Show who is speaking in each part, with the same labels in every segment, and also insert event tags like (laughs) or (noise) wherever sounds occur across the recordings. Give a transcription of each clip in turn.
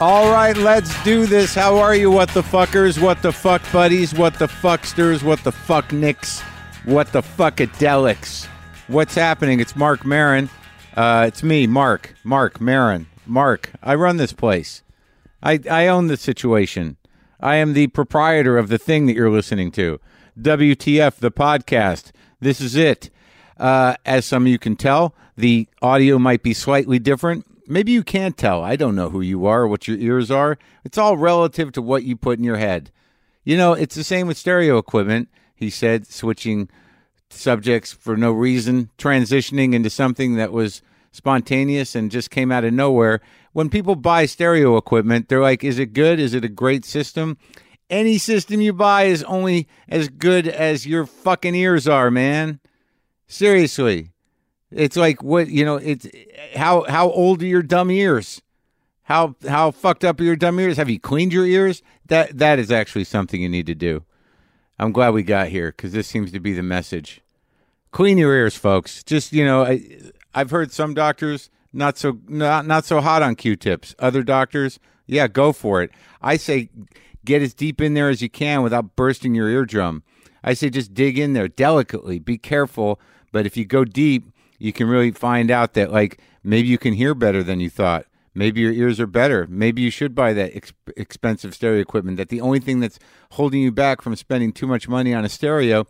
Speaker 1: All right, let's do this. How are you, what the fuckers, what the fuck buddies, what the fucksters, what the fuck nicks, what the fuckadelics? What's happening? It's Mark Marin. Uh, it's me, Mark. Mark Marin. Mark. I run this place. I, I own the situation. I am the proprietor of the thing that you're listening to. WTF, the podcast. This is it. Uh, as some of you can tell, the audio might be slightly different. Maybe you can't tell. I don't know who you are, what your ears are. It's all relative to what you put in your head. You know, it's the same with stereo equipment, he said, switching subjects for no reason, transitioning into something that was spontaneous and just came out of nowhere. When people buy stereo equipment, they're like, is it good? Is it a great system? Any system you buy is only as good as your fucking ears are, man. Seriously. It's like what, you know, it's how how old are your dumb ears? How how fucked up are your dumb ears? Have you cleaned your ears? That that is actually something you need to do. I'm glad we got here because this seems to be the message. Clean your ears, folks. Just you know, I, I've heard some doctors not so not not so hot on Q-tips. Other doctors, yeah, go for it. I say get as deep in there as you can without bursting your eardrum. I say just dig in there delicately. Be careful, but if you go deep, you can really find out that like maybe you can hear better than you thought. Maybe your ears are better. Maybe you should buy that ex- expensive stereo equipment. That the only thing that's holding you back from spending too much money on a stereo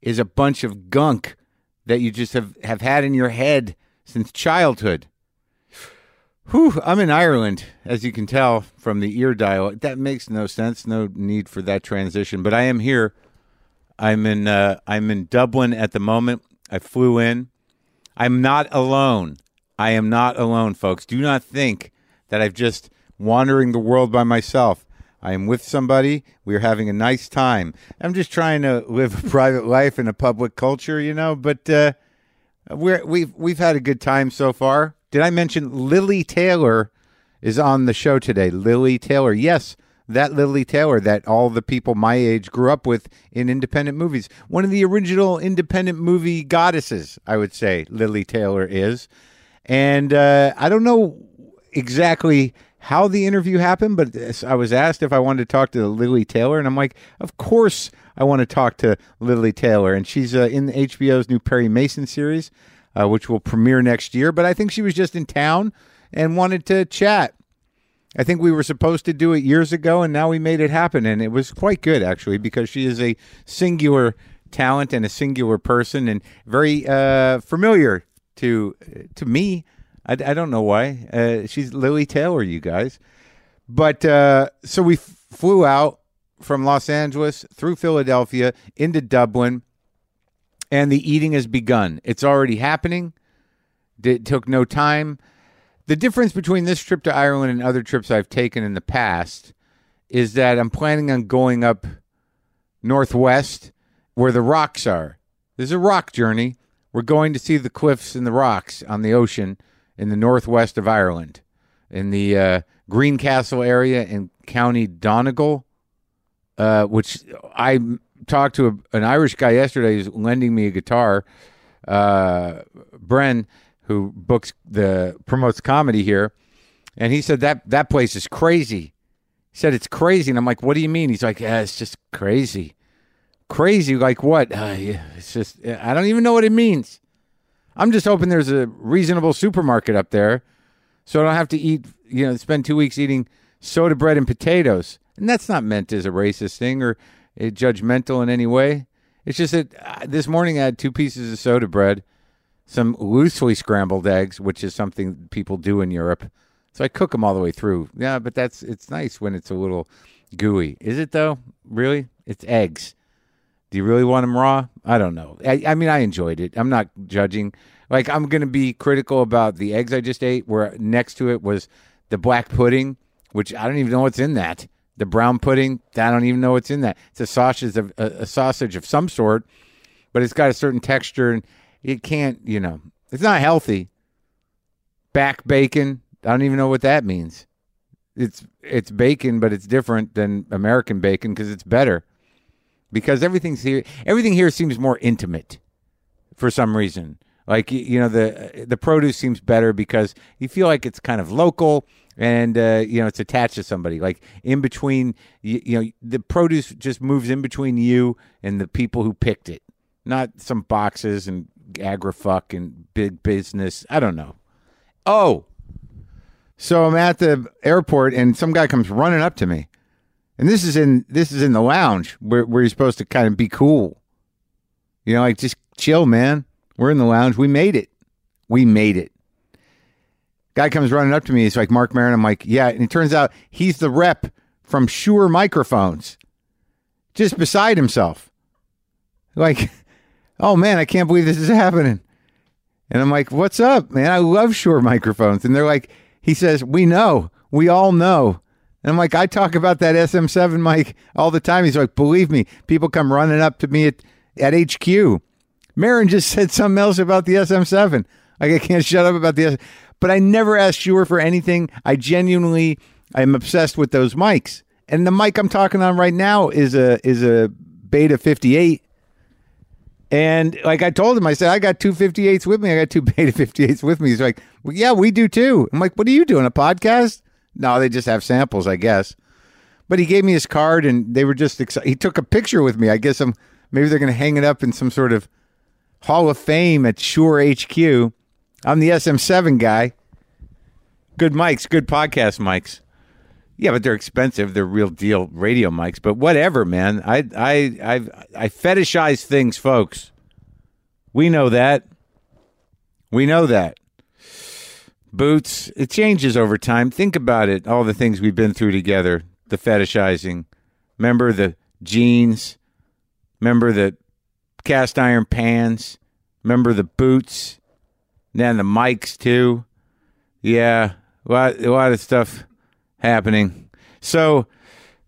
Speaker 1: is a bunch of gunk that you just have, have had in your head since childhood. Whew, I'm in Ireland, as you can tell from the ear dialect. That makes no sense. No need for that transition, but I am here. I'm in uh, I'm in Dublin at the moment. I flew in. I'm not alone. I am not alone, folks. Do not think that I've just wandering the world by myself. I am with somebody. We are having a nice time. I'm just trying to live a (laughs) private life in a public culture, you know. But uh, we're, we've we've had a good time so far. Did I mention Lily Taylor is on the show today? Lily Taylor, yes, that Lily Taylor that all the people my age grew up with in independent movies. One of the original independent movie goddesses, I would say. Lily Taylor is, and uh, I don't know exactly how the interview happened, but this- I was asked if I wanted to talk to Lily Taylor, and I'm like, of course I want to talk to Lily Taylor, and she's uh, in HBO's new Perry Mason series, uh, which will premiere next year. But I think she was just in town and wanted to chat. I think we were supposed to do it years ago, and now we made it happen, and it was quite good actually because she is a singular talent and a singular person, and very uh, familiar to to me. I, I don't know why. Uh, she's Lily Taylor, you guys. But uh, so we f- flew out from Los Angeles through Philadelphia into Dublin, and the eating has begun. It's already happening. It took no time the difference between this trip to Ireland and other trips I've taken in the past is that I'm planning on going up northwest where the rocks are. This is a rock journey. We're going to see the cliffs and the rocks on the ocean in the northwest of Ireland, in the uh, Greencastle area in County Donegal, uh, which I talked to a, an Irish guy yesterday who's lending me a guitar uh, Bren, who books the promotes comedy here, and he said that that place is crazy. He said it's crazy, and I'm like, what do you mean? He's like, yeah, it's just crazy, crazy. Like what? Uh, yeah, it's just I don't even know what it means. I'm just hoping there's a reasonable supermarket up there, so I don't have to eat. You know, spend two weeks eating soda bread and potatoes. And that's not meant as a racist thing or uh, judgmental in any way. It's just that uh, this morning I had two pieces of soda bread some loosely scrambled eggs, which is something people do in Europe. So I cook them all the way through. Yeah, but that's it's nice when it's a little gooey. Is it though? Really? It's eggs. Do you really want them raw? I don't know. I, I mean, I enjoyed it. I'm not judging. Like, I'm going to be critical about the eggs I just ate, where next to it was the black pudding, which I don't even know what's in that. The brown pudding, I don't even know what's in that. It's a sausage of, a, a sausage of some sort, but it's got a certain texture and it can't, you know, it's not healthy. Back bacon, I don't even know what that means. It's it's bacon, but it's different than American bacon because it's better because everything's here. Everything here seems more intimate for some uh, reason. Like y- you know, the the produce seems better because you feel like it's kind of local. and uh, you know it's attached to somebody. Like in between, you, you know, the produce just moves in between you and the people who picked it, not some boxes and agri fuck and big business. I don't know. Oh, so I'm at the airport and some guy comes running up to me, and this is in this is in the lounge where where you're supposed to kind of be cool, you know, like just chill, man. We're in the lounge. We made it. We made it. Guy comes running up to me. He's like, Mark Marin. I'm like, yeah. And it turns out he's the rep from Shure Microphones, just beside himself. Like, (laughs) oh man, I can't believe this is happening. And I'm like, what's up, man? I love Shure Microphones. And they're like, he says, we know. We all know. And I'm like, I talk about that SM7 mic all the time. He's like, believe me, people come running up to me at, at HQ. Marin just (laughs) said something else about the SM7. Like I can't shut up about the S. But I never asked Shure for anything. I genuinely, I'm obsessed with those mics. And the mic I'm talking on right now is a is a Beta 58. And like I told him, I said I got two 58s with me. I got two (laughs) Beta 58s with me. He's like, well, "Yeah, we do too." I'm like, "What are you doing? A podcast?" No, they just have samples, I guess. But he gave me his card, and they were just excited. He took a picture with me. I guess I'm maybe they're going to hang it up in some sort of Hall of Fame at Shure HQ. I'm the SM7 guy. Good mics, good podcast mics. Yeah, but they're expensive. They're real deal radio mics. But whatever, man. I I I I fetishize things, folks. We know that. We know that. Boots. It changes over time. Think about it. All the things we've been through together. The fetishizing. Remember the jeans. Remember the cast iron pans. Remember the boots. Then the mics too. Yeah, a lot, a lot of stuff happening. So,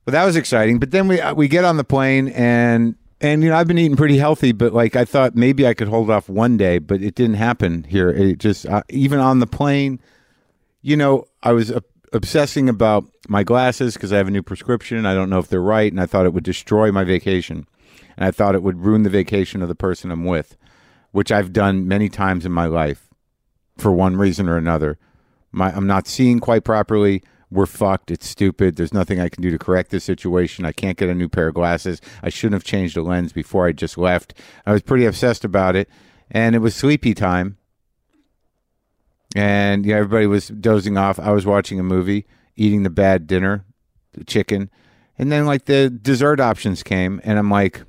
Speaker 1: well, that was exciting. But then we uh, we get on the plane and and you know I've been eating pretty healthy, but like I thought maybe I could hold off one day, but it didn't happen here. It just uh, even on the plane, you know, I was ob- obsessing about my glasses because I have a new prescription. I don't know if they're right, and I thought it would destroy my vacation, and I thought it would ruin the vacation of the person I'm with, which I've done many times in my life for one reason or another. My, I'm not seeing quite properly. We're fucked. It's stupid. There's nothing I can do to correct this situation. I can't get a new pair of glasses. I shouldn't have changed the lens before I just left. I was pretty obsessed about it, and it was sleepy time. And yeah, everybody was dozing off. I was watching a movie, eating the bad dinner, the chicken, and then like the dessert options came, and I'm like,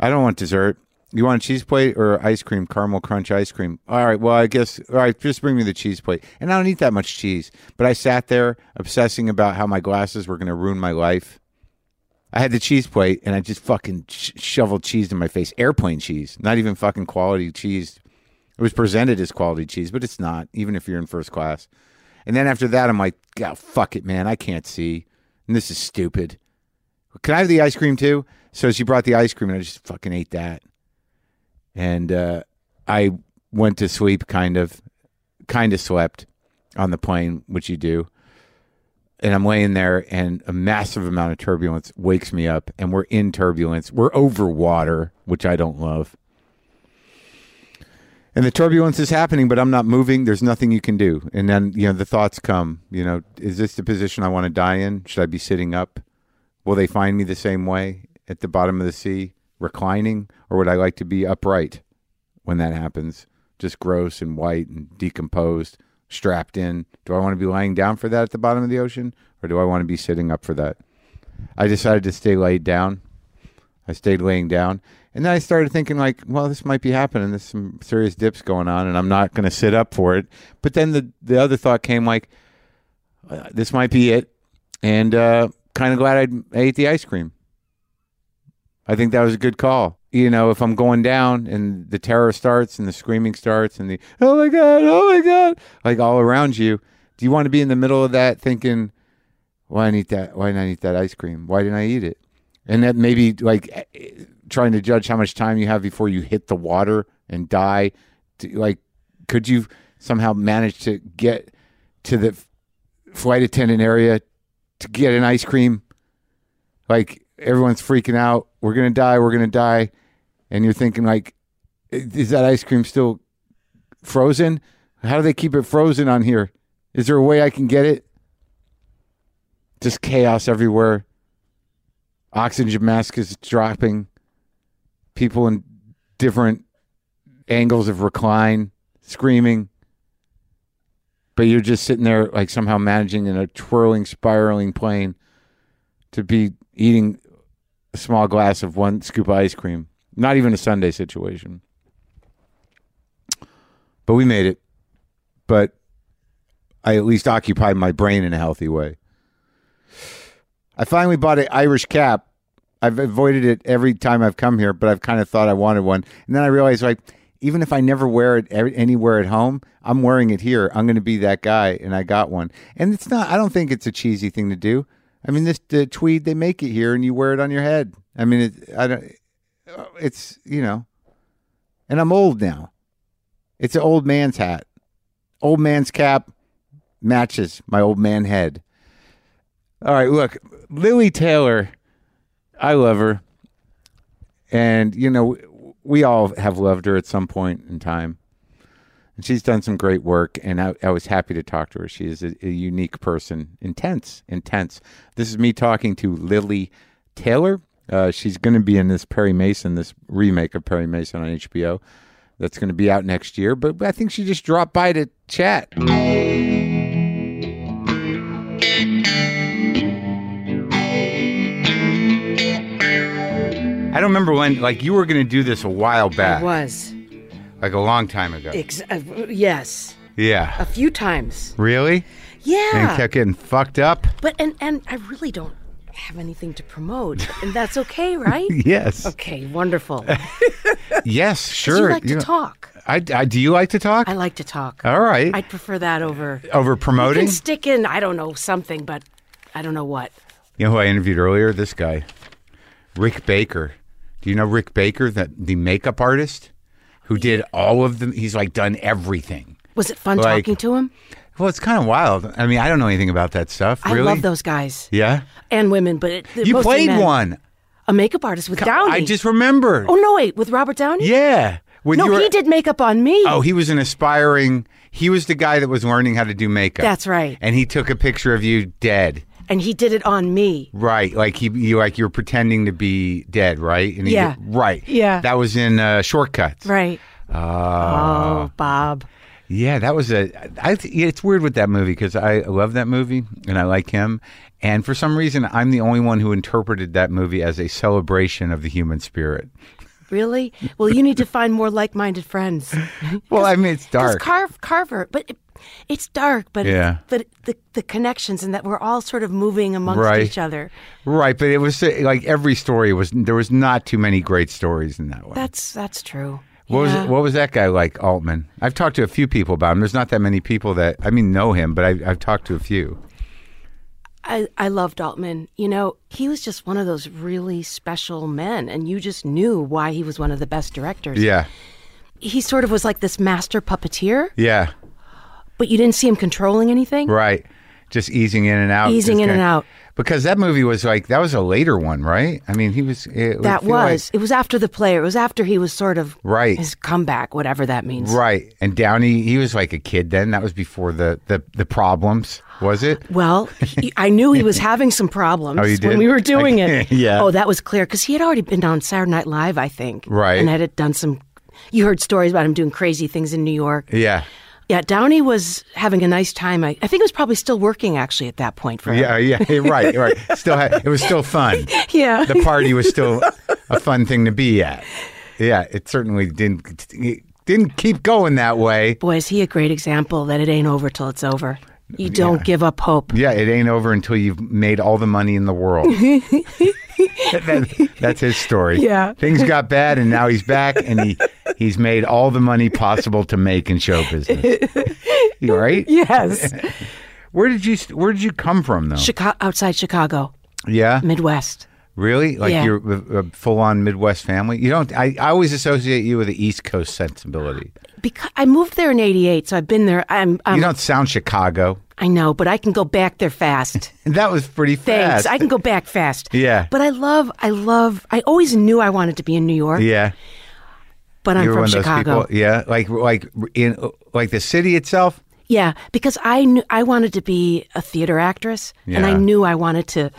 Speaker 1: I don't want dessert. You want a cheese plate or ice cream, caramel crunch ice cream? All right, well, I guess, all right, just bring me the cheese plate. And I don't eat that much cheese. But I sat there obsessing about how my glasses were going to ruin my life. I had the cheese plate and I just fucking sh- shoveled cheese in my face. Airplane cheese, not even fucking quality cheese. It was presented as quality cheese, but it's not, even if you're in first class. And then after that, I'm like, God, fuck it, man. I can't see. And this is stupid. Can I have the ice cream too? So she brought the ice cream and I just fucking ate that and uh, I went to sleep, kind of, kind of slept on the plane, which you do. And I'm laying there, and a massive amount of turbulence wakes me up, and we're in turbulence. We're over water, which I don't love. And the turbulence is happening, but I'm not moving. There's nothing you can do. And then, you know, the thoughts come, you know, is this the position I want to die in? Should I be sitting up? Will they find me the same way at the bottom of the sea, reclining, or would I like to be upright when that happens? Just gross and white and decomposed, strapped in. Do I want to be lying down for that at the bottom of the ocean, or do I want to be sitting up for that? I decided to stay laid down. I stayed laying down. And then I started thinking, like, well, this might be happening. There's some serious dips going on, and I'm not going to sit up for it. But then the, the other thought came, like, uh, this might be it. And uh, kind of glad I'd, I ate the ice cream. I think that was a good call. You know, if I'm going down and the terror starts and the screaming starts and the, oh my God, oh my God, like all around you, do you want to be in the middle of that thinking, why didn't I eat that? Why didn't I eat that ice cream? Why didn't I eat it? And that maybe like eh, eh, trying to judge how much time you have before you hit the water and die. Do- Like, could you somehow manage to get to the f- flight attendant area to get an ice cream? like everyone's freaking out we're gonna die we're gonna die and you're thinking like is that ice cream still frozen how do they keep it frozen on here Is there a way I can get it? Just chaos everywhere. Oxygen mask is dropping. People in different angles of recline screaming. But you're just sitting there, like somehow managing in a twirling, spiraling plane to be eating a small glass of one scoop of ice cream. Not even a Sunday situation. But we made it. But I at least occupied my brain in a healthy way. I finally bought an Irish cap. I've avoided it every time I've come here, but I've kind of thought I wanted one. And then I realized, like, even if I never wear it ev- anywhere at home, I'm wearing it here. I'm going to be that guy, and I got one. And it's not. I don't think it's a cheesy thing to do. I mean, this the tweed they make it here, and you wear it on your head. I mean, it, I don't. uh, It's you know, and I'm old now. It's an old man's hat. Old man's cap matches my old man head. All right, look, Lily Taylor, I love her. And, you know, w- we all have loved her at some point in time. And she's done some great work, and I, I was happy to talk to her. She is a, a unique person, intense, intense. This is me talking to Lily Taylor. Uh, she's going to be in this Perry Mason, this remake of Perry Mason on HBO that's going to be out next year. But I think she just dropped by to chat. I don't remember when, like, you were going to do this a while back,
Speaker 2: was.
Speaker 1: like a long time ago.
Speaker 2: Ex- uh, yes,
Speaker 1: yeah.
Speaker 2: a few times.
Speaker 1: Really? And
Speaker 2: Yeah,
Speaker 1: kept getting fucked up? (laughs)
Speaker 2: but and and I really don't have anything to promote, and
Speaker 1: (laughs)
Speaker 2: that's okay, right?
Speaker 1: Yes.
Speaker 2: okay, wonderful.
Speaker 1: Yes,
Speaker 2: Do
Speaker 1: sure.
Speaker 2: You like to
Speaker 1: know-
Speaker 2: talk.
Speaker 1: I, I- do you like to talk?
Speaker 2: I like to talk.
Speaker 1: All right.
Speaker 2: I'd prefer that over
Speaker 1: Over
Speaker 2: You
Speaker 1: promoting?
Speaker 2: can stick in. I don't know something, but I don't know what.
Speaker 1: You know who I interviewed earlier? This guy, Rick Baker. Do you know Rick Baker, that the makeup artist who did all of them? He's like done everything.
Speaker 2: Was it fun
Speaker 1: Like-
Speaker 2: talking to him?
Speaker 1: Well, it's kind of wild. I mean, I don't know anything about that stuff. Really?
Speaker 2: I love those guys
Speaker 1: Yeah.
Speaker 2: and women, but it, they're
Speaker 1: You
Speaker 2: mostly
Speaker 1: played
Speaker 2: men.
Speaker 1: one.
Speaker 2: a makeup artist with Downey.
Speaker 1: I just remember.
Speaker 2: Oh no, wait, with Robert Downey.
Speaker 1: Yeah. When
Speaker 2: no,
Speaker 1: you were-
Speaker 2: he did makeup on me.
Speaker 1: Oh, he was an aspiring. He was the guy that was learning how to do makeup.
Speaker 2: That's right.
Speaker 1: And he took a picture of you dead.
Speaker 2: and he did it on me.
Speaker 1: Right, like he, you, like you're pretending to be dead, right? And he-
Speaker 2: Yeah.
Speaker 1: right.
Speaker 2: Yeah.
Speaker 1: that was in uh, shortcuts.
Speaker 2: Right. oh, Bob.
Speaker 1: Yeah, that was a. I, th- yeah, it's weird with that movie because I love that movie and I like him, and for some reason I'm the only one who interpreted that movie as a celebration of the human spirit.
Speaker 2: Really? Well, you need to find more like-minded friends. 'Cause
Speaker 1: Well, I mean it's (laughs) dark.
Speaker 2: Car- Carver, but it, it's dark, but
Speaker 1: Yeah.
Speaker 2: it's, but it- the the connections and that we're all sort of moving amongst
Speaker 1: Right.
Speaker 2: each other.
Speaker 1: right, but it was uh, like every story was there was not too many great stories in that one.
Speaker 2: That's that's true.
Speaker 1: What was
Speaker 2: Yeah.
Speaker 1: what was that guy like Altman? I've talked to a few people about him. There's not that many people that I mean know him, but I, I've talked to a few.
Speaker 2: I I loved Altman. You know, he was just one of those really special men, and you just knew why he was one of the best directors.
Speaker 1: Yeah,
Speaker 2: He sort of was like this master puppeteer,
Speaker 1: yeah.
Speaker 2: but you didn't see him controlling anything.
Speaker 1: Right. Just easing in and out.
Speaker 2: Easing
Speaker 1: Just
Speaker 2: in and out.
Speaker 1: Because that movie was like that was a later one, right? I mean, he was. It would
Speaker 2: That
Speaker 1: feel like-
Speaker 2: was. it was after the player. It was after he was sort of
Speaker 1: Right.
Speaker 2: his comeback, whatever that means.
Speaker 1: right. And Downey, he was like a kid then. That was before the the, the problems, was it?
Speaker 2: Well, he, I knew
Speaker 1: (laughs)
Speaker 2: he was having some problems
Speaker 1: Oh, you did?
Speaker 2: when we were doing
Speaker 1: Okay, (laughs)
Speaker 2: it.
Speaker 1: yeah.
Speaker 2: Oh, that was clear because he had already been on Saturday Night Live, I think.
Speaker 1: Right.
Speaker 2: And had done some. You heard stories about him doing crazy things in New York.
Speaker 1: Yeah.
Speaker 2: Yeah, Downey was having a nice time. I, I think he was probably still working actually at that point for him.
Speaker 1: Yeah. Yeah. (laughs) Right. Right. Still, had, it was still
Speaker 2: (laughs)
Speaker 1: fun.
Speaker 2: Yeah.
Speaker 1: The party was still a fun thing to be at. Yeah. It certainly didn't it didn't keep going that way.
Speaker 2: Boy, is he a great example that it ain't over till it's over. You don't give
Speaker 1: (laughs)
Speaker 2: up hope.
Speaker 1: Yeah, it ain't over until you've made all the money in the
Speaker 2: (laughs)
Speaker 1: world. That- that's his story.
Speaker 2: Yeah.
Speaker 1: Things got bad and now he's back and he he's made all the money possible to make in show business. you all right?
Speaker 2: Yes.
Speaker 1: Where did you where did you come from though?
Speaker 2: Chicago, outside Chicago,
Speaker 1: yeah.
Speaker 2: Midwest.
Speaker 1: Really? Like
Speaker 2: Yeah.
Speaker 1: you're a, a full-on Midwest family? You don't I, I always associate you with the East Coast sensibility.
Speaker 2: Because I moved there in '88, so I've been there. I'm,
Speaker 1: You
Speaker 2: I'm
Speaker 1: don't sound Chicago.
Speaker 2: I know, but I can go back there fast.
Speaker 1: And that was pretty
Speaker 2: Thanks.
Speaker 1: fast.
Speaker 2: I can go back fast.
Speaker 1: (laughs) Yeah.
Speaker 2: But I love, I love, I always knew I wanted to be in New York,
Speaker 1: yeah.
Speaker 2: but I'm
Speaker 1: You're
Speaker 2: from
Speaker 1: one of those
Speaker 2: Chicago.
Speaker 1: people. Yeah, like like in like the city itself.
Speaker 2: Yeah, because I knew I wanted to be a theater actress, and I
Speaker 1: Yeah.
Speaker 2: knew I wanted to.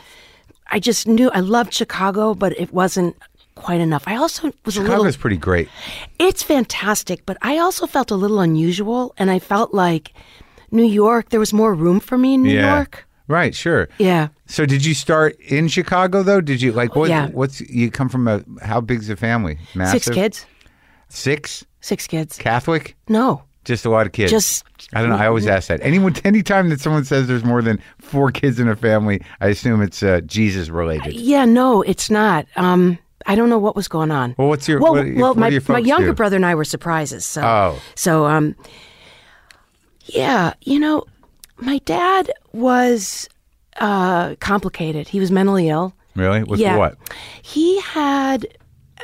Speaker 2: I just knew I loved Chicago, but it wasn't quite enough. I also was a little.
Speaker 1: Chicago's pretty great.
Speaker 2: It's fantastic, but I also felt a little unusual, and I felt like New York. There was more room for me in New
Speaker 1: yeah.
Speaker 2: York.
Speaker 1: Right, sure.
Speaker 2: Yeah.
Speaker 1: So did you start in Chicago though? Did you like what
Speaker 2: Oh, Yeah.
Speaker 1: what's you come from a how big's the family? Massive?
Speaker 2: Six kids.
Speaker 1: Six?
Speaker 2: Six kids.
Speaker 1: Catholic?
Speaker 2: No,
Speaker 1: Just a lot of kids.
Speaker 2: just Mm-hmm.
Speaker 1: I don't know. I always ask that. Anyone, (laughs) anytime that someone says there's more than four kids in a family, I assume it's uh, Jesus related.
Speaker 2: yeah. No, it's not. Um, I don't know what was going on.
Speaker 1: Well, what's your
Speaker 2: well,
Speaker 1: what, do you-
Speaker 2: well,
Speaker 1: what
Speaker 2: my
Speaker 1: do your
Speaker 2: my
Speaker 1: folks
Speaker 2: younger
Speaker 1: do?
Speaker 2: brother and I were surprises. So,
Speaker 1: Oh.
Speaker 2: so um, yeah, you know, my dad was uh complicated. He was mentally ill.
Speaker 1: Really? With
Speaker 2: yeah,
Speaker 1: what?
Speaker 2: he had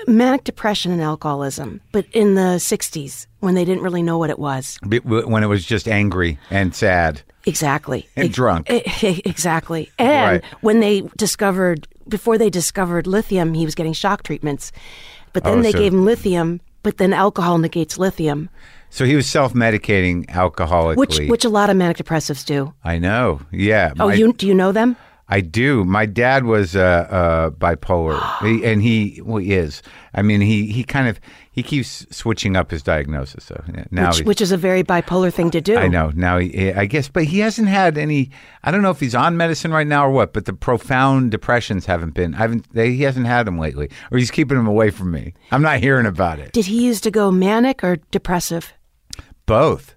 Speaker 2: manic depression and alcoholism, but in the '60s when they didn't really know what it was
Speaker 1: Be- w- When it was just angry and sad.
Speaker 2: exactly,
Speaker 1: And
Speaker 2: Ex-
Speaker 1: drunk.
Speaker 2: e- exactly, and
Speaker 1: Right.
Speaker 2: when they discovered before they discovered lithium, he was getting shock treatments, but then
Speaker 1: Oh,
Speaker 2: they
Speaker 1: so-
Speaker 2: gave him lithium. But then alcohol negates lithium.
Speaker 1: So he was self medicating alcoholically.
Speaker 2: which which a lot of manic depressives do.
Speaker 1: I know. Yeah.
Speaker 2: Oh,
Speaker 1: My-
Speaker 2: you do you know them?
Speaker 1: I do. My dad was uh, uh, bipolar,
Speaker 2: (gasps)
Speaker 1: he, and he well, he is. I mean, he, he kind of he keeps switching up his diagnosis. So yeah, now
Speaker 2: Which,
Speaker 1: he's-
Speaker 2: which is a very bipolar thing to do.
Speaker 1: I know. Now, he- he, I guess, but he hasn't had any. I don't know if he's on medicine right now or what, but the profound depressions haven't been. I haven't. They, he hasn't had them lately, or he's keeping them away from me. I'm not hearing about it.
Speaker 2: Did he used to go manic or depressive?
Speaker 1: Both.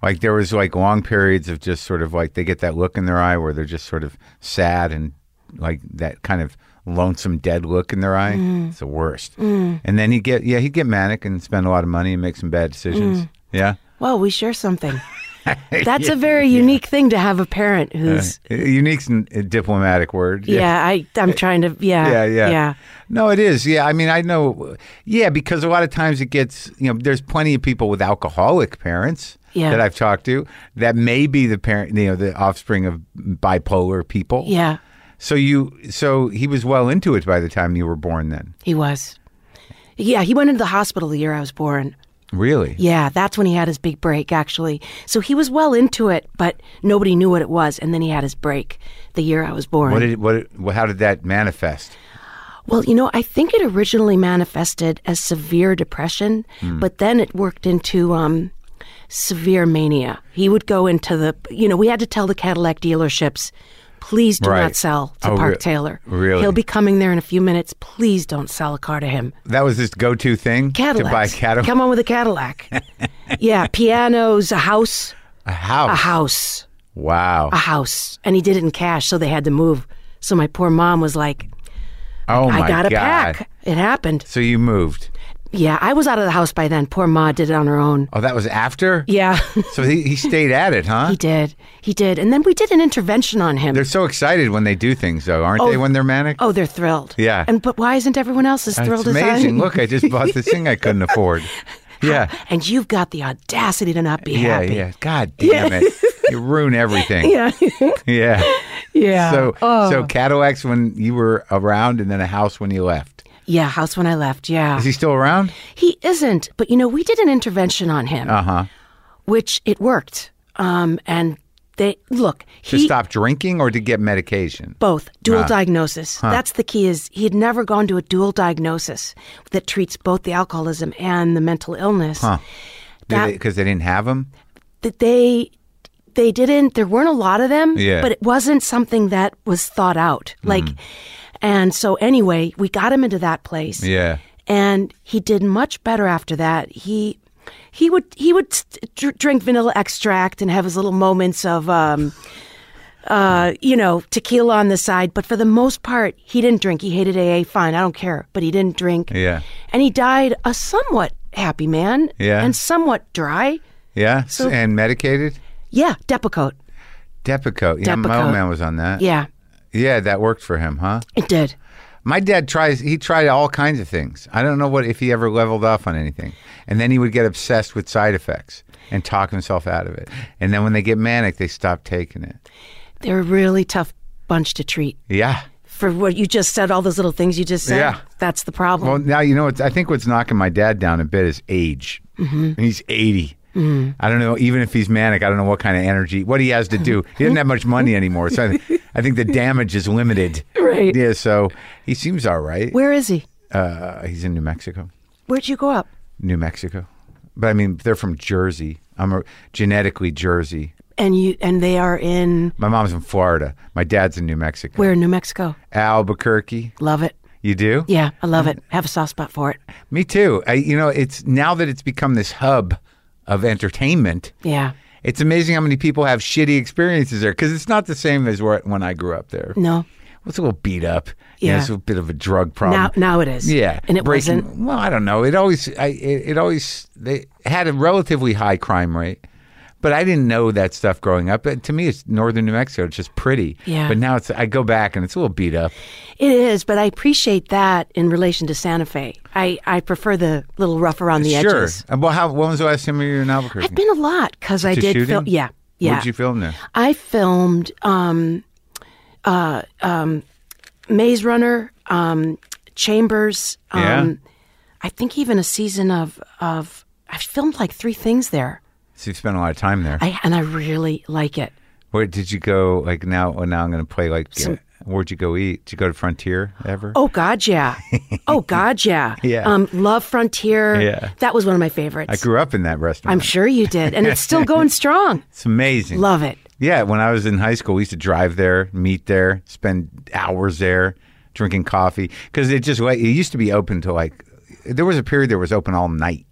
Speaker 1: Like there was like long periods of just sort of like they get that look in their eye where they're just sort of sad and like that kind of lonesome dead look in their eye. It's the worst. And then he get yeah he'd get manic and spend a lot of money and make some bad decisions. Yeah.
Speaker 2: Well, we
Speaker 1: (laughs)
Speaker 2: share something. That's a very unique thing to have a parent
Speaker 1: Uh,
Speaker 2: who's
Speaker 1: Unique's a diplomatic word.
Speaker 2: yeah. I I'm trying to yeah
Speaker 1: Eh, yeah, yeah, No, it is. Yeah, I mean, I know. Yeah, because a lot of times it gets. You know, there's plenty of people with alcoholic parents
Speaker 2: Yeah.
Speaker 1: that I've talked to that may be the parent, you know, the offspring of bipolar people.
Speaker 2: yeah.
Speaker 1: So you, so he was well into it by the time you were born. Then,
Speaker 2: He was. Yeah, he went into the hospital the year I was born.
Speaker 1: really?
Speaker 2: Yeah, that's when he had his big break, actually. So he was well into it, but nobody knew what it was. And then he had his break the year I was born.
Speaker 1: What did what? what- How did that manifest?
Speaker 2: Well, you know, I think it originally manifested as severe depression,
Speaker 1: Hmm.
Speaker 2: but then it worked into um, severe mania. He would go into the, you know, we had to tell the Cadillac dealerships, please do
Speaker 1: Right.
Speaker 2: not sell to
Speaker 1: Oh,
Speaker 2: Park
Speaker 1: re-
Speaker 2: Taylor.
Speaker 1: really?
Speaker 2: He'll be coming there in a few minutes. Please don't sell a car to him.
Speaker 1: That was his go-to thing
Speaker 2: Cadillac.
Speaker 1: to buy Cadillac.
Speaker 2: Come on with
Speaker 1: (laughs)
Speaker 2: a Cadillac. yeah, pianos, a house,
Speaker 1: A house.
Speaker 2: a house,
Speaker 1: Wow.
Speaker 2: a house. And he did it in cash, so they had to move. So my poor mom was like,
Speaker 1: oh my
Speaker 2: I got to
Speaker 1: god.
Speaker 2: pack. It happened.
Speaker 1: So you moved.
Speaker 2: Yeah, I was out of the house by then. Poor Ma did it on her own.
Speaker 1: Oh, that was after.
Speaker 2: Yeah,
Speaker 1: So he, he stayed at it, huh?
Speaker 2: (laughs) he did. He did. And then we did an intervention on him.
Speaker 1: They're so excited when they do things, though, aren't they? When they're manic,
Speaker 2: oh, they're thrilled.
Speaker 1: Yeah.
Speaker 2: And but why isn't everyone else as
Speaker 1: it's
Speaker 2: thrilled as I?
Speaker 1: amazing. Look, I just bought this thing I
Speaker 2: (laughs)
Speaker 1: couldn't afford. Yeah,
Speaker 2: And you've got the audacity to not be
Speaker 1: yeah,
Speaker 2: happy.
Speaker 1: yeah. God damn it, you ruin everything.
Speaker 2: Yeah. (laughs) Yeah. Oh.
Speaker 1: Yeah. So, so Cadillacs when you were around, and then a house when you left.
Speaker 2: yeah, house when I left. Yeah.
Speaker 1: Is he still around?
Speaker 2: He isn't, but you know, we did an intervention on him,
Speaker 1: Uh huh.
Speaker 2: which it worked. Um and they look,
Speaker 1: To
Speaker 2: he
Speaker 1: stop drinking or to get medication?
Speaker 2: both dual diagnosis that's the key is he had never gone to a dual diagnosis that treats both the alcoholism and the mental illness That-
Speaker 1: Because they, didn't have them.
Speaker 2: that they they didn't there weren't a lot of them
Speaker 1: Yeah. Mm.
Speaker 2: but it wasn't something that was thought out like and so anyway we got him into that place
Speaker 1: Yeah.
Speaker 2: and he did much better after that he he would he would st- dr- drink vanilla extract and have his little moments of um uh, you know, tequila on the side, but for the most part, he didn't drink. He hated AA, fine, I don't care, but he didn't drink.
Speaker 1: Yeah.
Speaker 2: And he died a somewhat happy man
Speaker 1: Yeah.
Speaker 2: and somewhat dry.
Speaker 1: Yeah. and medicated.
Speaker 2: Yeah, Depakote.
Speaker 1: Depakote. Yeah, my
Speaker 2: Depakote.
Speaker 1: old man was on that.
Speaker 2: Yeah,
Speaker 1: yeah, that worked for him, huh?
Speaker 2: it did.
Speaker 1: My dad tries. He tried all kinds of things. I don't know what if he ever leveled off on anything, and then he would get obsessed with side effects and talk himself out of it. And then when they get manic, they stop taking it.
Speaker 2: They're a really tough bunch to treat.
Speaker 1: Yeah.
Speaker 2: For what you just said, all those little things you just said,
Speaker 1: Yeah.
Speaker 2: that's the problem.
Speaker 1: Well, now you know. What's, I think what's knocking my dad down a bit is age. He's eighty, I don't know. Even if he's manic, I don't know what kind of energy, what he has to do. He doesn't have much money anymore, so I, I think the damage is limited.
Speaker 2: Right.
Speaker 1: Yeah. So he seems all right.
Speaker 2: Where is he?
Speaker 1: Uh, he's in New Mexico.
Speaker 2: Where'd you go up?
Speaker 1: New Mexico, but I mean they're from Jersey. I'm a, genetically Jersey.
Speaker 2: And you and they are in
Speaker 1: My mom's in Florida. My dad's in New Mexico.
Speaker 2: where? New Mexico.
Speaker 1: Albuquerque.
Speaker 2: Love it.
Speaker 1: You do?
Speaker 2: Yeah, I
Speaker 1: Mm.
Speaker 2: love it. Have a soft spot for it.
Speaker 1: Me too. I, you know, it's now that it's become this hub of entertainment.
Speaker 2: Yeah.
Speaker 1: It's amazing how many people have shitty experiences there because it's not the same as where, when I grew up there.
Speaker 2: No.
Speaker 1: It's a little beat up. You know,
Speaker 2: Mm. Yeah.
Speaker 1: it's a bit of a drug problem.
Speaker 2: now now it is.
Speaker 1: Um, yeah,
Speaker 2: And it
Speaker 1: Breaking-
Speaker 2: wasn't
Speaker 1: Well, I don't know. It always, I, it, it always, they had a relatively high crime rate, but I didn't know that stuff growing up. But to me, it's northern New Mexico. It's just pretty.
Speaker 2: Yeah.
Speaker 1: But now it's, I go back and it's a little beat up.
Speaker 2: it is, but I appreciate that in relation to Santa Fe. I, I prefer the little rough around the
Speaker 1: sure.
Speaker 2: edges.
Speaker 1: Uh, Well, how? When was the last time you were in Albuquerque?
Speaker 2: I've been a lot because I
Speaker 1: To
Speaker 2: did
Speaker 1: shooting?
Speaker 2: film yeah. Yeah.
Speaker 1: What'd you film there?
Speaker 2: I filmed um, uh, um, Maze Runner, um, Chambers. Um,
Speaker 1: Yeah.
Speaker 2: I think even a season of of I filmed like three things there,
Speaker 1: So you spent a lot of time there.
Speaker 2: I, and I really like it.
Speaker 1: Where did you go? Like now, well, now I'm going to play like. uh, where'd you go eat? Did you go to Frontier ever?
Speaker 2: Oh God, yeah.
Speaker 1: (laughs)
Speaker 2: Oh God, yeah.
Speaker 1: Yeah.
Speaker 2: Um, Love Frontier.
Speaker 1: Yeah.
Speaker 2: That was one of my favorites.
Speaker 1: I grew up in that restaurant.
Speaker 2: I'm sure you did, and it's still
Speaker 1: (laughs)
Speaker 2: going strong.
Speaker 1: it's amazing.
Speaker 2: Love it.
Speaker 1: Yeah, when I was in high school, we used to drive there, meet there, spend hours there, drinking coffee because it just like it used to be open to like there was a period there was open all night,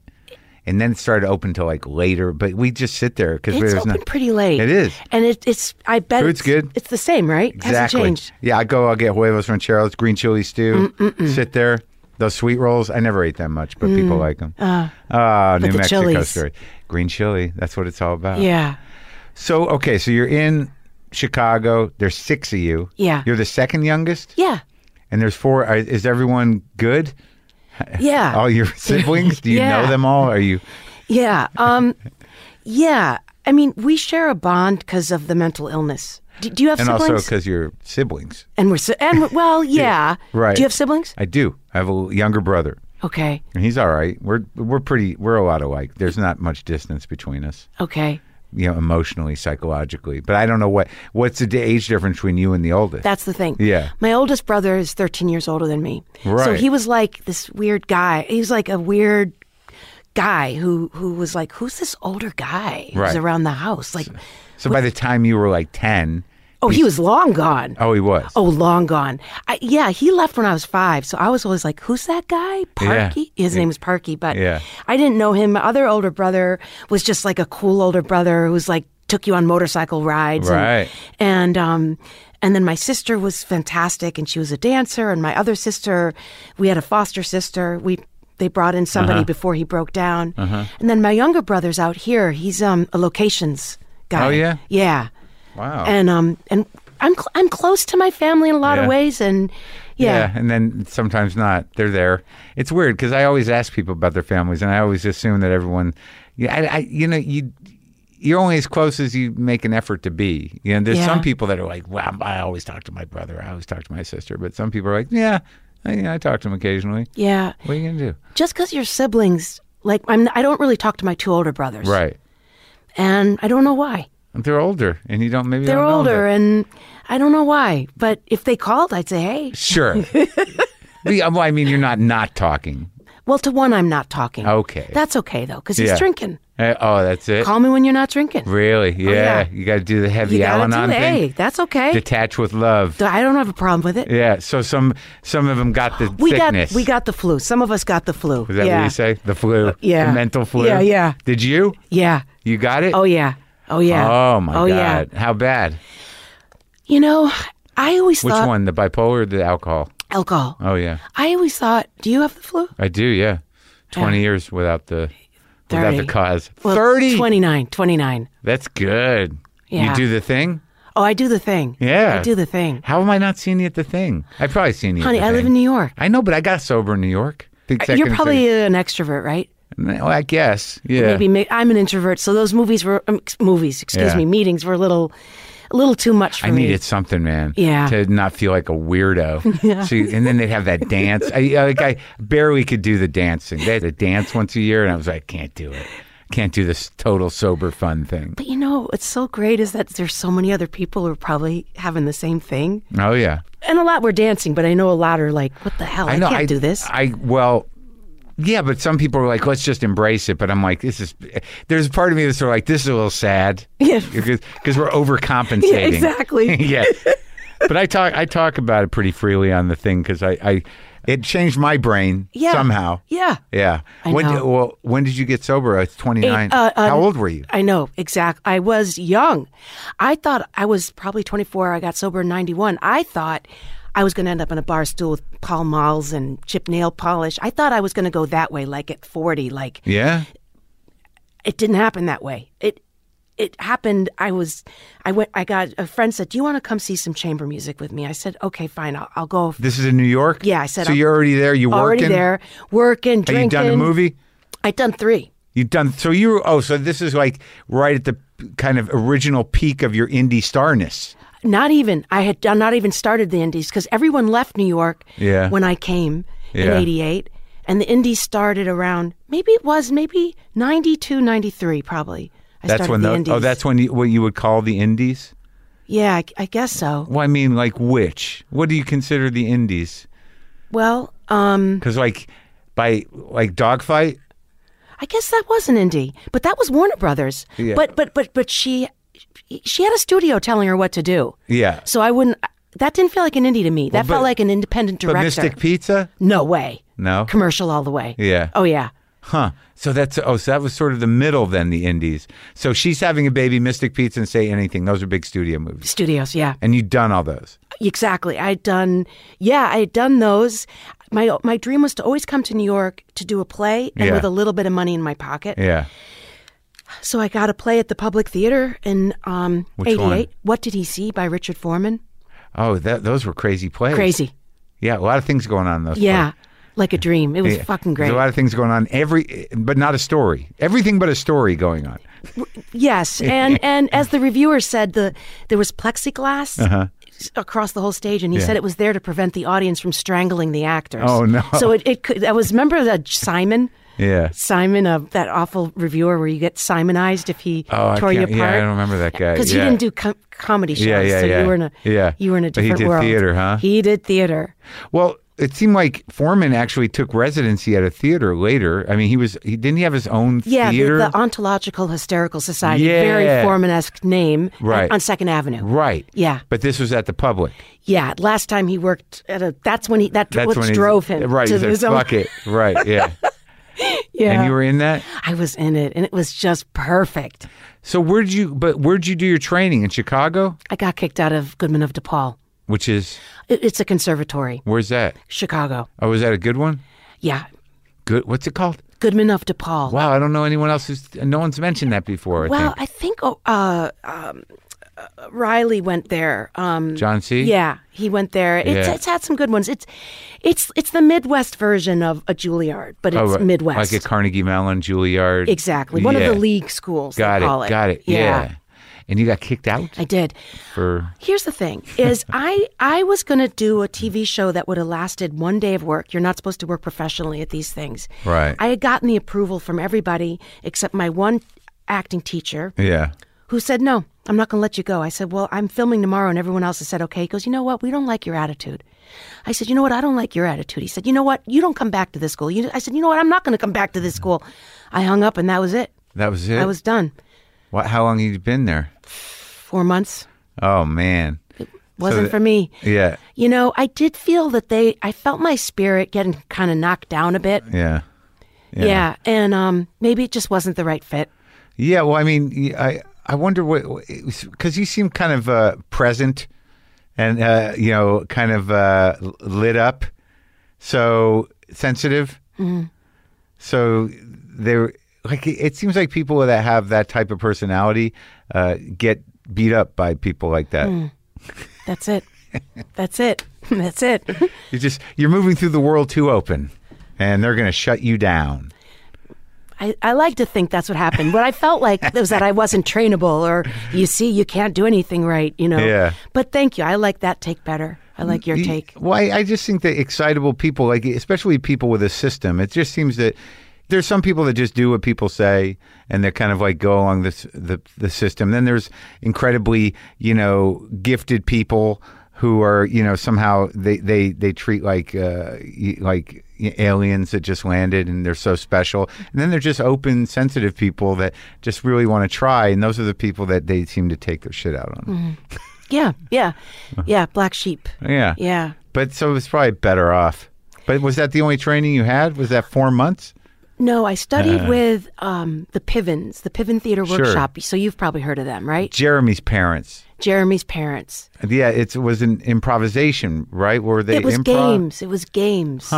Speaker 1: and then it started open to like later. But we just sit there because
Speaker 2: It's
Speaker 1: there's
Speaker 2: open
Speaker 1: no,
Speaker 2: pretty late.
Speaker 1: It is.
Speaker 2: and it, it's. I bet
Speaker 1: Food's
Speaker 2: it's
Speaker 1: good.
Speaker 2: It's the same, right? Hasn't changed. Mm,
Speaker 1: Yeah, I go. I'll get huevos rancheros, green chili stew. Sit there. Those sweet rolls, I never ate that much, but people like them. Uh, New
Speaker 2: Mm. the
Speaker 1: Mexico
Speaker 2: chilies.
Speaker 1: story, green chili. That's what it's all about.
Speaker 2: Yeah.
Speaker 1: So okay, so you're in Chicago. There's six of you.
Speaker 2: Yeah.
Speaker 1: You're the second youngest,
Speaker 2: Yeah.
Speaker 1: and there's four. are- Is everyone good?
Speaker 2: Yeah.
Speaker 1: (laughs) All your siblings? Do you know
Speaker 2: Yeah.
Speaker 1: them all? Are you?
Speaker 2: Yeah. Um, yeah. I mean, we share a bond because of the mental illness. Do, do you have
Speaker 1: And
Speaker 2: siblings?
Speaker 1: also because you're siblings.
Speaker 2: and we're si- and
Speaker 1: (laughs)
Speaker 2: we're- well, yeah.
Speaker 1: Right.
Speaker 2: Do you have siblings?
Speaker 1: I do. I have a younger brother.
Speaker 2: Okay.
Speaker 1: And he's all right. We're we're pretty we're a lot alike. There's not much distance between us,
Speaker 2: Okay.
Speaker 1: you know, emotionally, psychologically. But I don't know what what's the age difference between you and the oldest.
Speaker 2: That's the thing.
Speaker 1: Yeah.
Speaker 2: My oldest brother is 13 years older than me. So
Speaker 1: Right.
Speaker 2: he was like this weird guy. He was like a weird guy who who was like, who's this older guy who's
Speaker 1: Right.
Speaker 2: around the house? Like,
Speaker 1: so by the time you were like ten,
Speaker 2: oh, he was long gone.
Speaker 1: oh, he was.
Speaker 2: Oh, long gone. I, yeah, he left when I was five, so I was always like, "Who's that guy?" Parky. His name was Parky, but
Speaker 1: Yeah.
Speaker 2: I didn't know him. My other older brother was just like a cool older brother who was like took you on motorcycle rides,
Speaker 1: Right.
Speaker 2: And, and um, and then my sister was fantastic, and she was a dancer. And my other sister, we had a foster sister. We they brought in
Speaker 1: Uh-huh.
Speaker 2: somebody before he broke down, and then my younger brother's out here. He's um a locations guy.
Speaker 1: Oh, yeah?
Speaker 2: yeah
Speaker 1: wow.
Speaker 2: and um and I'm cl- I'm close to my family in a lot
Speaker 1: Yeah.
Speaker 2: of ways, and
Speaker 1: yeah.
Speaker 2: yeah,
Speaker 1: and then sometimes not. They're there. It's weird because I always ask people about their families, and I always assume that everyone, yeah, I, I, you know, you, you're only as close as you make an effort to be. You know, there's some
Speaker 2: Yeah.
Speaker 1: people that are like, well, I always talk to my brother, I always talk to my sister, but some people are like, yeah, I, you know, I talk to him occasionally.
Speaker 2: yeah.
Speaker 1: What are you gonna do?
Speaker 2: Just because you're siblings, like I'm, I don't really talk to my two older brothers,
Speaker 1: Right.
Speaker 2: And I don't know why.
Speaker 1: They're older, and you don't maybe you
Speaker 2: They're
Speaker 1: don't know that.
Speaker 2: older, and I don't know why. But if they called, I'd say, "Hey." (laughs)
Speaker 1: Sure. Yeah, well, I mean, you're not not talking.
Speaker 2: Well, to one, I'm not talking.
Speaker 1: Okay.
Speaker 2: that's okay though, because
Speaker 1: Yeah.
Speaker 2: he's drinking.
Speaker 1: Uh, oh, that's it.
Speaker 2: Call me when you're not drinking.
Speaker 1: Really? Yeah.
Speaker 2: yeah.
Speaker 1: You got to do the heavy
Speaker 2: You gotta
Speaker 1: Al-Anon
Speaker 2: do.
Speaker 1: thing.
Speaker 2: Hey, that's okay.
Speaker 1: Detach with love.
Speaker 2: I don't have a problem with it.
Speaker 1: Yeah, so some some of them got the
Speaker 2: (gasps) we
Speaker 1: thickness.
Speaker 2: got we got the flu. Some of us got the flu.
Speaker 1: Was that
Speaker 2: yeah. Uh,
Speaker 1: what you say? The flu.
Speaker 2: yeah.
Speaker 1: The mental flu.
Speaker 2: Yeah, yeah.
Speaker 1: Did you?
Speaker 2: Yeah.
Speaker 1: You got it?
Speaker 2: Oh yeah. Oh yeah.
Speaker 1: Oh my
Speaker 2: oh, Yeah.
Speaker 1: god. How bad?
Speaker 2: You know, I always
Speaker 1: Which
Speaker 2: thought
Speaker 1: one? The bipolar or the alcohol?
Speaker 2: alcohol.
Speaker 1: Oh yeah.
Speaker 2: I always thought, do you have the flu?
Speaker 1: I do, yeah. 20 years without the without
Speaker 2: 30.
Speaker 1: the cause.
Speaker 2: Well,
Speaker 1: 30.
Speaker 2: 29, 29.
Speaker 1: That's good.
Speaker 2: Yeah.
Speaker 1: You do the thing?
Speaker 2: Oh, I do the thing.
Speaker 1: Yeah.
Speaker 2: I do the thing.
Speaker 1: How am I not seeing you at the thing? I've probably seen you.
Speaker 2: Honey,
Speaker 1: at the
Speaker 2: I live
Speaker 1: thing.
Speaker 2: in New York.
Speaker 1: I know, but I got sober in New York. Big second
Speaker 2: You're
Speaker 1: and
Speaker 2: probably an extrovert, right?
Speaker 1: third- Well, I guess. Yeah.
Speaker 2: Maybe ma- I'm an introvert, so those movies were um, ex- movies, excuse
Speaker 1: Yeah.
Speaker 2: me, meetings were a little a little too much for
Speaker 1: I
Speaker 2: me.
Speaker 1: needed something, man.
Speaker 2: Yeah.
Speaker 1: To not feel like a
Speaker 2: (laughs)
Speaker 1: weirdo. See, and then they'd have that dance. I I- like I barely could do the dancing. They had a dance once a year, and I was like, I can't do it. can't do this total sober fun thing.
Speaker 2: But you know, what's so great is that there's so many other people who are probably having the same thing.
Speaker 1: Oh yeah,
Speaker 2: And a lot were dancing, but I know a lot are like, what the hell? I,
Speaker 1: know.
Speaker 2: can't do this.
Speaker 1: I well, yeah, but some people are like, let's just embrace it. But I'm like, this is. There's a part of me that's sort of like, this is a little sad.
Speaker 2: (laughs) Yeah.
Speaker 1: because we're overcompensating.
Speaker 2: (laughs) yeah, exactly.
Speaker 1: (laughs) yeah. But I talk I talk about it pretty freely on the thing because I, I it changed my brain
Speaker 2: Yeah.
Speaker 1: somehow.
Speaker 2: yeah.
Speaker 1: Yeah.
Speaker 2: I
Speaker 1: when
Speaker 2: know.
Speaker 1: did- well when did you get sober? I was twenty nine.
Speaker 2: uh, um,
Speaker 1: How old were you?
Speaker 2: I know, exact. I was young. I thought I was probably 24. I got sober in 91. I thought I was going to end up in a bar stool with Paul Malls and chip nail polish. I thought I was going to go that way, like at 40. Like
Speaker 1: Yeah.
Speaker 2: it didn't happen that way. It it happened. I was, I went. I got a friend said, "Do you want to come see some chamber music with me?" I said, "Okay, fine. I'll, I'll go."
Speaker 1: This is in New York.
Speaker 2: Yeah, I said
Speaker 1: So
Speaker 2: I'm
Speaker 1: you're already there. You
Speaker 2: already
Speaker 1: working?
Speaker 2: there, working,
Speaker 1: Have
Speaker 2: drinking.
Speaker 1: you done a movie?
Speaker 2: I done three.
Speaker 1: You've done so you were- oh so this is like right at the kind of original peak of your indie starness.
Speaker 2: Not even I had done, not even started the Indies because everyone left New York
Speaker 1: Yeah.
Speaker 2: when I came in
Speaker 1: Yeah.
Speaker 2: '88, and the Indies started around maybe it was maybe '92, '93 probably. I
Speaker 1: That's
Speaker 2: started
Speaker 1: when
Speaker 2: the
Speaker 1: the,
Speaker 2: Indies.
Speaker 1: oh that's when you, what you would call the indies.
Speaker 2: yeah, I, I guess so.
Speaker 1: Well, I mean like which? What do you consider the indies?
Speaker 2: Well, um,
Speaker 1: Because like by like dogfight.
Speaker 2: I guess that was an indie, but that was Warner Brothers.
Speaker 1: Yeah.
Speaker 2: But but but but she she had a studio telling her what to do.
Speaker 1: Yeah.
Speaker 2: So I wouldn't. That didn't feel like an indie to me. That
Speaker 1: but-
Speaker 2: felt like an independent
Speaker 1: But
Speaker 2: director.
Speaker 1: Mystic Pizza?
Speaker 2: no way.
Speaker 1: No.
Speaker 2: Commercial all the way.
Speaker 1: Yeah.
Speaker 2: Oh yeah.
Speaker 1: Huh. So that's oh, so that was sort of the middle then the indies. So she's having a baby, Mystic Pizza and Say Anything. Those are big studio movies.
Speaker 2: Studios. Yeah.
Speaker 1: And you've done all those.
Speaker 2: Exactly. I had done, yeah, I had done those. My my dream was to always come to New York to do a play and
Speaker 1: Yeah.
Speaker 2: with a little bit of money in my pocket.
Speaker 1: Yeah.
Speaker 2: So I got a play at the Public Theater in um,
Speaker 1: Which
Speaker 2: 88.
Speaker 1: one?
Speaker 2: What Did He See by Richard Foreman.
Speaker 1: Oh, that those were crazy plays.
Speaker 2: Crazy.
Speaker 1: Yeah, a lot of things going on in those.
Speaker 2: Yeah. Like a dream. It was
Speaker 1: plays.
Speaker 2: fucking
Speaker 1: There's
Speaker 2: great.
Speaker 1: a lot of things going on. Every but not a story. Everything but a story going on. (laughs)
Speaker 2: Yes, and and as the reviewer said, the there was plexiglass
Speaker 1: Uh-huh.
Speaker 2: s- across the whole stage, and he said it was there to prevent the audience from strangling the actors.
Speaker 1: Oh, no.
Speaker 2: So it, it could. I was remember that Simon.
Speaker 1: Yeah.
Speaker 2: Simon, uh, that awful reviewer where you get Simonized if he
Speaker 1: Oh, I
Speaker 2: tore you
Speaker 1: can't,
Speaker 2: apart.
Speaker 1: yeah, I don't remember that guy.
Speaker 2: Because
Speaker 1: yeah.
Speaker 2: he didn't do com- comedy shows,
Speaker 1: Yeah, yeah,
Speaker 2: so
Speaker 1: yeah.
Speaker 2: you were in a
Speaker 1: Yeah.
Speaker 2: you were in a
Speaker 1: But he
Speaker 2: different
Speaker 1: did
Speaker 2: world.
Speaker 1: theater, huh?
Speaker 2: He did theater.
Speaker 1: Well, it seemed like Foreman actually took residency at a theater later. I mean, he was he didn't he have his own
Speaker 2: Yeah, the,
Speaker 1: theater?
Speaker 2: the Ontological Hysterical Society,
Speaker 1: Yeah.
Speaker 2: very Foreman-esque name, uh,
Speaker 1: Right.
Speaker 2: on, on Second Avenue.
Speaker 1: right.
Speaker 2: Yeah.
Speaker 1: But this was at the public.
Speaker 2: Yeah, last time he worked at a. That's when he. That
Speaker 1: That's
Speaker 2: what
Speaker 1: when he-
Speaker 2: drove him
Speaker 1: right,
Speaker 2: to
Speaker 1: he said,
Speaker 2: his
Speaker 1: Fuck
Speaker 2: own.
Speaker 1: it.
Speaker 2: (laughs)
Speaker 1: Right. Yeah.
Speaker 2: Yeah,
Speaker 1: And you were in that.
Speaker 2: I was in it, and it was just perfect.
Speaker 1: So where'd you? But where'd you do your training in Chicago?
Speaker 2: I got kicked out of Goodman of DePaul.
Speaker 1: Which is
Speaker 2: It, it's a conservatory,
Speaker 1: where's that?
Speaker 2: Chicago.
Speaker 1: Oh, is that a good one?
Speaker 2: Yeah,
Speaker 1: Good. What's it called?
Speaker 2: Goodman of DePaul.
Speaker 1: Wow, I don't know anyone else who's. No one's mentioned that before. I
Speaker 2: Well,
Speaker 1: think.
Speaker 2: I think oh, uh, um, uh, Riley went there. Um,
Speaker 1: John C.
Speaker 2: Yeah, he went there. It's,
Speaker 1: Yeah.
Speaker 2: it's had some good ones. It's it's it's the Midwest version of a Juilliard, but it's
Speaker 1: Oh, right.
Speaker 2: Midwest.
Speaker 1: Like a Carnegie Mellon, Juilliard.
Speaker 2: exactly, one
Speaker 1: Yeah.
Speaker 2: of the league schools.
Speaker 1: Got
Speaker 2: they
Speaker 1: it.
Speaker 2: call it.
Speaker 1: Got it. Yeah.
Speaker 2: yeah,
Speaker 1: And you got kicked out
Speaker 2: I did.
Speaker 1: for.
Speaker 2: Here's the thing:
Speaker 1: (laughs)
Speaker 2: is I I was gonna do a TV show that would have lasted one day of work. You're not supposed to work professionally at these things.
Speaker 1: Right.
Speaker 2: I had gotten the approval from everybody except my one acting teacher,
Speaker 1: Yeah.
Speaker 2: who said, No, I'm not going to let you go. I said, Well, I'm filming tomorrow. And everyone else has said, Okay. He goes, You know what? We don't like your attitude. I said, You know what? I don't like your attitude. He said, You know what? You don't come back to this school. You, I said, You know what? I'm not going to come back to this school. I hung up and that was it.
Speaker 1: That was it.
Speaker 2: I was done.
Speaker 1: Wha- how long had you been there?
Speaker 2: Four months.
Speaker 1: Oh man.
Speaker 2: Wasn't
Speaker 1: that-
Speaker 2: for me.
Speaker 1: Yeah.
Speaker 2: You know, I did feel that they, I felt my spirit getting kind of knocked down a bit.
Speaker 1: Yeah.
Speaker 2: Yeah. And um, maybe it just wasn't the right fit.
Speaker 1: Yeah. Well, I mean, y- I I wonder what because you seem kind of uh, present and uh, you know kind of uh, l- lit up, so sensitive. So they're like it- it seems like people that have that type of personality uh, get beat up by people like that.
Speaker 2: That's it. That's it. (laughs) That's it.
Speaker 1: You just you're moving through the world too open, and they're going to shut you down.
Speaker 2: I, I like to think that's what happened. What I
Speaker 1: (laughs)
Speaker 2: felt like was that I wasn't trainable, or you see, you can't do anything right, you know.
Speaker 1: Yeah.
Speaker 2: But thank you. I like that take better. I like your
Speaker 1: Y-
Speaker 2: take.
Speaker 1: Well, I, I just think that excitable people, like especially people with a system, it just seems that there's some people that just do what people say and they kind of like go along this the the system. Then there's incredibly, you know, gifted people who are, you know, somehow they they they treat like uh y- like aliens that just landed and they're so special. And then they're just open, sensitive people that just really want to try and those are the people that they seem to take their shit out on.
Speaker 2: Mm-hmm. Yeah, yeah,
Speaker 1: Uh-huh.
Speaker 2: yeah. Black sheep.
Speaker 1: Yeah.
Speaker 2: Yeah.
Speaker 1: But so it was probably better off. But was that the only training you had? Was that 4 months?
Speaker 2: No, I studied with um, the Pivens, the Piven Theater
Speaker 1: Uh-huh. Sure.
Speaker 2: Workshop. So you've probably heard of them, right?
Speaker 1: Jeremy's parents.
Speaker 2: Jeremy's parents.
Speaker 1: Yeah, it's, it was an improvisation, right? Were they
Speaker 2: it was
Speaker 1: improv?
Speaker 2: games. It was games.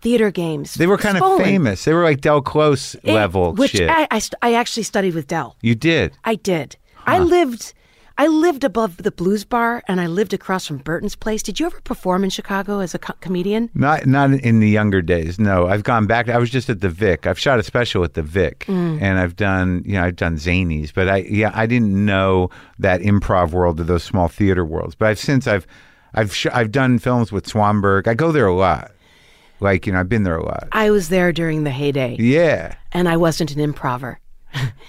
Speaker 2: Theater games.
Speaker 1: They were kind of
Speaker 2: Swollen.
Speaker 1: famous. They were like Del Close
Speaker 2: It-
Speaker 1: level
Speaker 2: which
Speaker 1: shit.
Speaker 2: I, I, st- I actually studied with Dell.
Speaker 1: you did.
Speaker 2: I did. I lived. I lived above the blues bar, and I lived across from Burton's Place. Did you ever perform in Chicago as a co- comedian?
Speaker 1: Not not in the younger days. No, I've gone back. I was just at the Vic. I've shot a special at the Vic,
Speaker 2: Mm.
Speaker 1: and I've done you know I've done zanies, but I yeah I didn't know that improv world of those small theater worlds. But I've since I've I've sh- I've done films with Swanberg. I go there a lot. Like you know I've been there a lot.
Speaker 2: I was there during the heyday,
Speaker 1: Yeah,
Speaker 2: and I wasn't an improver.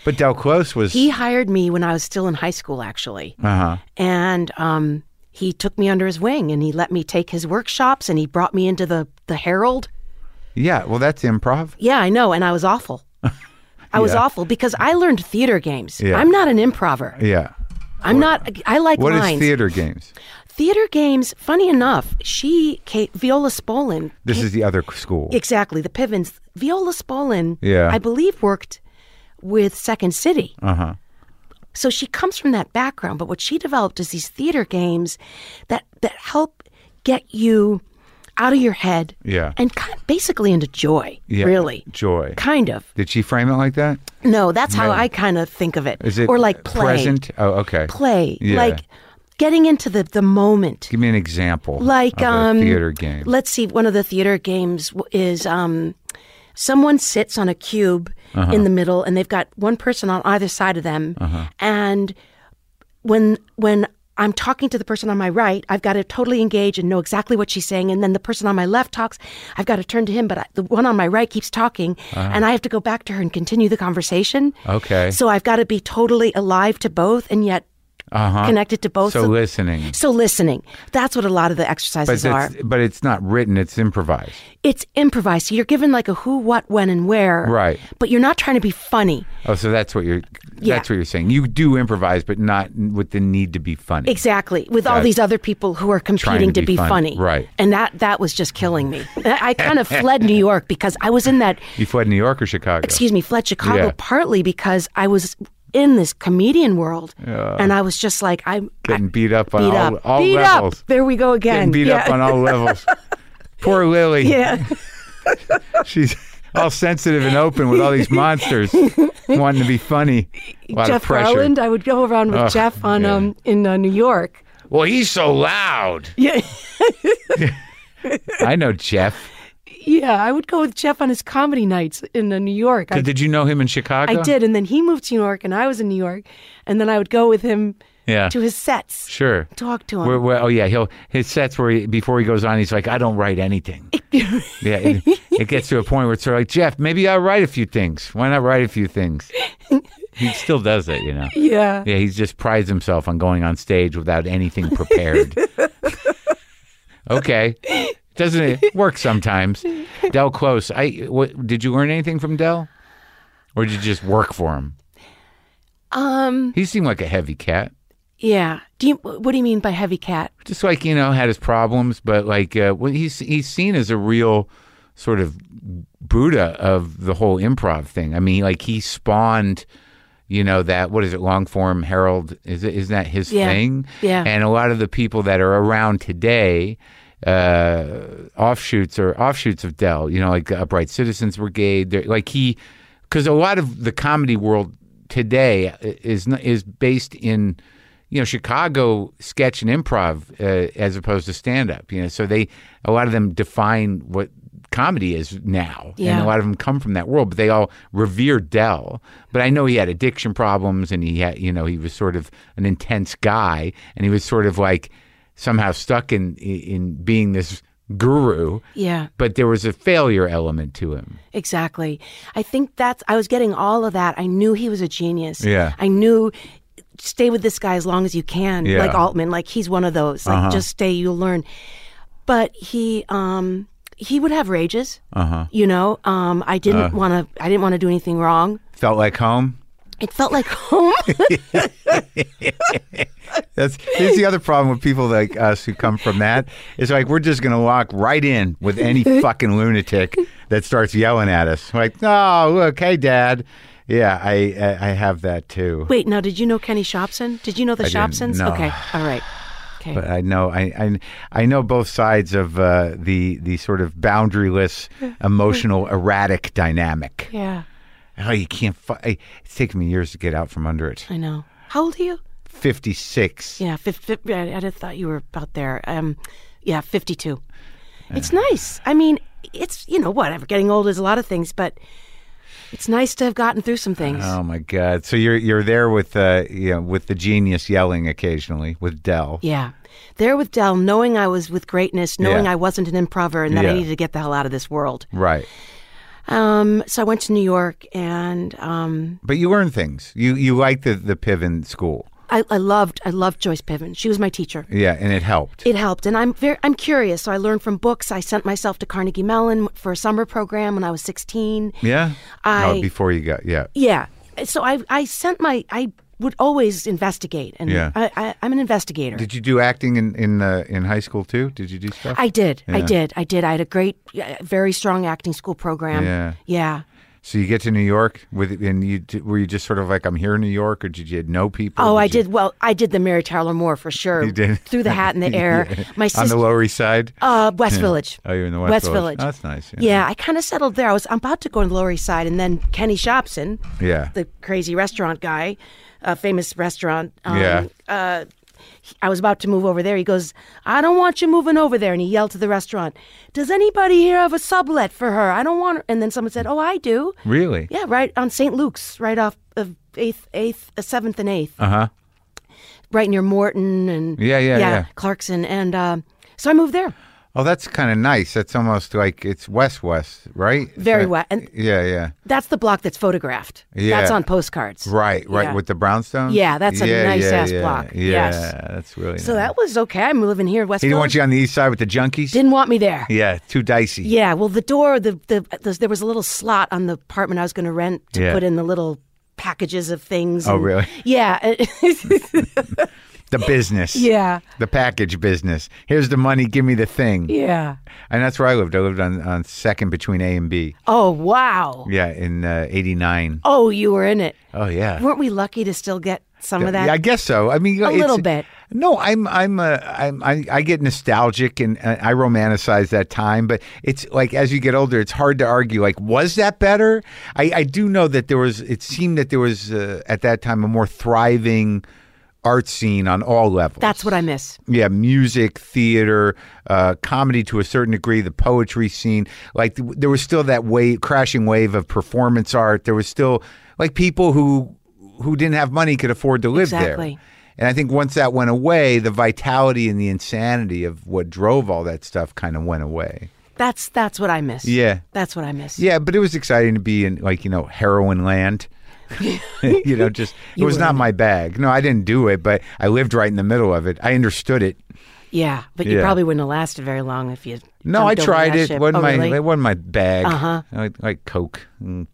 Speaker 1: but Del Close was
Speaker 2: He hired me when I was still in high school, actually.
Speaker 1: uh huh
Speaker 2: and um, he took me under his wing and he let me take his workshops and he brought me into the the Herald.
Speaker 1: yeah. Well, that's improv.
Speaker 2: Yeah, I know, and I was
Speaker 1: (laughs)
Speaker 2: awful. I was
Speaker 1: Yeah.
Speaker 2: awful because I learned theater games.
Speaker 1: Yeah.
Speaker 2: I'm not an improver.
Speaker 1: Yeah.
Speaker 2: I'm not. I like
Speaker 1: What is
Speaker 2: lines.
Speaker 1: theater games?
Speaker 2: Theater games. Funny enough, she Kate, Viola Spolin.
Speaker 1: This is the other school.
Speaker 2: Exactly the Pivens. Viola Spolin.
Speaker 1: Yeah.
Speaker 2: I believe worked with Second City.
Speaker 1: Uh-huh.
Speaker 2: So she comes from that background, but what she developed is these theater games that that help get you out of your head,
Speaker 1: Yeah.
Speaker 2: and kind basically into joy.
Speaker 1: Yeah.
Speaker 2: Really,
Speaker 1: Joy.
Speaker 2: kind of.
Speaker 1: Did she frame it like that?
Speaker 2: No, that's how I kind of think of it.
Speaker 1: Is it
Speaker 2: or like play,
Speaker 1: present? Oh, okay.
Speaker 2: play,
Speaker 1: Yeah.
Speaker 2: like getting into the the moment.
Speaker 1: Give me an example.
Speaker 2: Like
Speaker 1: of a
Speaker 2: um,
Speaker 1: theater game.
Speaker 2: Let's see. One of the theater games w- is um, someone sits on a cube
Speaker 1: Uh-huh.
Speaker 2: in the middle, and they've got one person on either side of them. And when when I'm talking to the person on my right, I've got to totally engage and know exactly what she's saying. And then the person on my left talks. I've got to turn to him, but I, the one on my right keeps talking, and I have to go back to her and continue the conversation.
Speaker 1: Uh-huh. Okay.
Speaker 2: So I've got to be totally alive to both, and yet. Connected to both.
Speaker 1: Uh, Uh-huh. so
Speaker 2: So-
Speaker 1: listening.
Speaker 2: so listening. That's what a lot of the
Speaker 1: But
Speaker 2: exercises are.
Speaker 1: it's, but it's not written. It's improvised.
Speaker 2: It's improvised. So you're given like a who, what, when, and where.
Speaker 1: Right.
Speaker 2: But you're not trying to be funny.
Speaker 1: Oh, so that's what you're.
Speaker 2: Yeah.
Speaker 1: That's what you're saying. You do improvise, but not with the need to be funny.
Speaker 2: Exactly. With all
Speaker 1: Gotcha.
Speaker 2: these other people who are competing
Speaker 1: to
Speaker 2: to,
Speaker 1: be
Speaker 2: be,
Speaker 1: funny.
Speaker 2: funny.
Speaker 1: Right.
Speaker 2: And that that was just killing me. I I kind of fled New York because I was in
Speaker 1: (laughs)
Speaker 2: that
Speaker 1: you fled New York or Chicago?
Speaker 2: excuse me, fled Chicago
Speaker 1: Yeah.
Speaker 2: partly because I was in this comedian world and I was just like I'm
Speaker 1: Getting beat up on
Speaker 2: beat
Speaker 1: all,
Speaker 2: up.
Speaker 1: all
Speaker 2: beat
Speaker 1: levels.
Speaker 2: up. There we go again.
Speaker 1: Getting beat
Speaker 2: yeah.
Speaker 1: up on all
Speaker 2: (laughs)
Speaker 1: levels. Poor Lily.
Speaker 2: yeah.
Speaker 1: She's all sensitive and open with all
Speaker 2: (laughs)
Speaker 1: these monsters wanting to be funny. (laughs) A lot
Speaker 2: Jeff
Speaker 1: of pressure.
Speaker 2: Garland, I would go around with
Speaker 1: Ugh,
Speaker 2: Jeff on
Speaker 1: yeah.
Speaker 2: um in uh, New York.
Speaker 1: Well, he's so loud.
Speaker 2: Yeah.
Speaker 1: I know Jeff.
Speaker 2: Yeah, I would go with Jeff on his comedy nights in uh, New York. I,
Speaker 1: Did you know him in Chicago?
Speaker 2: I did, and then he moved to New York, and I was in New York, and then I would go with him
Speaker 1: Yeah.
Speaker 2: to his sets,
Speaker 1: Sure.
Speaker 2: talk to him.
Speaker 1: Where, where, oh yeah, he'll his sets where he, before he goes on, he's like, I don't write
Speaker 2: (laughs)
Speaker 1: anything. yeah, it, it gets to a point where it's sort of like Jeff, maybe I'll write a few things. Why not write a few things? he still does it, you know.
Speaker 2: yeah.
Speaker 1: Yeah, he just prides himself on going on stage without anything prepared. (laughs) okay, doesn't it work sometimes? Dell Close, I what, did you learn anything from Dell, or did you just work for him?
Speaker 2: Um.
Speaker 1: He seemed like a heavy cat.
Speaker 2: Yeah. Do you? What do you mean by heavy cat?
Speaker 1: just like you know had his problems, but like uh, when he's he's seen as a real sort of Buddha of the whole improv thing. I mean, like he spawned, you know that what is it, long form Herald? Is it isn't that his
Speaker 2: Yeah.
Speaker 1: thing?
Speaker 2: Yeah.
Speaker 1: And a lot of the people that are around today, uh, offshoots or offshoots of Dell. You know, like the Upright Citizens Brigade. They're, like he, because a lot of the comedy world today is n- is based in you know Chicago sketch and improv uh, as opposed to stand up. You know, so they a lot of them define what comedy is now, and
Speaker 2: Yeah.
Speaker 1: a lot of them come from that world. But they all revere Dell. But I know he had addiction problems, and he had you know he was sort of an intense guy, and he was sort of like somehow stuck in in being this guru,
Speaker 2: Yeah,
Speaker 1: but there was a failure element to him.
Speaker 2: exactly. I think that's, I was getting all of that. I knew he was a genius.
Speaker 1: Yeah.
Speaker 2: I knew stay with this guy as long as you can,
Speaker 1: Yeah. Uh-huh.
Speaker 2: like Altman. Like he's one of those. Like just stay, you'll learn. But he, um, he would have rages. Uh-huh. You know, um, I
Speaker 1: Uh.
Speaker 2: didn't want to. I didn't want to do anything wrong.
Speaker 1: Felt like home.
Speaker 2: It felt
Speaker 1: (laughs)
Speaker 2: like home. (laughs)
Speaker 1: That's here's the other problem with people like us who come from that. It's like we're just gonna walk right in with any fucking lunatic that starts yelling at us. Like, oh, look, hey, Dad. Yeah, I I, I have that too.
Speaker 2: Wait, now did you know Kenny Shopson? Did you know the
Speaker 1: didn't,
Speaker 2: Shopsons?
Speaker 1: no.
Speaker 2: Okay, all right. Okay.
Speaker 1: But I know I I, I know both sides of uh, the the sort of
Speaker 2: (laughs)
Speaker 1: boundaryless, emotional, erratic dynamic.
Speaker 2: yeah,
Speaker 1: Oh, you can't. Fu- I- it's taken me years to get out from under it.
Speaker 2: I know. How old are you?
Speaker 1: Fifty six.
Speaker 2: Yeah, fif- fif- I, I'd have thought you were about there. Um, yeah, fifty-two. It's nice. I mean, it's you know whatever. Getting old is a lot of things, but it's nice to have gotten through some things.
Speaker 1: Oh my God! So you're you're there with uh you know with the genius yelling occasionally with Dell.
Speaker 2: Yeah, there with Dell, knowing I was with greatness, knowing
Speaker 1: Yeah.
Speaker 2: I wasn't an improver, and that
Speaker 1: Yeah.
Speaker 2: I needed to get the hell out of this world.
Speaker 1: Right.
Speaker 2: Um, so I went to New York, and um,
Speaker 1: But you learn things. You you like the the Piven school.
Speaker 2: I, I loved I loved Joyce Piven. She was my teacher.
Speaker 1: Yeah, and it helped.
Speaker 2: It helped, and I'm very I'm curious. So I learned from books. I sent myself to Carnegie Mellon for a summer program when I was 16.
Speaker 1: yeah.
Speaker 2: I-
Speaker 1: oh, before you got yeah.
Speaker 2: Yeah, so I I sent my I would always investigate, and
Speaker 1: Yeah.
Speaker 2: I, I I'm an investigator.
Speaker 1: Did you do acting in in uh, in high school too? Did you do stuff?
Speaker 2: I did, I did, I did. I had a great, uh, very strong acting school program.
Speaker 1: Yeah.
Speaker 2: yeah.
Speaker 1: so you get to New York with and you d- were you just sort of like I'm here in New York or did you know people?
Speaker 2: Oh, I
Speaker 1: you-
Speaker 2: did. Well, I did the Mary Tyler Moore for sure.
Speaker 1: (laughs) You did?
Speaker 2: through the hat in the air. My
Speaker 1: on the
Speaker 2: sister,
Speaker 1: Lower East Side.
Speaker 2: uh, West Village.
Speaker 1: Oh, you're in the West,
Speaker 2: Village.
Speaker 1: Oh, that's nice. Yeah.
Speaker 2: Yeah, I kind of settled there. I was I'm about to go to the Lower East Side, and then Kenny Shopson,
Speaker 1: Yeah.
Speaker 2: the crazy restaurant guy, a famous restaurant. Um,
Speaker 1: Yeah.
Speaker 2: Uh, he- I was about to move over there. He goes, I don't want you moving over there. And he yelled to the restaurant, Does anybody here have a sublet for her? I don't want her. And then someone said, Oh, I do.
Speaker 1: Really?
Speaker 2: Yeah, right on St. Luke's, right off of 8th, 8th, uh, 7th and 8th. Uh
Speaker 1: Uh-huh.
Speaker 2: Right near Morton and
Speaker 1: Yeah, yeah, yeah.
Speaker 2: Clarkson. And um so I moved there.
Speaker 1: Oh, that's kind of nice. That's almost like it's West West, right?
Speaker 2: Very
Speaker 1: Is that-
Speaker 2: wet. And-
Speaker 1: yeah, yeah.
Speaker 2: That's the block that's photographed.
Speaker 1: Yeah.
Speaker 2: That's on postcards.
Speaker 1: Right, right.
Speaker 2: Yeah.
Speaker 1: With the brownstones.
Speaker 2: Yeah, that's a nice-ass
Speaker 1: yeah.
Speaker 2: block.
Speaker 1: Yeah,
Speaker 2: Yes.
Speaker 1: that's really.
Speaker 2: So
Speaker 1: nice.
Speaker 2: that was okay. I'm living here, West
Speaker 1: He didn't
Speaker 2: Village.
Speaker 1: want you on the east side with the junkies.
Speaker 2: Didn't want me there.
Speaker 1: yeah, too dicey.
Speaker 2: Yeah, well, the door, the, the, the there was a little slot on the apartment I was going to rent to
Speaker 1: Yeah.
Speaker 2: put in the little packages of things.
Speaker 1: Oh,
Speaker 2: and-
Speaker 1: really?
Speaker 2: Yeah, (laughs)
Speaker 1: The business.
Speaker 2: yeah,
Speaker 1: The package business. Here's the money. Give me the thing.
Speaker 2: yeah.
Speaker 1: And that's where I lived. I lived on, on second between A and B.
Speaker 2: Oh wow!
Speaker 1: Yeah, in uh, '89.
Speaker 2: Oh, you were in it.
Speaker 1: Oh yeah.
Speaker 2: Weren't we lucky to still get some of that?
Speaker 1: Yeah, I guess so. I mean,
Speaker 2: A
Speaker 1: it's-
Speaker 2: little bit.
Speaker 1: No, I'm, I'm, uh, I'm, I, I get nostalgic and uh, I romanticize that time, but it's like as you get older, it's hard to argue. Like, was that better? I, I do know that there was. It seemed that there was uh, at that time a more thriving art scene on all levels.
Speaker 2: That's what I miss.
Speaker 1: Yeah, music, theater, uh, comedy to a certain degree, the poetry scene. Like th- there was still that wave, crashing wave of performance art. There was still like people who who didn't have money could afford to live
Speaker 2: Exactly.
Speaker 1: there. And I think once that went away, the vitality and the insanity of what drove all that stuff kind of went away.
Speaker 2: That's that's what I miss.
Speaker 1: Yeah.
Speaker 2: that's what I miss.
Speaker 1: Yeah, but it was exciting to be in like you know heroin land. (laughs) you know,
Speaker 2: (laughs)
Speaker 1: just it was
Speaker 2: were
Speaker 1: not
Speaker 2: in
Speaker 1: my bag. No, I didn't do it, but I lived right in the middle of it. I understood it.
Speaker 2: Yeah, but you
Speaker 1: Yeah.
Speaker 2: probably wouldn't have lasted very long if you.
Speaker 1: No, I
Speaker 2: jumped over
Speaker 1: tried
Speaker 2: that
Speaker 1: it.
Speaker 2: ship.
Speaker 1: wasn't
Speaker 2: oh,
Speaker 1: my
Speaker 2: really?
Speaker 1: it wasn't my bag.
Speaker 2: Uh-huh. Uh,
Speaker 1: I like, like coke, and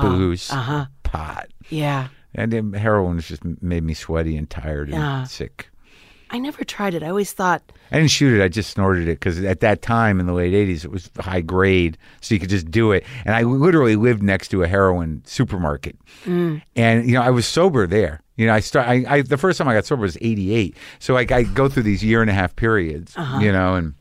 Speaker 1: booze, uh-huh. pot,
Speaker 2: Yeah,
Speaker 1: and then heroin was just made me sweaty and tired and
Speaker 2: Yeah.
Speaker 1: sick.
Speaker 2: I never tried it. I always thought
Speaker 1: I didn't shoot it. I just snorted it because at that time in the late '80s, it was high grade, so you could just do it. And I literally lived next to a heroin supermarket,
Speaker 2: Mm.
Speaker 1: and you know I was sober there. You know, I start. I, I the first time I got sober was '88, so like I go through these year and a half periods,
Speaker 2: Uh-huh.
Speaker 1: you know, and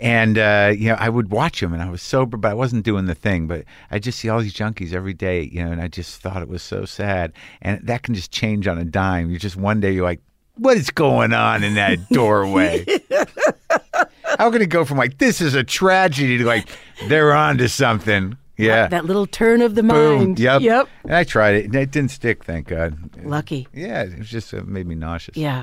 Speaker 1: and uh, you know I would watch them, and I was sober, but I wasn't doing the thing. But I just see all these junkies every day, you know, and I just thought it was so sad. And that can just change on a dime. You just one day you're like, what is going on in that doorway? How can it go from like this is a tragedy to like they're on to something? Yeah,
Speaker 2: that little turn of the
Speaker 1: boom.
Speaker 2: mind.
Speaker 1: Yep.
Speaker 2: Yep.
Speaker 1: And I tried it, and it didn't stick. Thank God.
Speaker 2: Lucky.
Speaker 1: Yeah, it was just it made me nauseous.
Speaker 2: Yeah.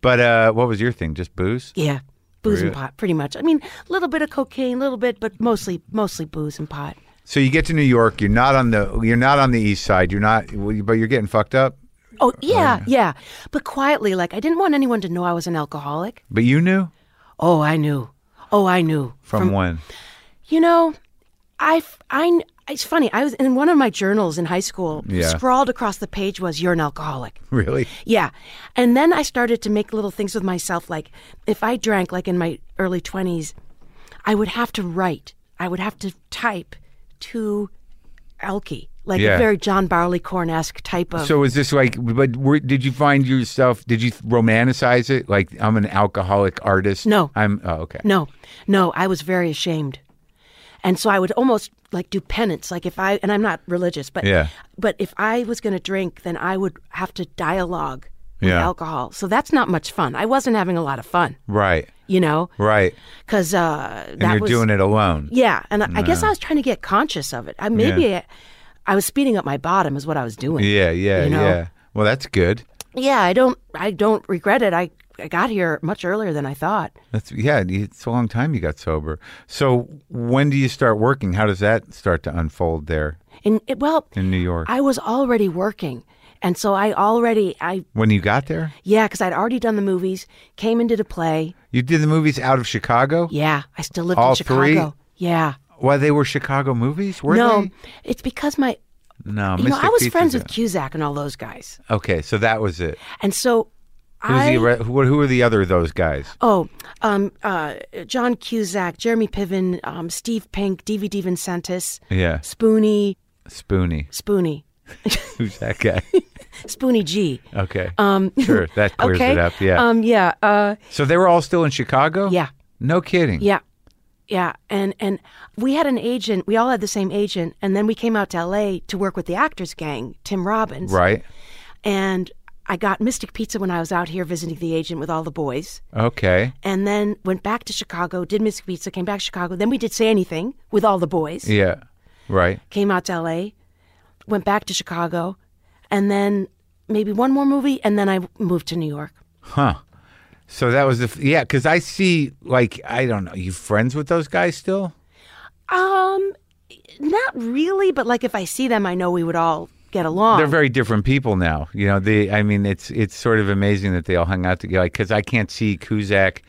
Speaker 1: But uh, what was your thing? Just booze?
Speaker 2: Yeah. booze and
Speaker 1: Really?
Speaker 2: pot, pretty much. I mean, a little bit of cocaine, a little bit, but mostly mostly booze and pot.
Speaker 1: So you get to New York. You're not on the. You're not on the East Side. You're not. well, you- But you're getting fucked up. Uh,
Speaker 2: Oh yeah, yeah. But quietly, like I didn't want anyone to know I was an alcoholic.
Speaker 1: But you knew
Speaker 2: Oh, I knew. Oh, I knew.
Speaker 1: from, when? (laughs)
Speaker 2: You know, I, f- I kn- it's funny. I was in one of my journals in high school.
Speaker 1: Yeah.
Speaker 2: Sprawled across the page was "You're an alcoholic."
Speaker 1: Really?
Speaker 2: Yeah, and then I started to make little things with myself. Like if I drank, like in my early twenties, I would have to write. I would have to type to Elkie, like
Speaker 1: Yeah.
Speaker 2: a very John Barleycorn esque type of.
Speaker 1: So is this like? But were, did you find yourself? Did you romanticize it? Like I'm an alcoholic artist.
Speaker 2: No.
Speaker 1: I'm. Oh, okay.
Speaker 2: No, no, I was very ashamed. And so I would almost like do penance. Like if I, and I'm not religious, but
Speaker 1: Yeah.
Speaker 2: but if I was going to drink, then I would have to dialogue with
Speaker 1: Yeah.
Speaker 2: alcohol. So that's not much fun. I wasn't having a lot of fun,
Speaker 1: Right.
Speaker 2: you know,
Speaker 1: Right.
Speaker 2: because uh, that
Speaker 1: And you're
Speaker 2: was,
Speaker 1: doing it alone.
Speaker 2: yeah. And I I guess I was trying to get conscious of it. I maybe I, I was speeding up my bottom is what I was doing.
Speaker 1: Yeah. Yeah.
Speaker 2: You know?
Speaker 1: Yeah. Well, that's good.
Speaker 2: Yeah, I don't, I don't regret it. I, I got here much earlier than I thought.
Speaker 1: That's yeah. It's a long time you got sober. So when do you start working? How does that start to unfold there
Speaker 2: And it, well,
Speaker 1: in New York?
Speaker 2: I was already working. And so I already, I,
Speaker 1: when you got there,
Speaker 2: yeah, because I'd already done the movies, came and did a play.
Speaker 1: you did the movies out of Chicago.
Speaker 2: Yeah, I still lived
Speaker 1: All
Speaker 2: in Chicago.
Speaker 1: three?
Speaker 2: Yeah.
Speaker 1: Why they were Chicago movies? Were
Speaker 2: no,
Speaker 1: they?
Speaker 2: it's because my,
Speaker 1: No,
Speaker 2: you know,
Speaker 1: Mystic
Speaker 2: I was
Speaker 1: Pizza's
Speaker 2: friends
Speaker 1: in-
Speaker 2: with Cusack and all those guys.
Speaker 1: Okay, so that was it.
Speaker 2: And so
Speaker 1: Who's
Speaker 2: I,
Speaker 1: the, re- who, who are the other of those guys?
Speaker 2: oh, um, uh, John Cusack, Jeremy Piven, um, Steve Pink, DVD Vincentis,
Speaker 1: Yeah,
Speaker 2: Spoonie,
Speaker 1: Spoonie. (laughs)
Speaker 2: Spoonie,
Speaker 1: Who's that
Speaker 2: (laughs)
Speaker 1: guy?
Speaker 2: Spoonie G.
Speaker 1: Okay, um, sure,
Speaker 2: (laughs)
Speaker 1: that clears
Speaker 2: okay.
Speaker 1: it up. Yeah.
Speaker 2: Um, yeah. Uh,
Speaker 1: so they were all still in Chicago.
Speaker 2: Yeah.
Speaker 1: No kidding.
Speaker 2: Yeah. Yeah, and and we had an agent. We all had the same agent, and then we came out to L.A. to work with the Actors Gang, Tim Robbins,
Speaker 1: Right.
Speaker 2: and I got Mystic Pizza when I was out here visiting the agent with all the boys,
Speaker 1: Okay.
Speaker 2: and then went back to Chicago, did Mystic Pizza, came back to Chicago. Then we did Say Anything with all the boys,
Speaker 1: Yeah. Right.
Speaker 2: came out to L.A., went back to Chicago, and then maybe one more movie, and then I moved to New York.
Speaker 1: Huh. So that was the f- yeah, because I see like I don't know. You friends with those guys still?
Speaker 2: Um, not really, but like if I see them, I know we would all get along.
Speaker 1: They're very different people now. You know, they. I mean, it's it's sort of amazing that they all hung out together. Because I can't see Kuzak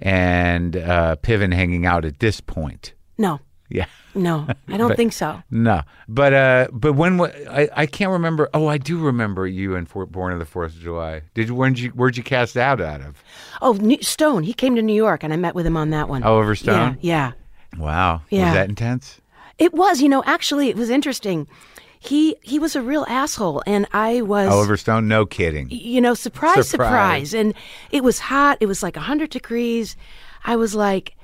Speaker 1: and uh, Piven hanging out at this point. (laughs)
Speaker 2: no.
Speaker 1: Yeah.
Speaker 2: No, I don't think so.
Speaker 1: No, but uh, but when wa- I I can't remember. Oh, I do remember you in Fort Born of the Fourth of July. Did you where'd you where'd you cast out out of?
Speaker 2: Oh, New- Stone. He came to New York, and I met with him on that one.
Speaker 1: Oliver Oh, Stone.
Speaker 2: Yeah, yeah.
Speaker 1: Wow.
Speaker 2: Yeah.
Speaker 1: Was that intense?
Speaker 2: It was, you know, actually, it was interesting. He he was a real asshole, and I was,
Speaker 1: Oliver Stone. No kidding.
Speaker 2: you know, surprise,
Speaker 1: Surprise.
Speaker 2: surprise, And it was hot. It was like hundred degrees. I was like,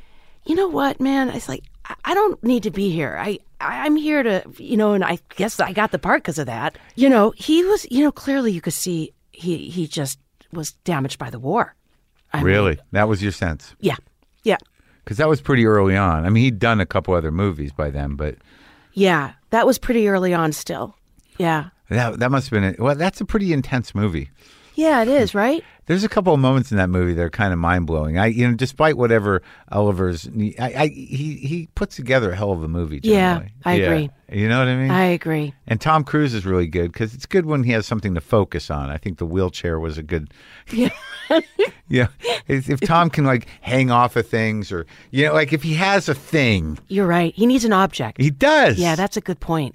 Speaker 2: you know what, man? I was like, I, I don't need to be here. I. I- I'm here to, you know, and I guess I got the part because of that. You know, he was, you know, clearly you could see he he just was damaged by the war. I mean,
Speaker 1: Really, that was your sense
Speaker 2: yeah, yeah.
Speaker 1: because that was pretty early on. I mean, he'd done a couple other movies by then, but
Speaker 2: Yeah, that was pretty early on still. Yeah.
Speaker 1: that that must have been a, well. That's a pretty intense movie.
Speaker 2: Yeah, it is, right?
Speaker 1: There's a couple of moments in that movie that are kind of mind blowing. I, you know, despite whatever Oliver's, I, I, he, he puts together a hell of a movie.
Speaker 2: Yeah,
Speaker 1: generally.
Speaker 2: I agree.
Speaker 1: You know what I mean?
Speaker 2: I agree.
Speaker 1: And Tom Cruise is really good because it's good when he has something to focus on. I think the wheelchair was a good.
Speaker 2: (laughs) Yeah.
Speaker 1: yeah. If, if Tom can like hang off of things or, you know, like if he has a thing,
Speaker 2: You're right. He needs an object.
Speaker 1: he does.
Speaker 2: Yeah, that's a good point.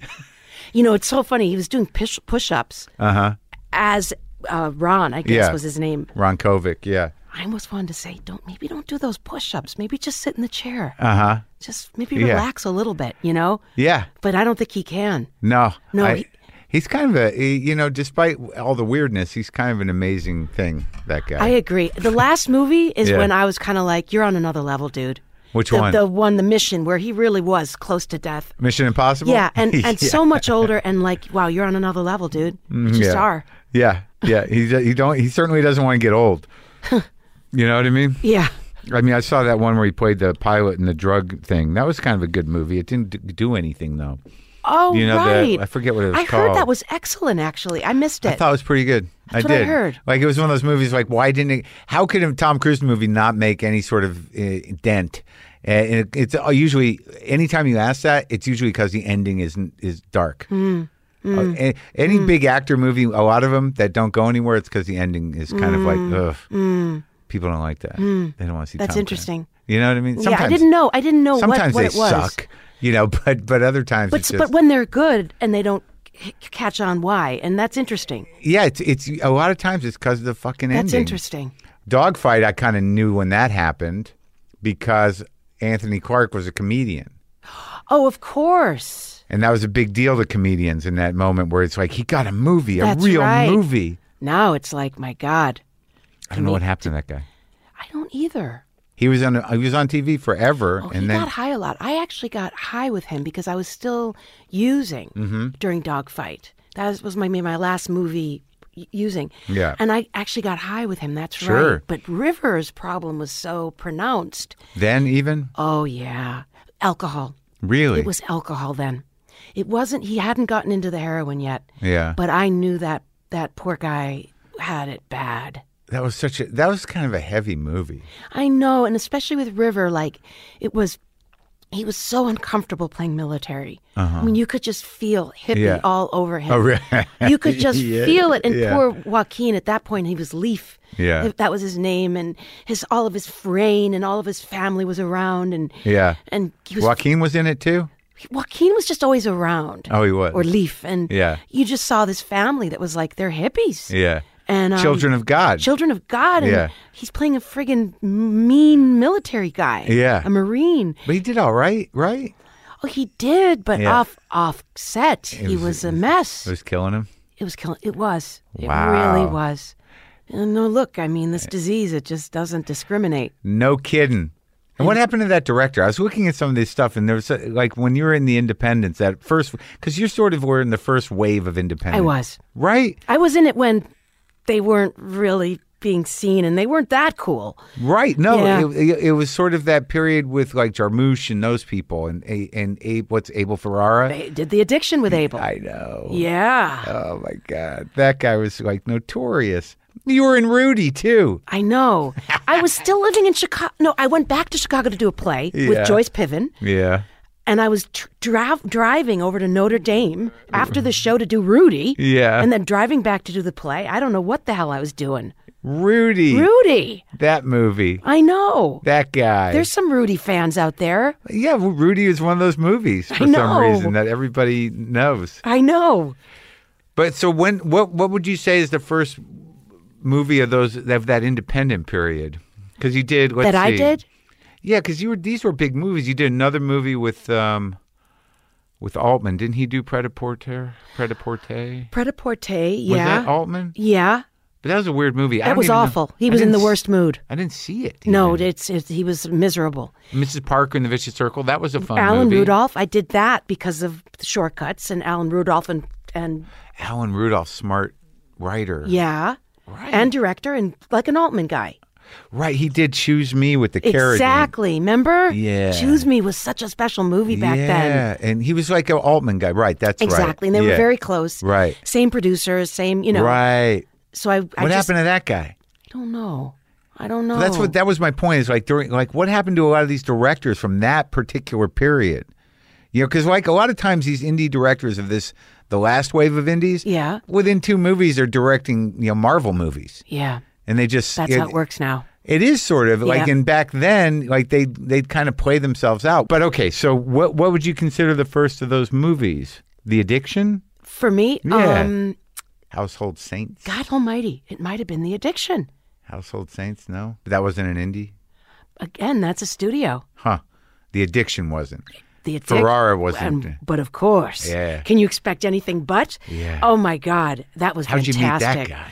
Speaker 2: You know, it's so funny. He was doing push push ups
Speaker 1: Uh huh.
Speaker 2: as uh, Ron, I guess
Speaker 1: Yeah.
Speaker 2: was his name.
Speaker 1: Ron Kovic. Yeah.
Speaker 2: I almost wanted to say, don't maybe don't do those push ups. Maybe just sit in the chair.
Speaker 1: Uh huh.
Speaker 2: Just maybe
Speaker 1: yeah.
Speaker 2: relax a little bit, you know?
Speaker 1: Yeah.
Speaker 2: But I don't think he can.
Speaker 1: No.
Speaker 2: No,
Speaker 1: I-
Speaker 2: he-
Speaker 1: he's kind of a, he- you know, despite all the weirdness, he's kind of an amazing thing, that guy.
Speaker 2: I agree. The last movie is
Speaker 1: Yeah.
Speaker 2: when I was kind of like, you're on another level, dude.
Speaker 1: Which
Speaker 2: the,
Speaker 1: one?
Speaker 2: The one, the mission, where he really was close to death.
Speaker 1: Mission Impossible?
Speaker 2: Yeah,
Speaker 1: (laughs)
Speaker 2: and, and
Speaker 1: Yeah. Mm-hmm,
Speaker 2: so much older, and like, wow, you're on another level, dude. You just
Speaker 1: yeah.
Speaker 2: are.
Speaker 1: Yeah. Yeah. He, he, don't, he certainly doesn't want to get
Speaker 2: (laughs)
Speaker 1: old. you know what I mean?
Speaker 2: Yeah,
Speaker 1: I mean, I saw that one where he played the pilot and the drug thing. That was kind of a good movie. It didn't d- do anything though.
Speaker 2: Oh,
Speaker 1: you know
Speaker 2: right.
Speaker 1: the I forget what it was
Speaker 2: I
Speaker 1: called.
Speaker 2: heard that was excellent. Actually, I missed it.
Speaker 1: I thought it was pretty good.
Speaker 2: That's
Speaker 1: I
Speaker 2: what I
Speaker 1: did.
Speaker 2: heard.
Speaker 1: Like it was one of those movies. Like why didn't? It, how could a Tom Cruise movie not make any sort of uh, dent? Uh, and it, it's uh, usually anytime you ask that, it's usually because the ending isn't is dark.
Speaker 2: Hmm.
Speaker 1: Uh, a- any big actor movie, a lot of them that don't go anywhere, it's because the ending is kind of like ugh. People don't like that. They don't want to see. Tom
Speaker 2: Hmm. That's
Speaker 1: Cruise.
Speaker 2: interesting.
Speaker 1: You know what I mean?
Speaker 2: yeah, I didn't know. I didn't know what,
Speaker 1: Sometimes
Speaker 2: what
Speaker 1: they
Speaker 2: it was.
Speaker 1: suck. You know, (laughs) but but other times
Speaker 2: But
Speaker 1: it's
Speaker 2: s-
Speaker 1: just,
Speaker 2: but when they're good and they don't c- catch on, why? And that's interesting.
Speaker 1: yeah, it's it's a lot of times it's because of the fucking
Speaker 2: That's
Speaker 1: ending.
Speaker 2: interesting.
Speaker 1: Dogfight, I kind of knew when that happened because Anthony Clark was a comedian.
Speaker 2: Oh, of course.
Speaker 1: And that was a big deal to comedians in that moment where it's like, he got a movie, a
Speaker 2: That's
Speaker 1: real
Speaker 2: right.
Speaker 1: movie.
Speaker 2: Now it's like, my God,
Speaker 1: I don't know what happened to that guy.
Speaker 2: I don't either.
Speaker 1: He was on he was on TV forever
Speaker 2: Oh, he
Speaker 1: and then
Speaker 2: got high a lot. I actually got high with him because I was still using
Speaker 1: Mm-hmm.
Speaker 2: during Dogfight. That was- was my my last movie y- using.
Speaker 1: Yeah.
Speaker 2: And I actually got high with him. That's
Speaker 1: Sure.
Speaker 2: right. But Rivers' problem was so pronounced.
Speaker 1: then even
Speaker 2: Oh yeah, alcohol.
Speaker 1: really
Speaker 2: It was alcohol then. It wasn't. He hadn't gotten into the heroin yet.
Speaker 1: Yeah.
Speaker 2: But I knew that that poor guy had it bad.
Speaker 1: that was such a that was kind of a heavy movie. (laughs)
Speaker 2: I know, and especially with River, like it was, he was so uncomfortable playing military. I mean, you could just feel hippie
Speaker 1: Uh-huh. Yeah.
Speaker 2: all over him.
Speaker 1: Oh, really? (laughs)
Speaker 2: You could just
Speaker 1: Yeah,
Speaker 2: feel it. And
Speaker 1: yeah.
Speaker 2: poor Joaquin at that point, he was Leaf.
Speaker 1: Yeah.
Speaker 2: that was his name, and his all of his brain and all of his family was around, and
Speaker 1: Yeah.
Speaker 2: and he was
Speaker 1: Joaquin was in it too?
Speaker 2: Joaquin was just always around.
Speaker 1: Oh, he was.
Speaker 2: or Leaf, and
Speaker 1: Yeah.
Speaker 2: you just saw this family that was like they're hippies.
Speaker 1: yeah.
Speaker 2: And um,
Speaker 1: Children of God.
Speaker 2: Children of God. And
Speaker 1: Yeah.
Speaker 2: He's playing a friggin' mean military guy.
Speaker 1: Yeah.
Speaker 2: A Marine.
Speaker 1: but he did all right, right?
Speaker 2: Oh, he did, but
Speaker 1: Yeah.
Speaker 2: off off set, he
Speaker 1: was-
Speaker 2: was, a mess.
Speaker 1: It was killing him.
Speaker 2: It was killing. It was. It
Speaker 1: Wow.
Speaker 2: really was. And no, look, I mean, this disease, it just doesn't discriminate.
Speaker 1: No kidding. And what happened to that director? I was looking at some of this stuff, and there was uh, like when you were in the Independents, that first because you sort of were in the first wave of Independence.
Speaker 2: I was.
Speaker 1: right,
Speaker 2: I was in it when they weren't really being seen and they weren't that cool.
Speaker 1: right. No,
Speaker 2: Yeah.
Speaker 1: it, it, it was sort of that period with like Jarmusch and those people, and A- and Abe, what's Abel Ferrara?
Speaker 2: They did the addiction with Abel.
Speaker 1: I know.
Speaker 2: yeah.
Speaker 1: Oh my God, that guy was like notorious. You were in Rudy too.
Speaker 2: I know. I was still living in Chicago. No, I went back to Chicago to do a play
Speaker 1: Yeah.
Speaker 2: with Joyce Piven,
Speaker 1: Yeah,
Speaker 2: and I was tr- dra- driving over to Notre Dame after the show to do Rudy.
Speaker 1: Yeah.
Speaker 2: And then driving back to do the play. I don't know what the hell I was doing.
Speaker 1: Rudy.
Speaker 2: Rudy.
Speaker 1: that movie.
Speaker 2: I know.
Speaker 1: That guy.
Speaker 2: There's some Rudy fans out there.
Speaker 1: yeah, well, Rudy is one of those movies for some
Speaker 2: know.
Speaker 1: reason that everybody knows.
Speaker 2: I know.
Speaker 1: But so when what what would you say is the first movie of those of that independent period? Because you did let's
Speaker 2: that I
Speaker 1: see.
Speaker 2: did?
Speaker 1: Yeah, because you were these were big movies. You did another movie with um with Altman. Didn't he do Predaporte? Predaporte?
Speaker 2: Pret a porter. Yeah.
Speaker 1: Was that Altman?
Speaker 2: yeah.
Speaker 1: But that was a weird movie. I
Speaker 2: That
Speaker 1: don't
Speaker 2: was
Speaker 1: even know-
Speaker 2: awful. He
Speaker 1: I
Speaker 2: was in
Speaker 1: didn't
Speaker 2: the
Speaker 1: s-
Speaker 2: worst mood.
Speaker 1: I didn't see it.
Speaker 2: No,
Speaker 1: even.
Speaker 2: it's, it's he was miserable.
Speaker 1: Mrs. Parker and the Vicious Circle. That was a fun
Speaker 2: Alan
Speaker 1: movie.
Speaker 2: Rudolph. I did that because of the shortcuts and Alan Rudolph and and
Speaker 1: Alan Rudolph, smart writer.
Speaker 2: yeah,
Speaker 1: Right.
Speaker 2: and director and like an Altman guy.
Speaker 1: Right. He did choose me with the Kerrigan.
Speaker 2: Exactly. Remember?
Speaker 1: Yeah.
Speaker 2: Choose Me was such a special movie back then.
Speaker 1: Yeah, and he was like an Altman guy, right? That's right.
Speaker 2: Exactly. And they
Speaker 1: Yeah.
Speaker 2: were very close.
Speaker 1: Right.
Speaker 2: Same producers, same, you know.
Speaker 1: right.
Speaker 2: So I, I
Speaker 1: What
Speaker 2: just, Oh.
Speaker 1: happened to that guy?
Speaker 2: I don't know. I don't know.
Speaker 1: That's what that was my point. Is like during like what happened to a lot of these directors from that particular period? You know, because like a lot of times these indie directors of this the last wave of indies,
Speaker 2: Yeah.
Speaker 1: within two movies are directing you know Marvel movies,
Speaker 2: Yeah.
Speaker 1: and they just
Speaker 2: That's how it works now.
Speaker 1: It is sort of like
Speaker 2: Yeah.
Speaker 1: in back then, like they they'd kind of play themselves out. But okay, so what what would you consider the first of those movies? The Addiction,
Speaker 2: For me,
Speaker 1: Yeah.
Speaker 2: um,
Speaker 1: Household Saints.
Speaker 2: God Almighty, it might have been The Addiction.
Speaker 1: Household Saints? No, that wasn't an indie,
Speaker 2: Again, that's a studio.
Speaker 1: huh? The addiction wasn't.
Speaker 2: The addic-
Speaker 1: Ferrara wasn't.
Speaker 2: and- but of course.
Speaker 1: Yeah.
Speaker 2: Can you expect anything but?
Speaker 1: Yeah.
Speaker 2: Oh my God, that was
Speaker 1: How'd
Speaker 2: fantastic.
Speaker 1: you meet that guy?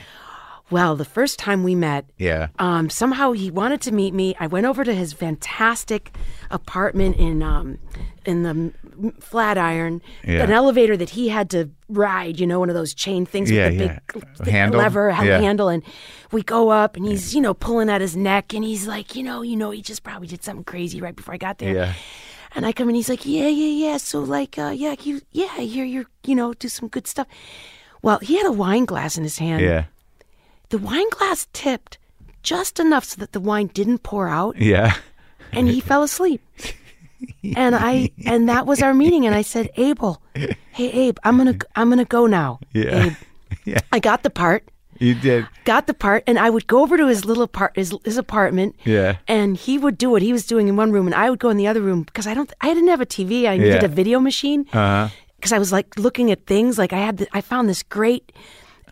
Speaker 2: Well, the first time we met,
Speaker 1: Yeah,
Speaker 2: um, somehow he wanted to meet me. I went over to his fantastic apartment in um, in the m- m- Flatiron,
Speaker 1: Yeah.
Speaker 2: an elevator that he had to ride. You know, one of those chain things
Speaker 1: Yeah,
Speaker 2: with the
Speaker 1: yeah.
Speaker 2: big l-
Speaker 1: Handle?
Speaker 2: lever ha-
Speaker 1: Yeah.
Speaker 2: handle. And we go up, and he's you know pulling at his neck, and he's like, you know, you know, he just probably did something crazy right before I got there.
Speaker 1: Yeah.
Speaker 2: And I come in, he's like, yeah, yeah, yeah. So like, uh, yeah, you, yeah, I hear you're, you know, do some good stuff. Well, he had a wine glass in his hand.
Speaker 1: Yeah.
Speaker 2: The wine glass tipped just enough so that the wine didn't pour out,
Speaker 1: Yeah. (laughs)
Speaker 2: and he fell asleep. And I and that was our meeting. And I said, Abel, hey Abe, I'm gonna I'm gonna go now.
Speaker 1: (laughs) Yeah.
Speaker 2: Abe. I got the part
Speaker 1: You did.
Speaker 2: got the part, and I would go over to his little apart, his, his apartment.
Speaker 1: Yeah.
Speaker 2: And he would do what he was doing in one room, and I would go in the other room because I don't, I didn't have a TV. I needed
Speaker 1: Yeah. Uh-huh.
Speaker 2: a video machine because I was like looking at things. Like I had, the, I found this great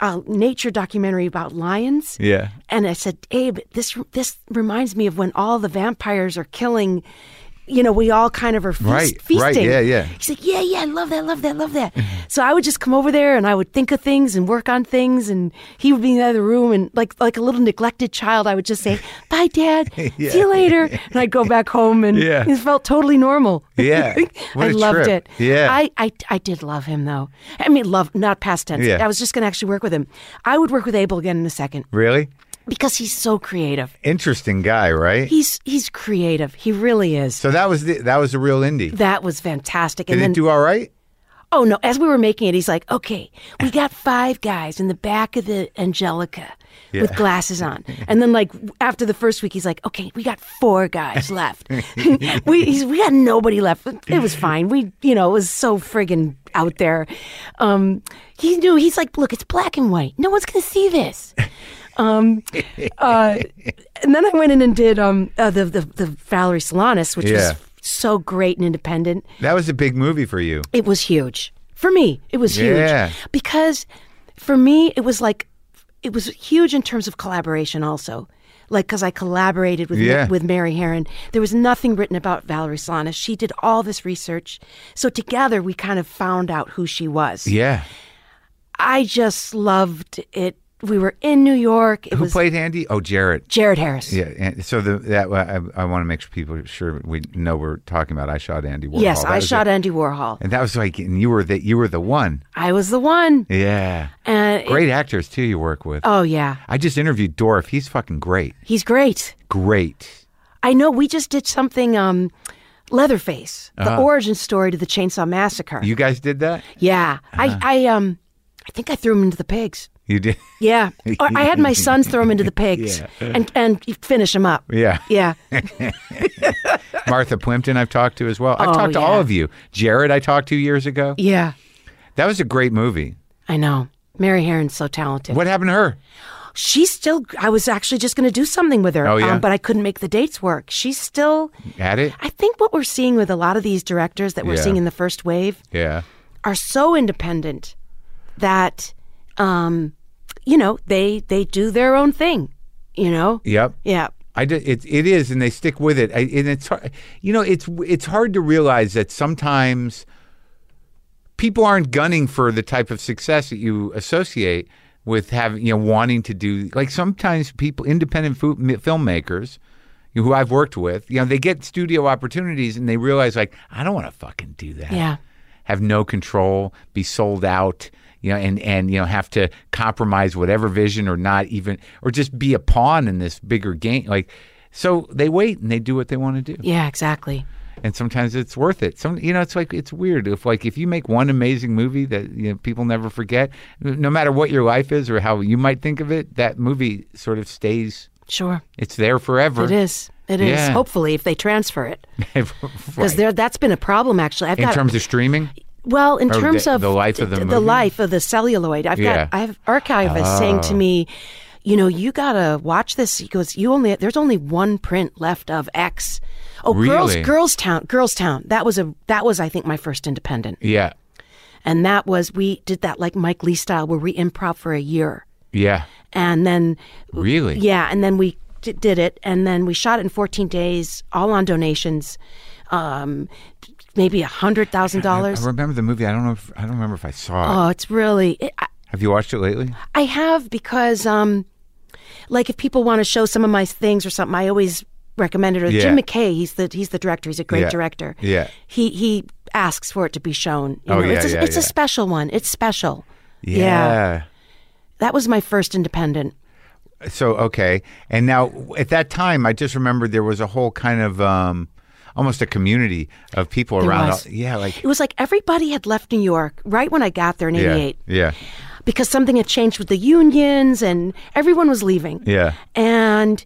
Speaker 2: uh, nature documentary about lions.
Speaker 1: Yeah.
Speaker 2: And I said, Abe, this this reminds me of when all the vampires are killing. You know, we all kind of are feast,
Speaker 1: Right,
Speaker 2: feasting.
Speaker 1: right, yeah, yeah.
Speaker 2: He's like, yeah, yeah, I love that, love that, love that. so I would just come over there and I would think of things and work on things, and he would be in the other room and like like a little neglected child, I would
Speaker 1: (laughs)
Speaker 2: just say, bye, dad, see you later, and I'd go back home, and
Speaker 1: Yeah.
Speaker 2: it felt totally normal. (laughs)
Speaker 1: Yeah. What
Speaker 2: I
Speaker 1: a
Speaker 2: loved
Speaker 1: trip.
Speaker 2: it.
Speaker 1: Yeah.
Speaker 2: I, I I did love him though. I mean, love not past tense.
Speaker 1: Yeah.
Speaker 2: I was just going to actually work with him. I would work with Abel again in a second
Speaker 1: Really?
Speaker 2: because he's so creative.
Speaker 1: Interesting guy, right?
Speaker 2: He's he's creative. He really is.
Speaker 1: so that was the, that was a real indie.
Speaker 2: That was fantastic. And
Speaker 1: Did
Speaker 2: then
Speaker 1: it do all right?
Speaker 2: oh no, as we were making it, he's like, "Okay, we got five guys in the back of the Angelica with glasses on." And then like after the first week, he's like, "Okay, we got four guys left. (laughs) we he's, we got nobody left. It was fine. We you know it was so friggin' out there." Um, he knew he's like, "Look, it's black and white. No one's gonna see this." uh, and then I went in and did um uh, the, the the Valerie Solanas, which
Speaker 1: Yeah.
Speaker 2: was so great and independent.
Speaker 1: That was a big movie for you.
Speaker 2: It was huge for me. It was
Speaker 1: Yeah.
Speaker 2: huge because for me it was like it was huge in terms of collaboration also. Like, because I collaborated with
Speaker 1: Yeah.
Speaker 2: with Mary Heron, there was nothing written about Valerie Solanas. She did all this research, so together we kind of found out who she was.
Speaker 1: Yeah.
Speaker 2: I just loved it. We were in New York. It
Speaker 1: Who
Speaker 2: was
Speaker 1: played Andy? Oh, Jarrett.
Speaker 2: Jared Harris.
Speaker 1: Yeah, and so the, that I, I want to make sure people sure we know we're talking about. I shot Andy Warhol.
Speaker 2: Yes,
Speaker 1: That
Speaker 2: I
Speaker 1: was
Speaker 2: shot
Speaker 1: it.
Speaker 2: Andy Warhol.
Speaker 1: and that was like, and you were the you were the one.
Speaker 2: I was the one.
Speaker 1: Yeah,
Speaker 2: And
Speaker 1: great actors too. You work with.
Speaker 2: oh yeah,
Speaker 1: I just interviewed Dorf. He's fucking great.
Speaker 2: he's great.
Speaker 1: Great.
Speaker 2: I know we just did something um Leatherface, the origin story to the Chainsaw Massacre.
Speaker 1: Uh-huh. You Uh-huh. guys did that.
Speaker 2: yeah. I I um I think I threw him into the pigs.
Speaker 1: You did. (laughs)
Speaker 2: Yeah. Or I had my sons throw him into the pigs and and finish him up.
Speaker 1: Yeah. (laughs)
Speaker 2: Yeah.
Speaker 1: Martha Plimpton, I've talked to as well. I've
Speaker 2: Oh,
Speaker 1: talked to
Speaker 2: yeah.
Speaker 1: all of you. Jared, I talked to years ago.
Speaker 2: Yeah.
Speaker 1: That was a great movie.
Speaker 2: I know. Mary Heron's so talented.
Speaker 1: What happened to her?
Speaker 2: She's still I was actually just going to do something with her,
Speaker 1: Oh, yeah?
Speaker 2: um, but I couldn't make the dates work. She's still
Speaker 1: At it?
Speaker 2: I think what we're seeing with a lot of these directors that we're
Speaker 1: Yeah.
Speaker 2: seeing in the first wave
Speaker 1: Yeah.
Speaker 2: are so independent that um you know they they do their own thing you know
Speaker 1: Yep.
Speaker 2: yeah
Speaker 1: I do, it, it is, and they stick with it. I, and it's hard, you know, it's it's hard to realize that sometimes people aren't gunning for the type of success that you associate with having, you know, wanting to do. Like sometimes people, independent fu- mi- filmmakers, who I've worked with, you know, they get studio opportunities and they realize like, I don't want to fucking do that.
Speaker 2: Yeah.
Speaker 1: Have no control, be sold out. You know, and, and you know have to compromise whatever vision or not even or just be a pawn in this bigger game like so they wait and they do what they want to do
Speaker 2: yeah exactly
Speaker 1: and sometimes it's worth it. Some you know, it's like it's weird if like if you make one amazing movie that you know, people never forget, no matter what your life is or how you might think of it, that movie sort of stays.
Speaker 2: sure
Speaker 1: It's there forever.
Speaker 2: it is It is.
Speaker 1: Yeah.
Speaker 2: hopefully if they transfer it because
Speaker 1: (laughs) Right.
Speaker 2: there that's been a problem actually i've
Speaker 1: in
Speaker 2: got
Speaker 1: terms of streaming,
Speaker 2: well in terms
Speaker 1: the-
Speaker 2: of
Speaker 1: the life of the
Speaker 2: d-
Speaker 1: movie?
Speaker 2: life of the celluloid i've
Speaker 1: Yeah. Oh.
Speaker 2: got i have archivists saying to me you know you gotta watch this he goes you only there's only one print left of x oh girls
Speaker 1: Really?
Speaker 2: girls town girls town that was a that was i think my first independent
Speaker 1: yeah,
Speaker 2: And that was, we did that like Mike Lee style where we improv for a year.
Speaker 1: yeah,
Speaker 2: And then,
Speaker 1: really,
Speaker 2: yeah, and then we d- did it. And then we shot it in 14 days, all on donations, um, maybe a
Speaker 1: I
Speaker 2: $100,000.
Speaker 1: remember the movie. I don't know. If, I don't remember if I saw it.
Speaker 2: Oh, it's really, it, I,
Speaker 1: Have you watched it lately?
Speaker 2: I have because, um, like, if people want to show some of my things or something, I always recommend it. Or
Speaker 1: Yeah.
Speaker 2: Jim McKay, he's the he's the director. He's a great
Speaker 1: Yeah.
Speaker 2: director.
Speaker 1: Yeah.
Speaker 2: he he asks for it to be shown. You
Speaker 1: Oh,
Speaker 2: know,
Speaker 1: yeah,
Speaker 2: it's a,
Speaker 1: yeah,
Speaker 2: it's
Speaker 1: yeah.
Speaker 2: a special one. It's special.
Speaker 1: Yeah.
Speaker 2: That was my first independent.
Speaker 1: So okay, and now at that time, I just remembered there was a whole kind of. Um, almost a community of people
Speaker 2: There
Speaker 1: around.
Speaker 2: was.
Speaker 1: Yeah, like
Speaker 2: It was like everybody had left New York right when I got there in
Speaker 1: yeah,
Speaker 2: '88
Speaker 1: yeah,
Speaker 2: because something had changed with the unions and everyone was leaving.
Speaker 1: yeah.
Speaker 2: And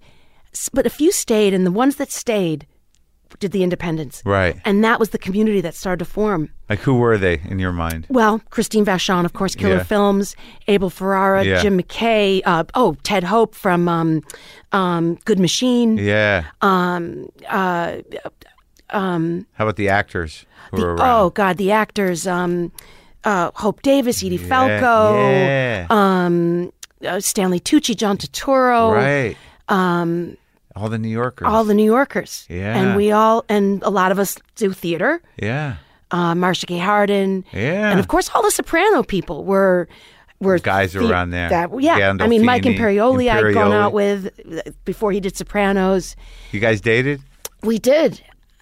Speaker 2: s- but a few stayed, and the ones that stayed did the independence.
Speaker 1: Right.
Speaker 2: And that was the community that started to form.
Speaker 1: Like who were they in your mind?
Speaker 2: Well, Christine Vachon, of course, Killer
Speaker 1: Yeah.
Speaker 2: Films, Abel Ferrara,
Speaker 1: Yeah.
Speaker 2: Jim McKay, uh, oh, Ted Hope from um, um, Good Machine.
Speaker 1: Yeah. Um.
Speaker 2: uh,
Speaker 1: Um. How about the actors who were around?
Speaker 2: Oh, God, the actors um, uh, Hope Davis, Edie
Speaker 1: Yeah,
Speaker 2: Falco,
Speaker 1: Yeah.
Speaker 2: Oh, Uh, Stanley Tucci, John Turturro,
Speaker 1: right. Um. All the New Yorkers.
Speaker 2: all the New Yorkers.
Speaker 1: Yeah.
Speaker 2: And we all, and a lot of us do theater.
Speaker 1: yeah.
Speaker 2: uh, Marsha Gay Harden,
Speaker 1: Yeah.
Speaker 2: and of course all the Soprano people were were
Speaker 1: Guys around there.
Speaker 2: That, yeah, I mean Mike
Speaker 1: Gandolfini,
Speaker 2: Imperioli, I'd gone
Speaker 1: Imperioli.
Speaker 2: out with uh, before he did Sopranos.
Speaker 1: You guys dated?
Speaker 2: We did,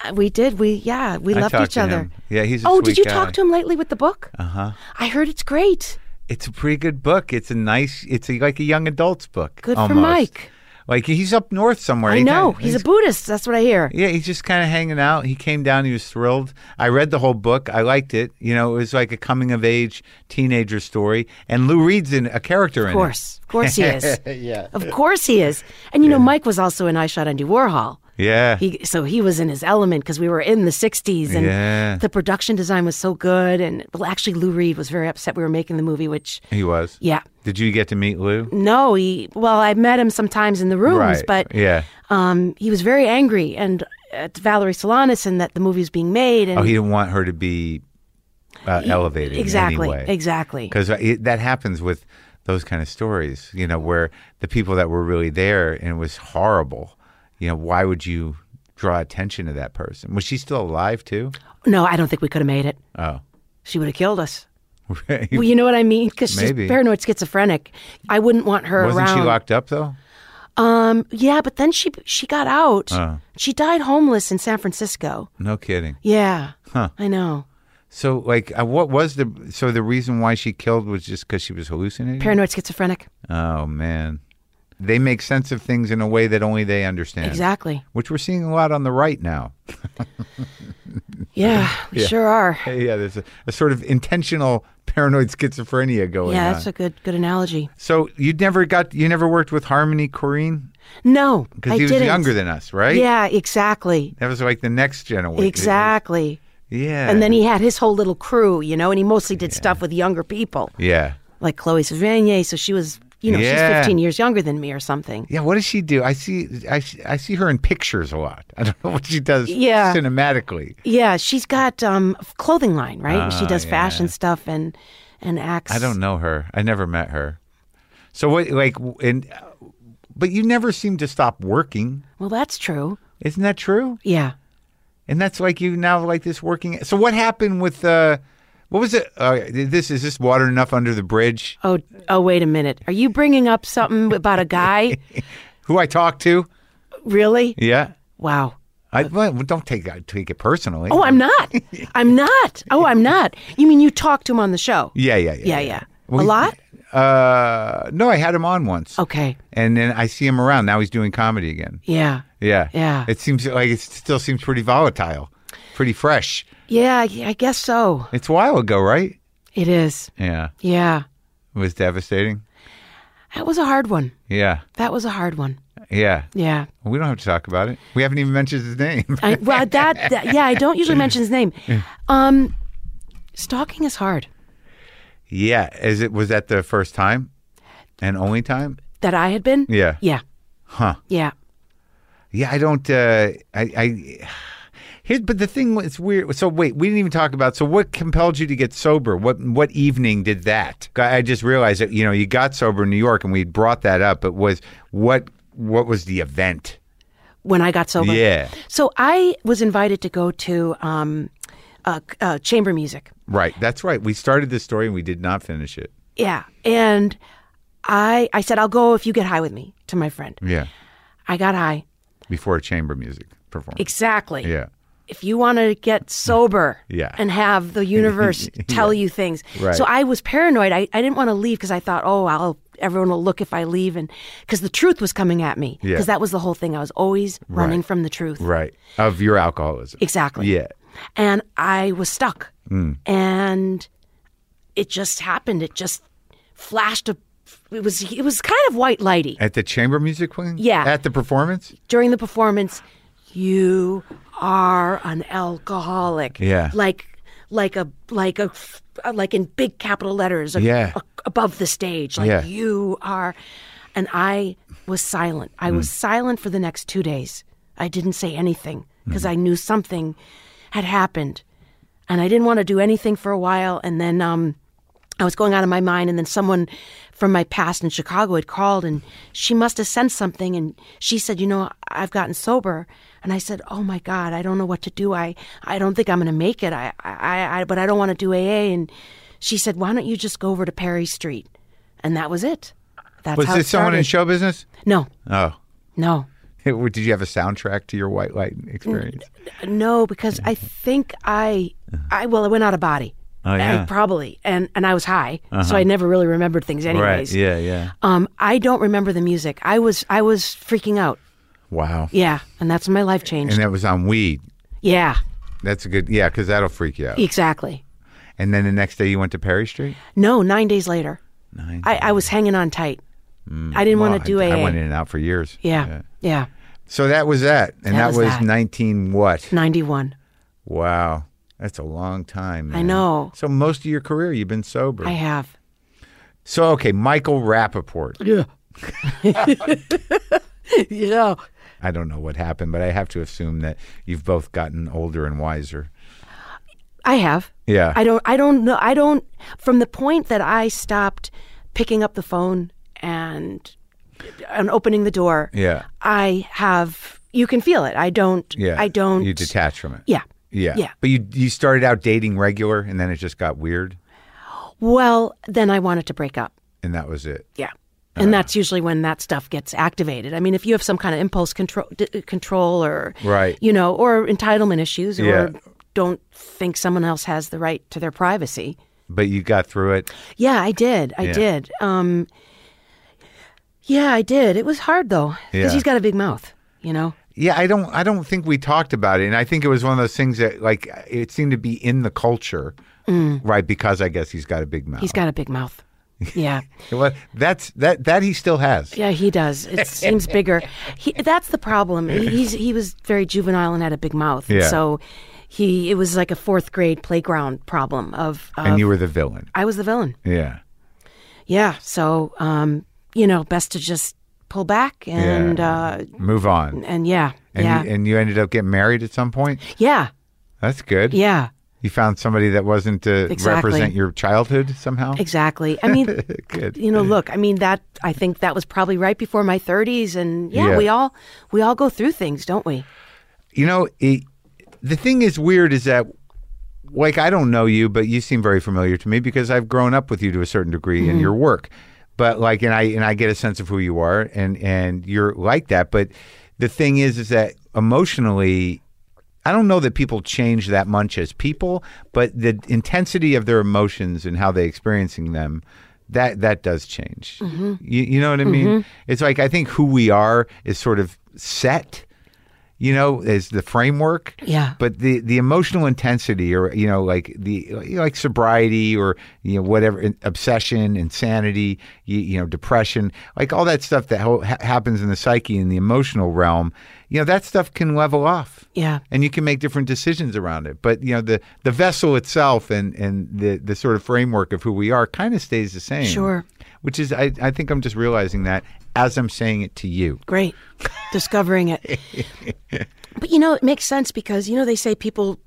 Speaker 2: Uh, we did, we yeah, we loved
Speaker 1: I talked
Speaker 2: each
Speaker 1: to
Speaker 2: other.
Speaker 1: Him. Uh-huh. Yeah, he's. A
Speaker 2: Oh,
Speaker 1: sweet
Speaker 2: did you
Speaker 1: guy.
Speaker 2: talk to him lately with the book? Uh huh. I heard it's great.
Speaker 1: It's a pretty good book. It's a nice. It's a, like a young adult's book.
Speaker 2: Good for
Speaker 1: almost.
Speaker 2: Mike.
Speaker 1: Like he's up north somewhere.
Speaker 2: I
Speaker 1: He
Speaker 2: know
Speaker 1: kinda-
Speaker 2: he's, a Buddhist. That's what I hear.
Speaker 1: Yeah, he's just kind of hanging out. He came down. He was thrilled. I read the whole book. I liked it. You know, it was like a coming of age teenager story. And Lou Reed's in a character in
Speaker 2: Of course, (laughs) of course he
Speaker 1: (laughs)
Speaker 2: is. yeah, of course he is. And you know, Mike was also in I Shot Andy Warhol.
Speaker 1: it. Yeah.
Speaker 2: He, so he was in his element because we were in the 60s and
Speaker 1: Yeah.
Speaker 2: the production design was so good. And well, actually, Lou Reed was very upset we were making the movie, which,
Speaker 1: he was.
Speaker 2: yeah.
Speaker 1: Did you get to meet Lou?
Speaker 2: No, he, well, I met him sometimes in the rooms,
Speaker 1: right.
Speaker 2: but
Speaker 1: yeah.
Speaker 2: um, he was very angry and at Valerie Solanas and that the movie was being made. And
Speaker 1: Oh, he didn't want her to be uh, elevated.
Speaker 2: exactly,
Speaker 1: In any way.
Speaker 2: exactly.
Speaker 1: because that happens with those kind of stories you know where the people that were really there and it was horrible you know why would you draw attention to that person was she still alive too (laughs)
Speaker 2: No, I don't think we could have made it.
Speaker 1: oh
Speaker 2: She would have killed us.
Speaker 1: right.
Speaker 2: Well, you know what I mean? Because she's
Speaker 1: Maybe.
Speaker 2: paranoid schizophrenic. I wouldn't want her
Speaker 1: wasn't
Speaker 2: around.
Speaker 1: she locked up though
Speaker 2: Um, yeah, but then she she got out. She died homeless in San Francisco.
Speaker 1: no kidding
Speaker 2: Yeah. I know.
Speaker 1: so like uh, what was the so the reason why she killed was just because she was hallucinating
Speaker 2: Paranoid schizophrenic.
Speaker 1: oh man they make sense of things in a way that only they understand
Speaker 2: Exactly.
Speaker 1: which we're seeing a lot on the right now (laughs)
Speaker 2: Yeah, we sure are.
Speaker 1: yeah there's a, a sort of intentional paranoid schizophrenia going
Speaker 2: Yeah,
Speaker 1: on
Speaker 2: that's a good good analogy.
Speaker 1: So you never got you never worked with Harmony Korine
Speaker 2: No,
Speaker 1: because
Speaker 2: I
Speaker 1: he was
Speaker 2: didn't.
Speaker 1: younger than us, right?
Speaker 2: Yeah, exactly.
Speaker 1: that was like the next generation.
Speaker 2: Exactly.
Speaker 1: Yeah,
Speaker 2: And then he had his whole little crew, you know, and he mostly did stuff with younger people,
Speaker 1: yeah,
Speaker 2: like Chloe Sevigny. So she was, you know,
Speaker 1: Yeah.
Speaker 2: she's 15 years younger than me or something.
Speaker 1: yeah. What does she do? I see I see- I see her in pictures a lot. (laughs) I don't know what she does.
Speaker 2: Yeah.
Speaker 1: cinematically.
Speaker 2: Yeah, she's got um f- clothing line, right? she does fashion stuff and and acts.
Speaker 1: Ah, I don't know her. I never met her. So what? Like w- and uh, but you never seem to stop working.
Speaker 2: Well, that's true.
Speaker 1: Isn't that true?
Speaker 2: Yeah.
Speaker 1: And that's like you now like this working. So what happened with uh, what was it? Uh, this is this water enough under the bridge?
Speaker 2: Oh, oh, wait a minute. Are you bringing up something about
Speaker 1: (laughs)
Speaker 2: a guy?
Speaker 1: Who I talked to?
Speaker 2: Really?
Speaker 1: Yeah.
Speaker 2: Wow.
Speaker 1: I well, don't take I take it personally.
Speaker 2: Oh, I'm not. I'm not. Oh, I'm not. You mean you talked to him on the show?
Speaker 1: yeah, yeah, yeah,
Speaker 2: Yeah, yeah.
Speaker 1: Well,
Speaker 2: a
Speaker 1: he-
Speaker 2: lot?
Speaker 1: Uh, no, I had him on once.
Speaker 2: Okay.
Speaker 1: and then I see him around. Now he's doing comedy again.
Speaker 2: Yeah.
Speaker 1: Yeah,
Speaker 2: Yeah.
Speaker 1: It seems like it still seems pretty volatile, pretty fresh.
Speaker 2: Yeah, I I guess so.
Speaker 1: It's a while ago, right?
Speaker 2: It is.
Speaker 1: Yeah,
Speaker 2: Yeah.
Speaker 1: it was devastating.
Speaker 2: That was a hard one.
Speaker 1: Yeah,
Speaker 2: That was a hard one.
Speaker 1: yeah.
Speaker 2: Yeah.
Speaker 1: We don't have to talk about it. We haven't even mentioned his name. (laughs)
Speaker 2: I, well, that, that, yeah, I don't usually mention his name. Um, stalking is hard.
Speaker 1: yeah, is it was that the first time and only time?
Speaker 2: That I had been?
Speaker 1: Yeah.
Speaker 2: Yeah.
Speaker 1: Huh.
Speaker 2: Yeah.
Speaker 1: Yeah, I don't. Uh, I, I here's, but the thing was weird. So wait, we didn't even talk about. So what compelled you to get sober? What what evening did that? I I just realized that you know you got sober in New York, and we brought that up. But was what what was the event?
Speaker 2: When I got sober.
Speaker 1: Yeah,
Speaker 2: So I was invited to go to um, uh, c- uh, chamber music.
Speaker 1: right. That's right. We started this story and we did not finish it.
Speaker 2: Yeah. And I, I said, I'll go if you get high with me to my friend.
Speaker 1: Yeah,
Speaker 2: I got high.
Speaker 1: before chamber music performance.
Speaker 2: Exactly.
Speaker 1: Yeah,
Speaker 2: If you want to get sober
Speaker 1: (laughs) Yeah.
Speaker 2: and
Speaker 1: (laughs)
Speaker 2: have the universe tell you things.
Speaker 1: Right.
Speaker 2: So I was paranoid. I, I didn't want to leave because I thought, oh, I'll everyone will look if I leave. And because the truth was coming at me,
Speaker 1: Yeah.
Speaker 2: because that was the whole thing. I was always running from the truth.
Speaker 1: Right. Of your alcoholism.
Speaker 2: Exactly.
Speaker 1: Yeah.
Speaker 2: And I was stuck. And it just happened. It just flashed a. It was it was kind of white lighty
Speaker 1: At the chamber music wing?
Speaker 2: Yeah.
Speaker 1: At the performance?
Speaker 2: during the performance. You are an alcoholic.
Speaker 1: Yeah.
Speaker 2: Like like a like a like in big capital letters. a-
Speaker 1: Yeah.
Speaker 2: a- above the stage. Like
Speaker 1: Yeah.
Speaker 2: you are. And I was silent. I
Speaker 1: Mm.
Speaker 2: was silent for the next two days. I didn't say anything
Speaker 1: Mm.
Speaker 2: because I knew something had happened. And I didn't want to do anything for a while. And then um, I was going out of my mind. And then someone from my past in Chicago had called and she must have sensed something. And she said, You know, I've gotten sober. And I said, Oh my God, I don't know what to do. I, I don't think I'm going to make it. I, I, I, but I don't want to do AA. And she said, Why don't you just go over to Perry Street? And that was it. That's
Speaker 1: Was
Speaker 2: how
Speaker 1: this
Speaker 2: it
Speaker 1: someone in
Speaker 2: started.
Speaker 1: show business?
Speaker 2: No,
Speaker 1: Oh.
Speaker 2: no.
Speaker 1: (laughs) Did you have a soundtrack to your white light experience?
Speaker 2: Mm, No, because I think I, I well, I went out of body.
Speaker 3: Oh, yeah.
Speaker 2: I probably, and and I was high, so I never really remembered things, anyways.
Speaker 3: Yeah. Yeah.
Speaker 2: Um, I don't remember the music. I was I was freaking out.
Speaker 1: Wow.
Speaker 2: Yeah, and that's when my life changed.
Speaker 1: And that was on weed.
Speaker 2: yeah,
Speaker 1: That's a good, yeah, because that'll freak you out.
Speaker 2: exactly.
Speaker 1: And then the next day you went to Perry Street?
Speaker 2: No, nine days later,
Speaker 3: Nine.
Speaker 2: I, I was hanging on tight. I didn't want to do
Speaker 1: Mm, I,
Speaker 2: AA.
Speaker 1: I went in and out for years.
Speaker 2: yeah, yeah,
Speaker 1: So that was that. And that,
Speaker 2: That
Speaker 1: was,
Speaker 2: was that. Mm.
Speaker 1: 19 what?
Speaker 2: ninety one.
Speaker 1: Wow. That's a long time.
Speaker 2: I
Speaker 1: man.
Speaker 2: know.
Speaker 1: So most of your career you've been sober.
Speaker 2: I have.
Speaker 1: so okay, Michael Rappaport.
Speaker 2: Yeah. yeah.
Speaker 1: I don't know what happened, but I have to assume that you've both gotten older and wiser.
Speaker 2: I have.
Speaker 1: Yeah.
Speaker 2: I don't I don't know I don't from the point that I stopped picking up the phone and and opening the door.
Speaker 1: Yeah.
Speaker 2: I have you can feel it. I don't
Speaker 1: Yeah.
Speaker 2: I don't
Speaker 1: You detach from it.
Speaker 2: Yeah.
Speaker 1: Yeah.
Speaker 2: Yeah.
Speaker 1: But you you started out dating regular and then it just got weird
Speaker 2: Well, then I wanted to break up.
Speaker 1: and that was it.
Speaker 2: Yeah.
Speaker 1: Uh-huh.
Speaker 2: And that's usually when that stuff gets activated. I mean, if you have some kind of impulse control, d- uh, control, or
Speaker 1: Right.
Speaker 2: you know, or entitlement issues, or
Speaker 1: Yeah.
Speaker 2: don't think someone else has the right to their privacy,
Speaker 1: But you got through it.
Speaker 2: Yeah, I did. I did. Um, yeah, I did. It was hard though, because
Speaker 1: Yeah.
Speaker 2: he's got a big mouth. You know.
Speaker 1: Yeah, I don't I don't think we talked about it. And I think it was one of those things that like it seemed to be in the culture. Right, because I guess he's got a big mouth.
Speaker 2: Mm. He's got a big mouth. Yeah,
Speaker 1: (laughs) Well, that's that that he still has.
Speaker 2: yeah, he does.
Speaker 1: (laughs)
Speaker 2: It seems bigger. He, that's the problem. He- He's he was very juvenile and had a big mouth.
Speaker 1: Yeah.
Speaker 2: So he it was like a fourth grade playground problem of. of
Speaker 1: And you were the villain.
Speaker 2: I was the villain.
Speaker 1: Yeah.
Speaker 2: Yeah. So um, you know, best to just pull back and uh,
Speaker 1: Move on.
Speaker 2: and yeah,
Speaker 1: And
Speaker 2: yeah,
Speaker 1: you, and you ended up getting married at some point.
Speaker 2: yeah,
Speaker 1: That's good.
Speaker 2: yeah.
Speaker 1: You found somebody that wasn't to
Speaker 2: Exactly.
Speaker 1: represent your childhood somehow.
Speaker 2: Exactly. I mean,
Speaker 1: (laughs) Good.
Speaker 2: you know, look, I mean that I think that was probably right before my 30s and yeah,
Speaker 1: Yeah.
Speaker 2: we all we all go through things, don't we?
Speaker 1: You know, it, the thing is weird is that like I don't know you, but you seem very familiar to me because I've grown up with you to a certain degree in your work. But like, and I and I get a sense of who you are, and and you're like that. But the thing is, is that emotionally, I don't know that people change that much as people, but the intensity of their emotions and how they experiencing them. That that does change. You, you know what I mean? It's like I think who we are is sort of set. You know, is the framework.
Speaker 2: Yeah.
Speaker 1: But the the emotional intensity, or you know, like the you know, like sobriety, or you know, whatever in- obsession, insanity, you, you know, depression, like all that stuff that ho- ha- happens in the psyche and the emotional realm, you know, that stuff can level off.
Speaker 2: Yeah.
Speaker 1: And you can make different decisions around it. But you know, the the vessel itself and and the the sort of framework of who we are kind of stays the same.
Speaker 2: Sure.
Speaker 1: Which is, I, I think I'm just realizing that as I'm saying it to you.
Speaker 2: Great. Discovering it. But you know, it makes sense because you know they say people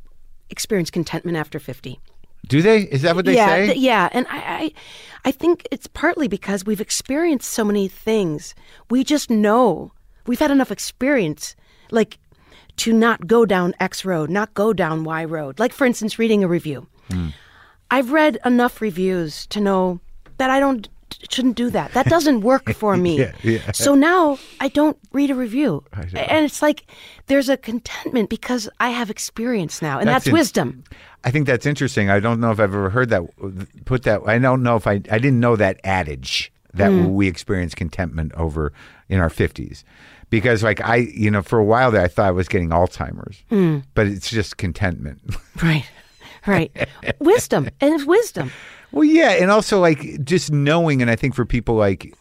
Speaker 2: experience contentment after 50.
Speaker 1: Do they? Is that what they
Speaker 2: yeah,
Speaker 1: say?
Speaker 2: th- yeah, and I, I, I think it's partly because we've experienced so many things. We just know we've had enough experience, like to not go down X road, not go down Y road. Like for instance, reading a review.
Speaker 1: Hmm.
Speaker 2: I've read enough reviews to know that I don't shouldn't do that. That doesn't
Speaker 1: (laughs)
Speaker 2: work for me. So now I don't read a review, and it's like there's a contentment because I have experience now, and
Speaker 1: That's
Speaker 2: that's,
Speaker 1: in-
Speaker 2: wisdom.
Speaker 1: I think that's interesting. I don't know if I've ever heard that put that. I don't know if I I didn't know that adage that
Speaker 2: Mm.
Speaker 1: we experience contentment over in our 50s. Because, like, I, you know, for a while there, I thought I was getting Alzheimer's,
Speaker 2: Mm.
Speaker 1: but it's just contentment. (laughs)
Speaker 2: Right. Right. wisdom. And it's wisdom.
Speaker 1: Well, yeah, and also like just knowing, and I think for people like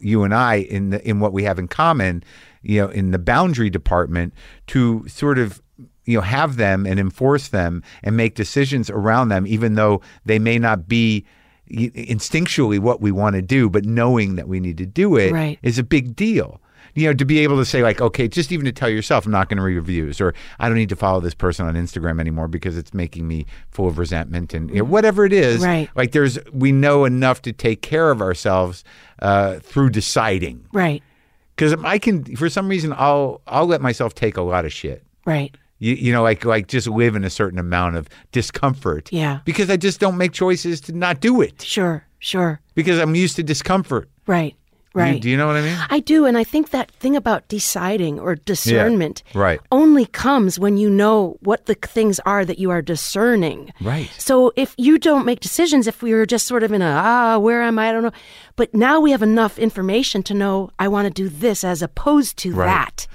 Speaker 1: you and I, in the, in what we have in common, you know, in the boundary department, to sort of you know have them and enforce them and make decisions around them, even though they may not be y- instinctually what we want to do, but knowing that we need to do it is
Speaker 2: Right.
Speaker 1: a big deal. You know, to be able to say like, okay, just even to tell yourself, I'm not going to read reviews, or I don't need to follow this person on Instagram anymore because it's making me full of resentment, and you know, whatever it is,
Speaker 2: Right.
Speaker 1: like there's we know enough to take care of ourselves uh, through deciding.
Speaker 2: Right.
Speaker 1: Because I can, for some reason, I'll I'll let myself take a lot of shit.
Speaker 2: Right.
Speaker 1: You, you know, like like just live in a certain amount of discomfort.
Speaker 2: Yeah.
Speaker 1: Because I just don't make choices to not do it
Speaker 2: Sure. Sure.
Speaker 1: because I'm used to discomfort.
Speaker 2: Right.
Speaker 1: You-
Speaker 2: Right.
Speaker 1: do you know what I mean?
Speaker 2: I do, and I think that thing about deciding or discernment
Speaker 1: right.
Speaker 2: only comes when you know what the things are that you are discerning.
Speaker 1: Right.
Speaker 2: So if you don't make decisions, if we were just sort of in a ah, where am I? I don't know. But now we have enough information to know I want to do this as opposed to that,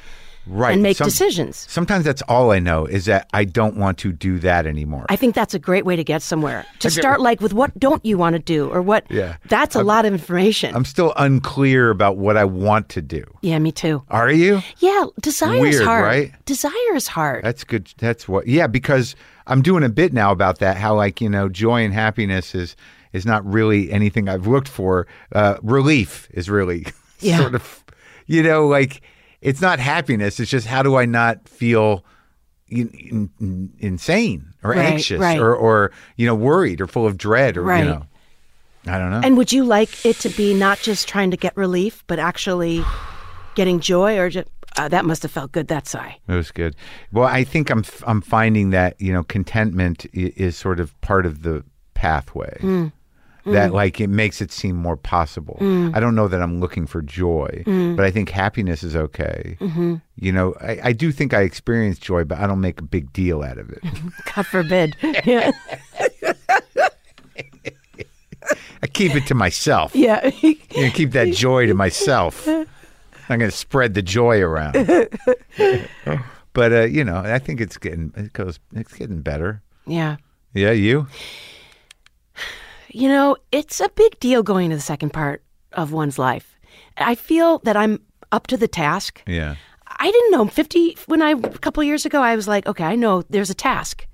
Speaker 1: Right.
Speaker 2: and make
Speaker 1: Some-
Speaker 2: decisions.
Speaker 1: Sometimes that's all I know is that I don't want to do that anymore.
Speaker 2: I think that's a great way to get somewhere. To start like with what don't you want to do or what?
Speaker 1: Yeah.
Speaker 2: That's a lot of information.
Speaker 1: I'm still unclear about what I want to do.
Speaker 2: yeah, me too.
Speaker 1: Are you?
Speaker 2: Yeah, desire is
Speaker 1: Weird,
Speaker 2: hard.
Speaker 1: right?
Speaker 2: Desire is hard.
Speaker 1: That's good. That's what. Yeah, because I'm doing a bit now about that. How like you know, joy and happiness is is not really anything I've looked for. Uh, relief is really (laughs)
Speaker 2: Yeah.
Speaker 1: sort of, you know, like it's not happiness. It's just how do I not feel in, in, in- insane or
Speaker 2: Right,
Speaker 1: anxious
Speaker 2: right.
Speaker 1: or or you know worried or full of dread or
Speaker 2: Right.
Speaker 1: you know, I don't know.
Speaker 2: And would you like it to be not just trying to get relief, but actually getting joy? Or just, uh, that must have felt good. That sigh. (laughs)
Speaker 1: It was good. Well, I think I'm f- I'm finding that you know contentment i- is sort of part of the pathway. That like it makes it seem more possible. I don't know that I'm looking for joy, but I think happiness is okay. You know, I, I do think I experience joy, but I don't make a big deal out of it.
Speaker 2: God
Speaker 1: (laughs)
Speaker 2: forbid. yeah,
Speaker 1: I keep it to myself.
Speaker 2: (laughs) yeah.
Speaker 1: You know, keep that joy to myself. I'm going to spread the joy around. but uh, you know, I think it's getting it goes it's getting better.
Speaker 2: yeah.
Speaker 1: Yeah, you.
Speaker 2: You know, it's a big deal going to the second part of one's life. I feel that I'm up to the task.
Speaker 1: Yeah.
Speaker 2: I didn't know 50 when I a couple years ago I was like, okay, I know there's a task.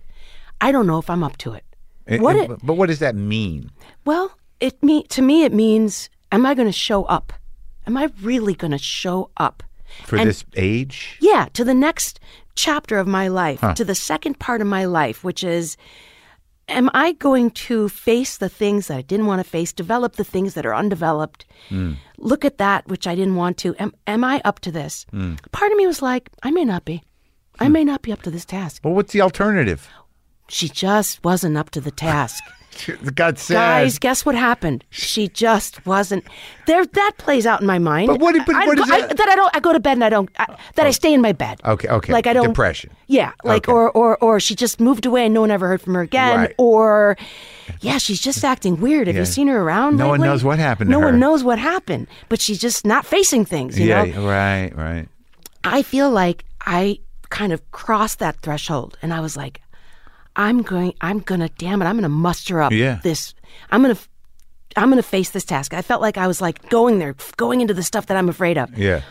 Speaker 2: I don't know if I'm up to it.
Speaker 1: And-
Speaker 2: what
Speaker 1: and-
Speaker 2: it,
Speaker 1: but what does that mean?
Speaker 2: Well, it me to me it means am I going to show up? Am I really going to show up?
Speaker 1: For
Speaker 2: And-
Speaker 1: this age?
Speaker 2: Yeah, to the next chapter of my life, to the second part of my life, which is am I going to face the things that I didn't want to face, develop the things that are undeveloped,
Speaker 1: Mm.
Speaker 2: look at that which I didn't want to? Am, am I up to this?
Speaker 1: Mm.
Speaker 2: Part of me was like, I may not be. I
Speaker 1: Hmm.
Speaker 2: may not be up to this task.
Speaker 1: Well, what's the alternative?
Speaker 2: She just wasn't up to
Speaker 1: (laughs)
Speaker 2: the task.
Speaker 1: God says.
Speaker 2: Guys, guess what happened? She just wasn't there. That plays out in my mind.
Speaker 1: But what- but
Speaker 2: I-
Speaker 1: what is
Speaker 2: I-
Speaker 1: that? Oh.
Speaker 2: that I don't. I go to bed and I don't. I, that I stay in my bed.
Speaker 1: Okay, okay.
Speaker 2: Like I don't
Speaker 1: Depression.
Speaker 2: Yeah, like
Speaker 1: Okay.
Speaker 2: or or or she just moved away and no one ever heard from her again.
Speaker 1: Right.
Speaker 2: Or yeah, she's just acting weird. Have
Speaker 1: Yeah.
Speaker 2: you seen her around?
Speaker 1: No
Speaker 2: lately?
Speaker 1: one knows what happened to
Speaker 2: No
Speaker 1: her.
Speaker 2: one knows what happened, but she's just not facing things. You
Speaker 1: yeah,
Speaker 2: know?
Speaker 1: right, right.
Speaker 2: I feel like I kind of crossed that threshold and I was like, I'm going, I'm gonna, damn it, I'm gonna muster up
Speaker 1: Yeah.
Speaker 2: this, I'm gonna, I'm gonna face this task. I felt like I was like going there, going into the stuff that I'm afraid of.
Speaker 1: Yeah.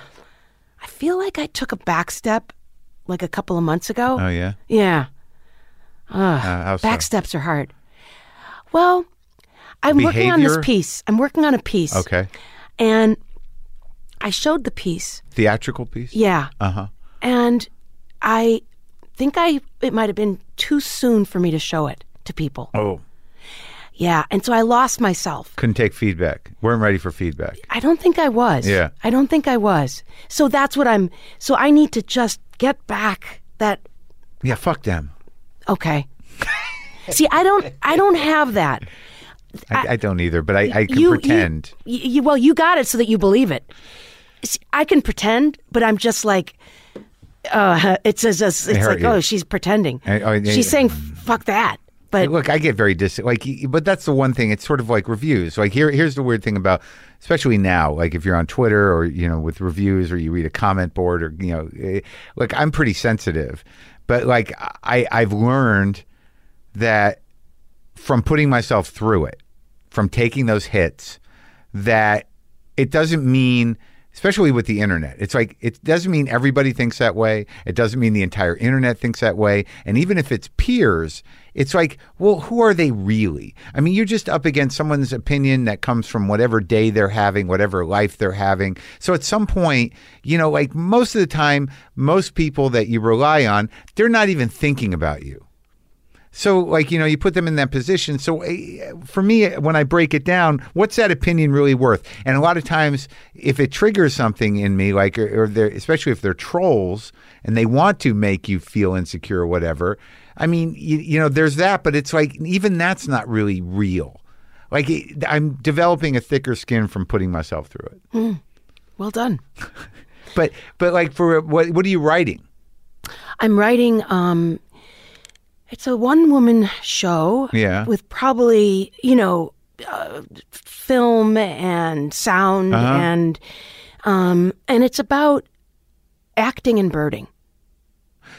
Speaker 2: I feel like I took a back step like a couple of months ago.
Speaker 1: Oh, yeah.
Speaker 2: yeah.
Speaker 1: Uh, how so?
Speaker 2: Back steps are hard. Well, I'm working on this
Speaker 1: Behavior?
Speaker 2: piece. I'm working on a piece.
Speaker 1: Okay.
Speaker 2: And I showed the piece
Speaker 1: Theatrical piece?
Speaker 2: yeah.
Speaker 1: Uh-huh.
Speaker 2: And I think I it might have been too soon for me to show it to people.
Speaker 1: Oh.
Speaker 2: Yeah, and so I lost myself.
Speaker 1: Couldn't take feedback. Weren't ready for feedback.
Speaker 2: I don't think I was.
Speaker 1: Yeah.
Speaker 2: I don't think I was. So that's what I'm so I need to just get back that
Speaker 1: Yeah, fuck them.
Speaker 2: okay. (laughs) See, I don't I don't have that.
Speaker 1: I, I, don't either, but I, I can pretend.
Speaker 2: You, you, well, you got it so that you believe it. See, I can pretend, but I'm just like, uh, it's as as- it's
Speaker 1: hurt
Speaker 2: like,
Speaker 1: you.
Speaker 2: oh, she's pretending.
Speaker 1: And- oh, and-
Speaker 2: she's saying, "Fuck that." But
Speaker 1: Look, I get very dis like, y- but that's the one thing. It's sort of like reviews. Like here, here's the weird thing about, especially now, like if you're on Twitter or you know with reviews or you read a comment board or you know, eh, look, I'm pretty sensitive, but like I I've learned that from putting myself through it, from taking those hits, that it doesn't mean, especially with the internet, it's like it doesn't mean everybody thinks that way. It doesn't mean the entire internet thinks that way. And even if it's peers, it's like, well, who are they really? I mean, you're just up against someone's opinion that comes from whatever day they're having, whatever life they're having. So at some point, you know, like most of the time, most people that you rely on, they're not even thinking about you. So, like, you know, you put them in that position. So, eh, for me, when I break it down, what's that opinion really worth? And a lot of times, if it triggers something in me, like, or, or they're, especially if they're trolls and they want to make you feel insecure or whatever, I mean, you, you know, there's that, but it's like, even that's not really real. Like, it, I'm developing a thicker skin from putting myself through it.
Speaker 2: well done.
Speaker 1: But, but like, for what, what are you writing?
Speaker 2: I'm writing. Um, it's a one-woman show.
Speaker 1: Yeah.
Speaker 2: With probably you know, uh, film and sound
Speaker 1: Uh-huh.
Speaker 2: and, um, and it's about acting and birding.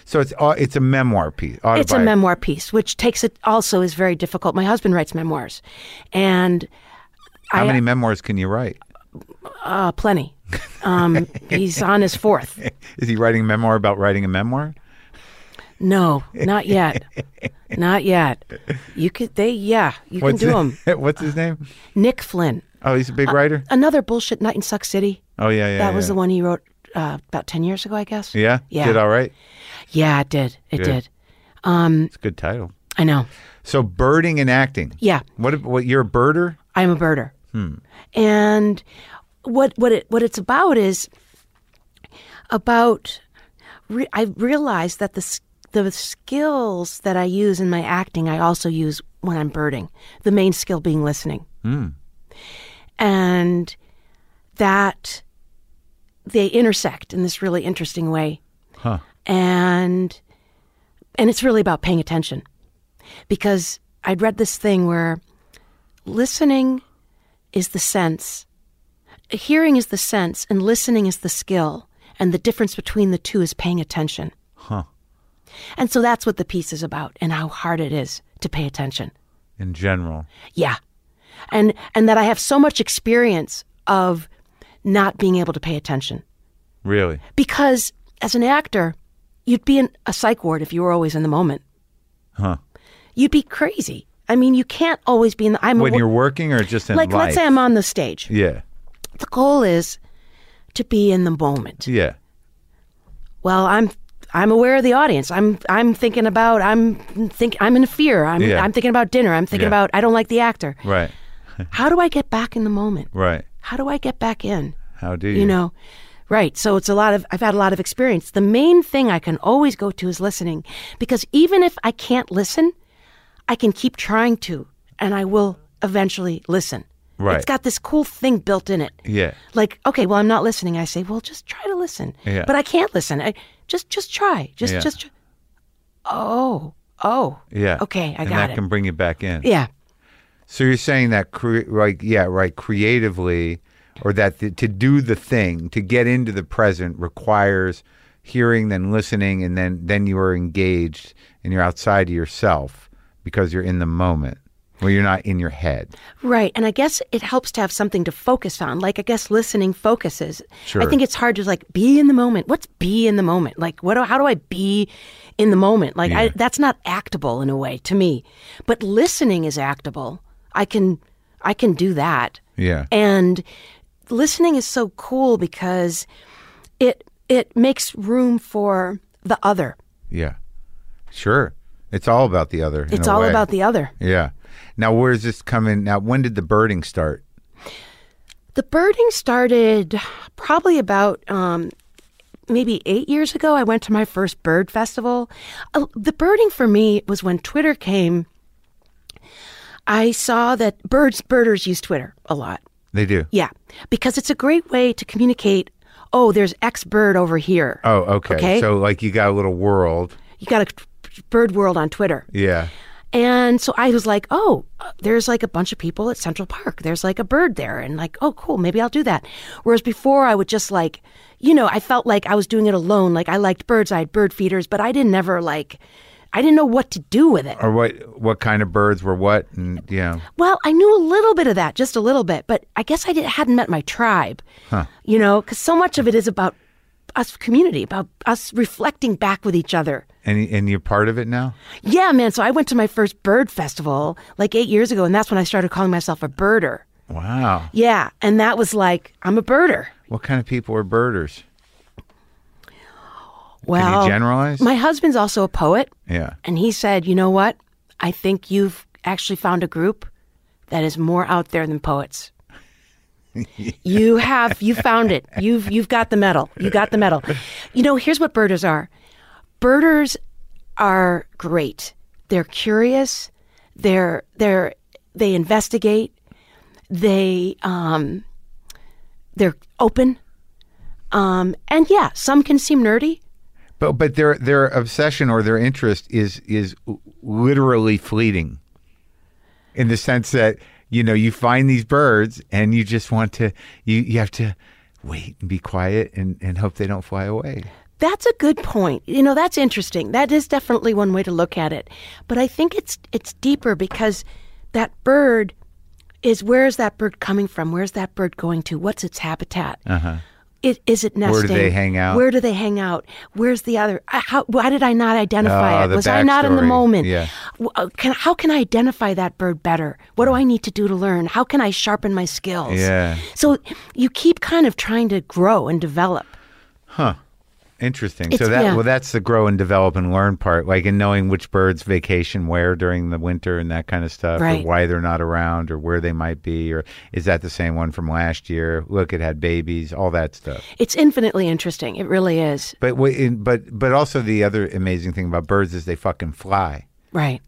Speaker 1: So, it's, au- it's a memoir piece.
Speaker 2: It's a
Speaker 1: autobiography.
Speaker 2: memoir piece, which takes it also is very difficult. My husband writes memoirs, and
Speaker 1: How
Speaker 2: I-
Speaker 1: many memoirs can you write?
Speaker 2: uh, plenty.
Speaker 1: (laughs)
Speaker 2: Um, he's on his fourth.
Speaker 1: Is he writing a memoir about writing a memoir?
Speaker 2: No, not yet. Not yet. You could they yeah, you can do them.
Speaker 1: his, (laughs) What's his name?
Speaker 2: Nick Flynn.
Speaker 1: Oh, he's a big writer.
Speaker 2: Another bullshit night in Suck City.
Speaker 1: Oh yeah, yeah.
Speaker 2: that
Speaker 1: yeah.
Speaker 2: was the one he wrote uh, about 10 years ago, I guess.
Speaker 1: Yeah,
Speaker 2: Yeah.
Speaker 1: Did all right.
Speaker 2: Yeah, it did. It
Speaker 1: Good.
Speaker 2: did.
Speaker 1: It's a good title.
Speaker 2: I know.
Speaker 1: So birding and acting.
Speaker 2: Yeah.
Speaker 1: What? What? You're a birder.
Speaker 2: I'm a birder. And what what it what it's about is about re- I realized that the s- the skills that I use in my acting I also use when I'm birding. The main skill being listening. And that they intersect in this really interesting way.
Speaker 1: Huh.
Speaker 2: And and it's really about paying attention. Because I'd read this thing where listening is the sense, hearing is the sense, and listening is the skill. And the difference between the two is paying attention.
Speaker 1: Huh.
Speaker 2: And so that's what the piece is about and how hard it is to pay attention.
Speaker 1: In general.
Speaker 2: Yeah. And and that I have so much experience of not being able to pay attention.
Speaker 1: Really.
Speaker 2: Because as an actor, you'd be in a psych ward if you were always in the moment.
Speaker 1: Huh.
Speaker 2: You'd be crazy. I mean, you can't always be in the I'm a,
Speaker 1: When you're working or just in
Speaker 2: like
Speaker 1: life.
Speaker 2: let's say I'm on the stage.
Speaker 1: Yeah.
Speaker 2: The goal is to be in the moment.
Speaker 1: Yeah.
Speaker 2: Well, I'm I'm aware of the audience. I'm I'm thinking about I'm think I'm in fear. I'm
Speaker 1: Yeah.
Speaker 2: I'm thinking about dinner. I'm thinking
Speaker 1: Yeah.
Speaker 2: about I don't like the actor.
Speaker 1: Right.
Speaker 2: How do I get back in the moment?
Speaker 1: Right.
Speaker 2: How do I get back in?
Speaker 1: How do you?
Speaker 2: You know, right. So it's a lot of I've had a lot of experience. The main thing I can always go to is listening because even if I can't listen, I can keep trying to and I will eventually listen.
Speaker 1: Right.
Speaker 2: It's got this cool thing built in it
Speaker 1: Yeah.
Speaker 2: like okay well i'm not listening i say well just try to listen
Speaker 1: Yeah.
Speaker 2: but i can't listen i just just try just
Speaker 1: Yeah.
Speaker 2: just tr- oh oh
Speaker 1: Yeah.
Speaker 2: okay i
Speaker 1: and
Speaker 2: got
Speaker 1: that
Speaker 2: it
Speaker 1: can bring you back in.
Speaker 2: yeah
Speaker 1: So you're saying that, cre- like, yeah, right, creatively, or that th- to do the thing, to get into the present requires hearing, then listening, and then then you are engaged and you're outside of yourself because you're in the moment. Well, you're not in your head.
Speaker 2: right and i guess it helps to have something to focus on like i guess listening focuses i
Speaker 1: Sure.
Speaker 2: think it's hard to like be in the moment what's be in the moment like what do, how do i be in the moment like I, that's not actable in a way to me but listening is actable i can i can do that
Speaker 1: Yeah.
Speaker 2: And listening is so cool because it it makes room for the other.
Speaker 1: Yeah. Sure. It's all about the other. in
Speaker 2: It's
Speaker 1: a
Speaker 2: all
Speaker 1: way.
Speaker 2: about the other.
Speaker 1: Yeah. Now, where's this coming? Now, when did the birding start?
Speaker 2: The birding started probably about um, maybe eight years ago. I went to my first bird festival. Uh, the birding for me was when Twitter came. I saw that birds birders use Twitter a lot.
Speaker 1: They do.
Speaker 2: Yeah, because it's a great way to communicate. Oh, there's X bird over here.
Speaker 1: Oh, okay.
Speaker 2: Okay.
Speaker 1: So, like, you got a little world.
Speaker 2: You got a bird world on Twitter.
Speaker 1: Yeah.
Speaker 2: And so I was like, oh, there's like a bunch of people at Central Park. There's like a bird there. And like, oh, cool, maybe I'll do that. Whereas before, I would just like, you know, I felt like I was doing it alone. Like I liked birds, I had bird feeders, but I didn't ever like, I didn't know what to do with it.
Speaker 1: Or what? What kind of birds were what? And yeah,
Speaker 2: Well, I knew a little bit of that, just a little bit, but I guess I did, hadn't met my tribe. You know, because so much of it is about us community, about us reflecting back with each other.
Speaker 1: and and you're part of it now.
Speaker 2: Yeah, man. So I went to my first bird festival like eight years ago, and that's when I started calling myself a birder.
Speaker 1: Wow.
Speaker 2: Yeah, and that was like, I'm a birder.
Speaker 1: What kind of people are birders?
Speaker 2: Well,
Speaker 1: generalize?
Speaker 2: My husband's also a poet,
Speaker 1: Yeah.
Speaker 2: and he said, you know what? I think you've actually found a group that is more out there than poets. you have you found it. You've you've got the medal. You got the medal. You know, here's what birders are. Birders are great. They're curious. They're they're they investigate. They um they're open. Um and yeah, some can seem nerdy.
Speaker 1: But but their their obsession or their interest is is literally fleeting. In the sense that you know you find these birds and you just want to you you have to wait and be quiet and and hope they don't fly away.
Speaker 2: That's a good point. You know, that's interesting. That is definitely one way to look at it. But I think it's it's deeper because that bird is where is that bird coming from? Where's that bird going to? What's its habitat? Uh-huh. It, is it nesting?
Speaker 1: do they hang out?
Speaker 2: Where do they hang out? Where's the other? I- How, why did I not identify
Speaker 1: Ah,
Speaker 2: it?
Speaker 1: the
Speaker 2: Was I not in the
Speaker 1: backstory.
Speaker 2: moment?
Speaker 1: Yeah.
Speaker 2: W- uh, Can, how can I identify that bird better? What do I need to do to learn? How can I sharpen my skills?
Speaker 1: Yeah.
Speaker 2: So you keep kind of trying to grow and develop.
Speaker 1: Interesting. so
Speaker 2: It's-
Speaker 1: that
Speaker 2: yeah.
Speaker 1: well that's the grow and develop and learn part, like in knowing which birds vacation where during the winter and that kind of stuff,
Speaker 2: Right.
Speaker 1: or why they're not around or where they might be, or is that the same one from last year? Look, it had babies, all that stuff.
Speaker 2: It's infinitely interesting. It really is.
Speaker 1: But wait, in- but but also the other amazing thing about birds is they fucking fly.
Speaker 2: Right.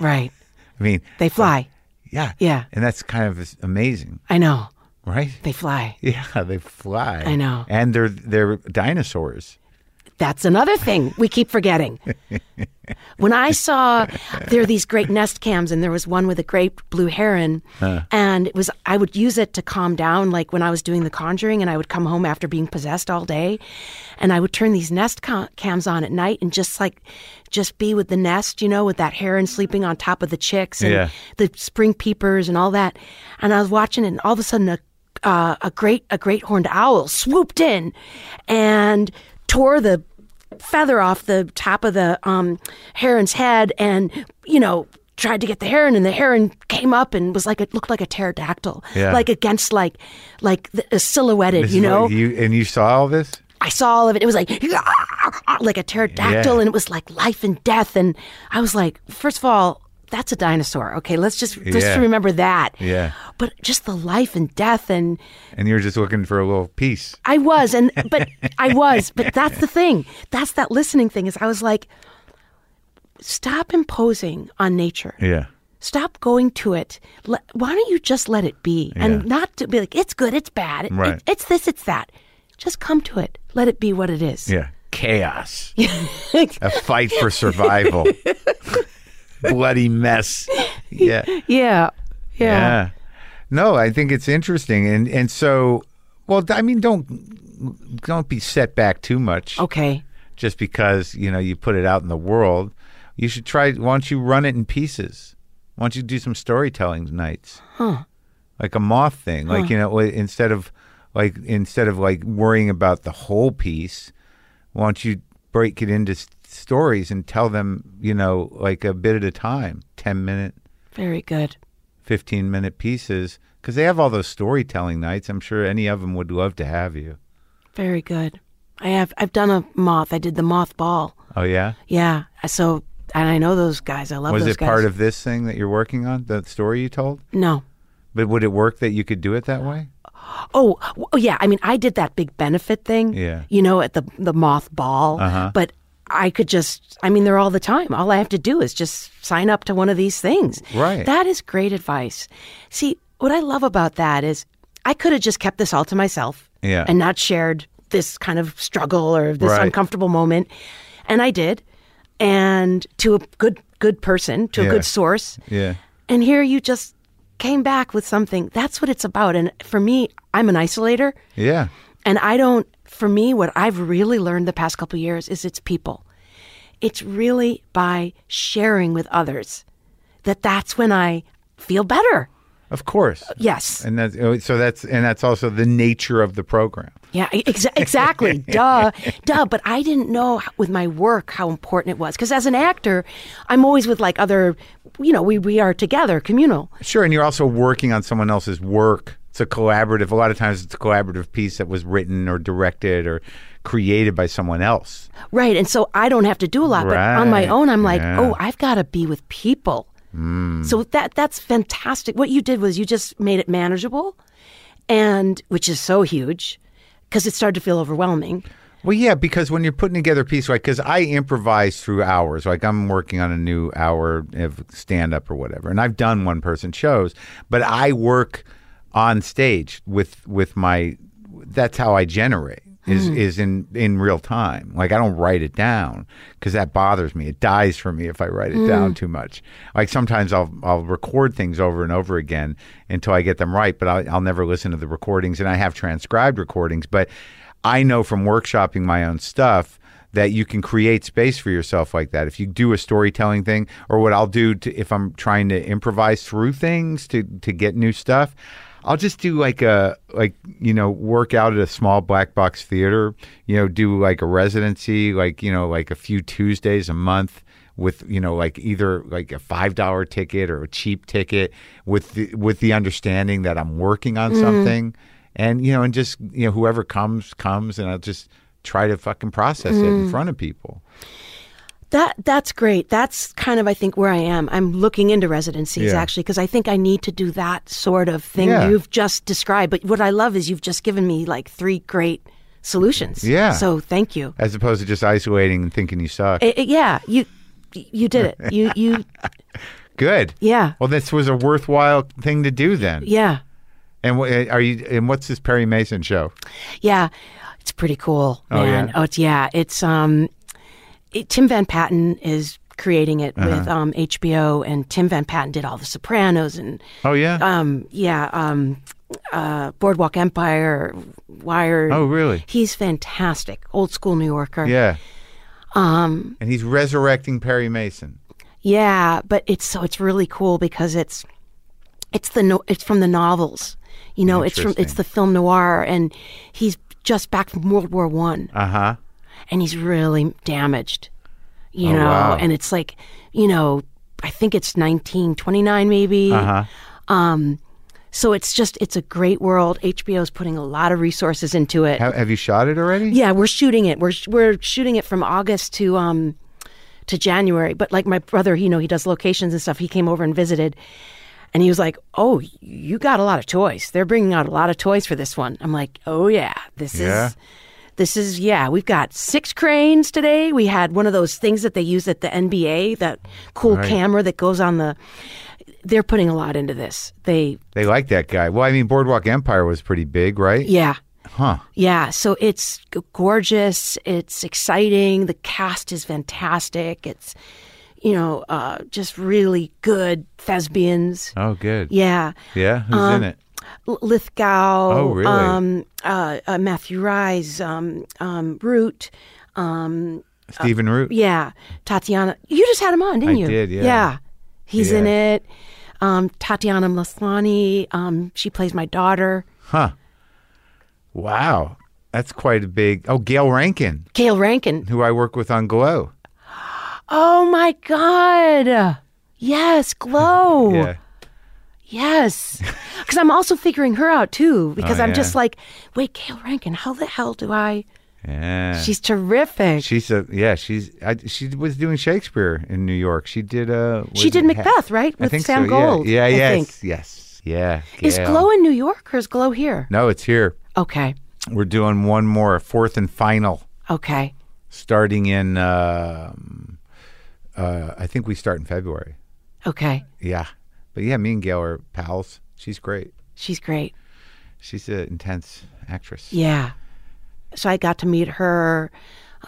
Speaker 2: Right.
Speaker 1: I mean,
Speaker 2: They fly.
Speaker 1: yeah,
Speaker 2: Yeah.
Speaker 1: and that's kind of amazing,
Speaker 2: I know.
Speaker 1: right? (laughs)
Speaker 2: They fly.
Speaker 1: Yeah, they fly.
Speaker 2: I know.
Speaker 1: and they're they're dinosaurs.
Speaker 2: That's another thing we keep (laughs) forgetting. When I saw there are these great nest cams and there was one with a great blue heron and it was I would use it to calm down like when I was doing the conjuring and I would come home after being possessed all day and I would turn these nest ca- cams on at night and just like just be with the nest, you know, with that heron sleeping on top of the chicks and
Speaker 1: Yeah.
Speaker 2: the spring peepers and all that. And I was watching it and all of a sudden a uh, a great a great horned owl swooped in and tore the feather off the top of the um, heron's head and you know tried to get the heron and the heron came up and was like it looked like a pterodactyl
Speaker 1: Yeah.
Speaker 2: like against like like the, a silhouetted
Speaker 1: This
Speaker 2: you
Speaker 1: is
Speaker 2: know
Speaker 1: what you and you saw all this.
Speaker 2: I saw all of it. It was like "Ah," like a pterodactyl,
Speaker 1: Yeah.
Speaker 2: and it was like life and death. And I was like, first of all, that's a dinosaur. Okay, let's just just
Speaker 1: Yeah.
Speaker 2: remember that.
Speaker 1: Yeah.
Speaker 2: But just the life and death, and
Speaker 1: And you're just looking for a little piece.
Speaker 2: I was, and but I was, but that's the thing. That's that listening thing. Is I was like, stop imposing on nature.
Speaker 1: Yeah.
Speaker 2: Stop going to it. Let, why don't you just let it be and
Speaker 1: Yeah.
Speaker 2: not to be like it's good, it's bad, it-
Speaker 1: Right.
Speaker 2: it's this, it's that. Just come to it. Let it be what it is.
Speaker 1: Yeah. Chaos. (laughs) a fight for survival. Bloody mess. Yeah.
Speaker 2: Yeah. Yeah.
Speaker 1: Yeah. No, I think it's interesting, and and so, well, I mean, don't don't be set back too much
Speaker 2: Okay.
Speaker 1: just because you know you put it out in the world. You should try. Why don't you run it in pieces? Why don't you do some storytelling nights? Like a moth thing. Like you know, like, instead of like instead of like worrying about the whole piece, why don't you break it into s- stories and tell them you know like a bit at a time, ten minute,
Speaker 2: Very good.
Speaker 1: 15 minute pieces because they have all those storytelling nights. I'm sure any of them would love to have you.
Speaker 2: Very good. I have I've done a moth. I did the moth ball.
Speaker 1: Oh, yeah?
Speaker 2: Yeah. So and I know those guys. I love
Speaker 1: Was
Speaker 2: those
Speaker 1: it
Speaker 2: guys.
Speaker 1: part of this thing that you're working on, the story you told?
Speaker 2: No.
Speaker 1: But would it work that you could do it that way?
Speaker 2: Oh, w- oh yeah. I mean, I did that big benefit thing.
Speaker 1: Yeah.
Speaker 2: You know, at the the moth ball. Uh-huh. But I could just. I mean, they're all the time. All I have to do is just sign up to one of these things.
Speaker 1: Right.
Speaker 2: That is great advice. See, what I love about that is I could have just kept this all to myself.
Speaker 1: Yeah.
Speaker 2: And not shared this kind of struggle or this
Speaker 1: Right.
Speaker 2: uncomfortable moment, and I did, and to a good good person, to
Speaker 1: Yeah.
Speaker 2: a good source.
Speaker 1: Yeah.
Speaker 2: And here you just came back with something. That's what it's about. And for me, I'm an isolator.
Speaker 1: Yeah.
Speaker 2: And I don't, for me, what I've really learned the past couple of years is it's people. It's really by sharing with others that that's when I feel better.
Speaker 1: Of course.
Speaker 2: Yes.
Speaker 1: And that's oh, so that's and that's also the nature of the program.
Speaker 2: Yeah, e-, exa- (laughs) exactly. duh. Duh. But I didn't know h- with my work how important it was. Because as an actor, I'm always with like other, you know, we, we are together, communal.
Speaker 1: Sure, and you're also working on someone else's work. It's a collaborative. A lot of times, it's a collaborative piece that was written or directed or created by someone else.
Speaker 2: Right. And so I don't have to do a lot. But on my
Speaker 1: Right,
Speaker 2: own, I'm like,
Speaker 1: yeah. Mm.
Speaker 2: oh, I've got to be with people. So that that's fantastic. What you did was you just made it manageable, and which is so huge because it started to feel overwhelming.
Speaker 1: Well, yeah, because when you're putting together a piece, like, because I improvise through hours. Like, I'm working on a new hour of stand up or whatever, and I've done one person shows, but I work on stage with with my. That's how I generate is is in in real time. Like, I don't write it down because that bothers me. It dies for me if I write it down too much. Like sometimes I'll I'll record things over and over again until I get them right, but I'll, I'll never listen to the recordings. And I have transcribed recordings, but I know from workshopping my own stuff that you can create space for yourself like that. If you do a storytelling thing, or what I'll do to, if I'm trying to improvise through things to to get new stuff, I'll just do like a like you know work out at a small black box theater. You know, do like a residency, like you know, like a few Tuesdays a month with you know like either like a five dollar ticket or a cheap ticket with the, with the understanding that I'm working
Speaker 2: Mm-hmm.
Speaker 1: on something and you know and just you know whoever comes comes and I'll just try to fucking process it
Speaker 2: Mm.
Speaker 1: in front of people.
Speaker 2: That that's great. That's kind of I think where I am. I'm looking into residencies
Speaker 1: Yeah.
Speaker 2: actually because I think I need to do that sort of thing
Speaker 1: Yeah.
Speaker 2: you've just described. But what I love is you've just given me like three great solutions.
Speaker 1: Yeah.
Speaker 2: So thank you.
Speaker 1: As opposed to just isolating and thinking you suck.
Speaker 2: I- I- yeah, you you did it. You you
Speaker 1: Good.
Speaker 2: yeah.
Speaker 1: Well, this was a worthwhile thing to do then.
Speaker 2: Yeah.
Speaker 1: And wh- are you? And what's this Perry Mason show?
Speaker 2: Yeah, it's pretty cool,
Speaker 1: Oh,
Speaker 2: man.
Speaker 1: yeah?
Speaker 2: Oh, it's yeah, it's um, it, Tim Van Patten is creating it
Speaker 1: Uh-huh.
Speaker 2: with um HBO, and Tim Van Patten did all the Sopranos and
Speaker 1: Oh yeah.
Speaker 2: um yeah um uh Boardwalk Empire, Wired.
Speaker 1: oh really?
Speaker 2: He's fantastic, old school New Yorker.
Speaker 1: Yeah. Um. And he's resurrecting Perry Mason.
Speaker 2: Yeah, but it's so it's really cool because it's it's the no, it's from the novels. You know, it's from it's
Speaker 1: Interesting.
Speaker 2: the film noir, and he's just back from World War One.
Speaker 1: Uh huh.
Speaker 2: and he's really damaged, you
Speaker 1: Oh,
Speaker 2: know.
Speaker 1: wow.
Speaker 2: And it's like, you know, I think it's 1929 maybe.
Speaker 1: Uh-huh.
Speaker 2: Um, so it's just it's a great world. HBO's putting a lot of resources into it.
Speaker 1: Have, have you shot it already?
Speaker 2: yeah, we're shooting it. We're we're shooting it from August to um to January. But like my brother, you know, he does locations and stuff. He came over and visited. And he was like, "Oh, you got a lot of toys. They're bringing out a lot of toys for this one." I'm like, "Oh yeah, this
Speaker 1: Yeah.
Speaker 2: is this is yeah, we've got six cranes today. We had one of those things that they use at the NBA, that cool camera that goes on the They're putting a lot into this. They
Speaker 1: They like that guy. Well, I mean, Boardwalk Empire was pretty big, right?
Speaker 2: yeah.
Speaker 1: Huh.
Speaker 2: Yeah, so it's g- gorgeous. It's exciting. The cast is fantastic. It's, you know, uh, just really good thespians.
Speaker 1: Oh, good.
Speaker 2: Yeah.
Speaker 1: Yeah, who's
Speaker 2: Um,
Speaker 1: in it?
Speaker 2: L- Lithgow.
Speaker 1: Oh, really?
Speaker 2: Um, uh, uh, Matthew Rise, um, um, Root.
Speaker 1: Stephen Root.
Speaker 2: Yeah. Tatiana. You just had him on, didn't
Speaker 1: I
Speaker 2: you?
Speaker 1: did, yeah.
Speaker 2: He's in
Speaker 1: Yeah.
Speaker 2: it. Um, Tatiana Maslany. Um, she plays my daughter.
Speaker 1: Wow, that's quite a big. Oh, Gail Rankin,
Speaker 2: Gail Rankin.
Speaker 1: who I work with on Glow.
Speaker 2: Oh, my God. Yes, Glow.
Speaker 1: (laughs) Yeah,
Speaker 4: (laughs)
Speaker 2: Yes. Because I'm also figuring her out too, because
Speaker 1: Oh,
Speaker 2: I'm
Speaker 1: yeah.
Speaker 2: just like, wait, Gail Rankin, how the hell do I?
Speaker 1: yeah.
Speaker 2: She's terrific. She,
Speaker 1: she's a yeah. She's I, she was doing Shakespeare in New York. She did uh was
Speaker 2: did
Speaker 1: it Ha-
Speaker 2: Macbeth, right?
Speaker 1: I
Speaker 2: With
Speaker 1: think
Speaker 2: Sam
Speaker 1: so, yeah.
Speaker 2: Gold.
Speaker 1: Yeah,
Speaker 2: I
Speaker 1: yes,
Speaker 2: think.
Speaker 1: yes, yeah.
Speaker 2: Is
Speaker 1: Gail.
Speaker 2: Glow in New York or is Glow here?
Speaker 1: No, it's here.
Speaker 2: Okay.
Speaker 1: We're doing one more, a fourth and final,
Speaker 2: Okay.
Speaker 1: starting in. Um, uh, I think we start in February.
Speaker 2: Okay.
Speaker 1: Yeah, but yeah, me and Gail are pals. She's great.
Speaker 2: She's great.
Speaker 1: She's an intense actress.
Speaker 2: Yeah. So I got to meet her.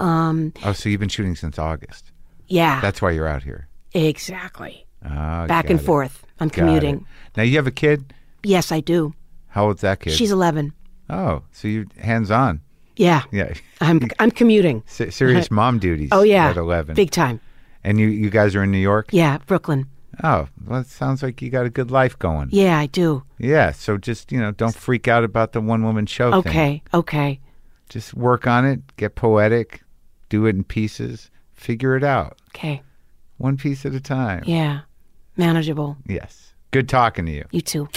Speaker 2: Um,
Speaker 1: Oh, so you've been shooting since August.
Speaker 2: yeah.
Speaker 1: That's why you're out here.
Speaker 2: Exactly.
Speaker 4: Ah,
Speaker 2: Back
Speaker 4: got
Speaker 2: and
Speaker 4: it.
Speaker 2: forth. I'm
Speaker 4: Got it.
Speaker 2: commuting.
Speaker 4: Now you have a kid.
Speaker 2: Yes, I do.
Speaker 4: How old's that kid?
Speaker 2: She's 11.
Speaker 4: oh, so you're hands on.
Speaker 2: Yeah.
Speaker 4: Yeah, (laughs)
Speaker 2: I'm
Speaker 4: Mm.
Speaker 2: I'm commuting.
Speaker 4: Se-
Speaker 2: (laughs)
Speaker 4: serious mom duties.
Speaker 2: Oh yeah.
Speaker 4: at eleven.
Speaker 2: Big time.
Speaker 4: and you you guys are in New York.
Speaker 2: Yeah, Brooklyn.
Speaker 4: Oh, well, it sounds like you got a good life going.
Speaker 2: Yeah, I do.
Speaker 4: Yeah, so just you know, don't freak out about the one woman show thing.
Speaker 2: Okay. Okay.
Speaker 4: Just work on it. Get poetic. Do it in pieces. Figure it out
Speaker 2: Okay.
Speaker 4: one piece at a time.
Speaker 2: Yeah. Manageable.
Speaker 4: Yes. Good talking to you.
Speaker 2: You too.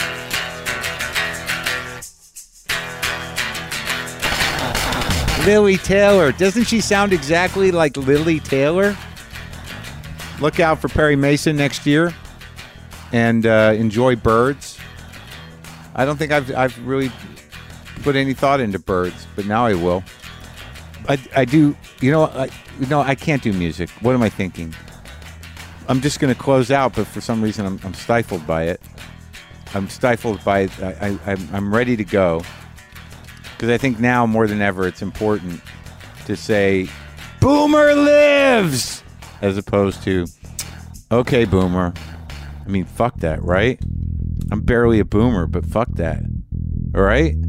Speaker 1: Lily Taylor. Doesn't she sound exactly like Lily Taylor? Look out for Perry Mason next year and uh, enjoy birds. I don't think I've, I've really put any thought into birds, but now I will. I, I do, you know, I, no, I can't do music. What am I thinking? I'm just going to close out, but for some reason I'm, I'm stifled by it. I'm stifled by it. I, I, I'm, I'm ready to go because I think now more than ever it's important to say "Boomer lives" as opposed to "Okay, Boomer." I mean, fuck that, right? I'm barely a boomer, but fuck that. All right.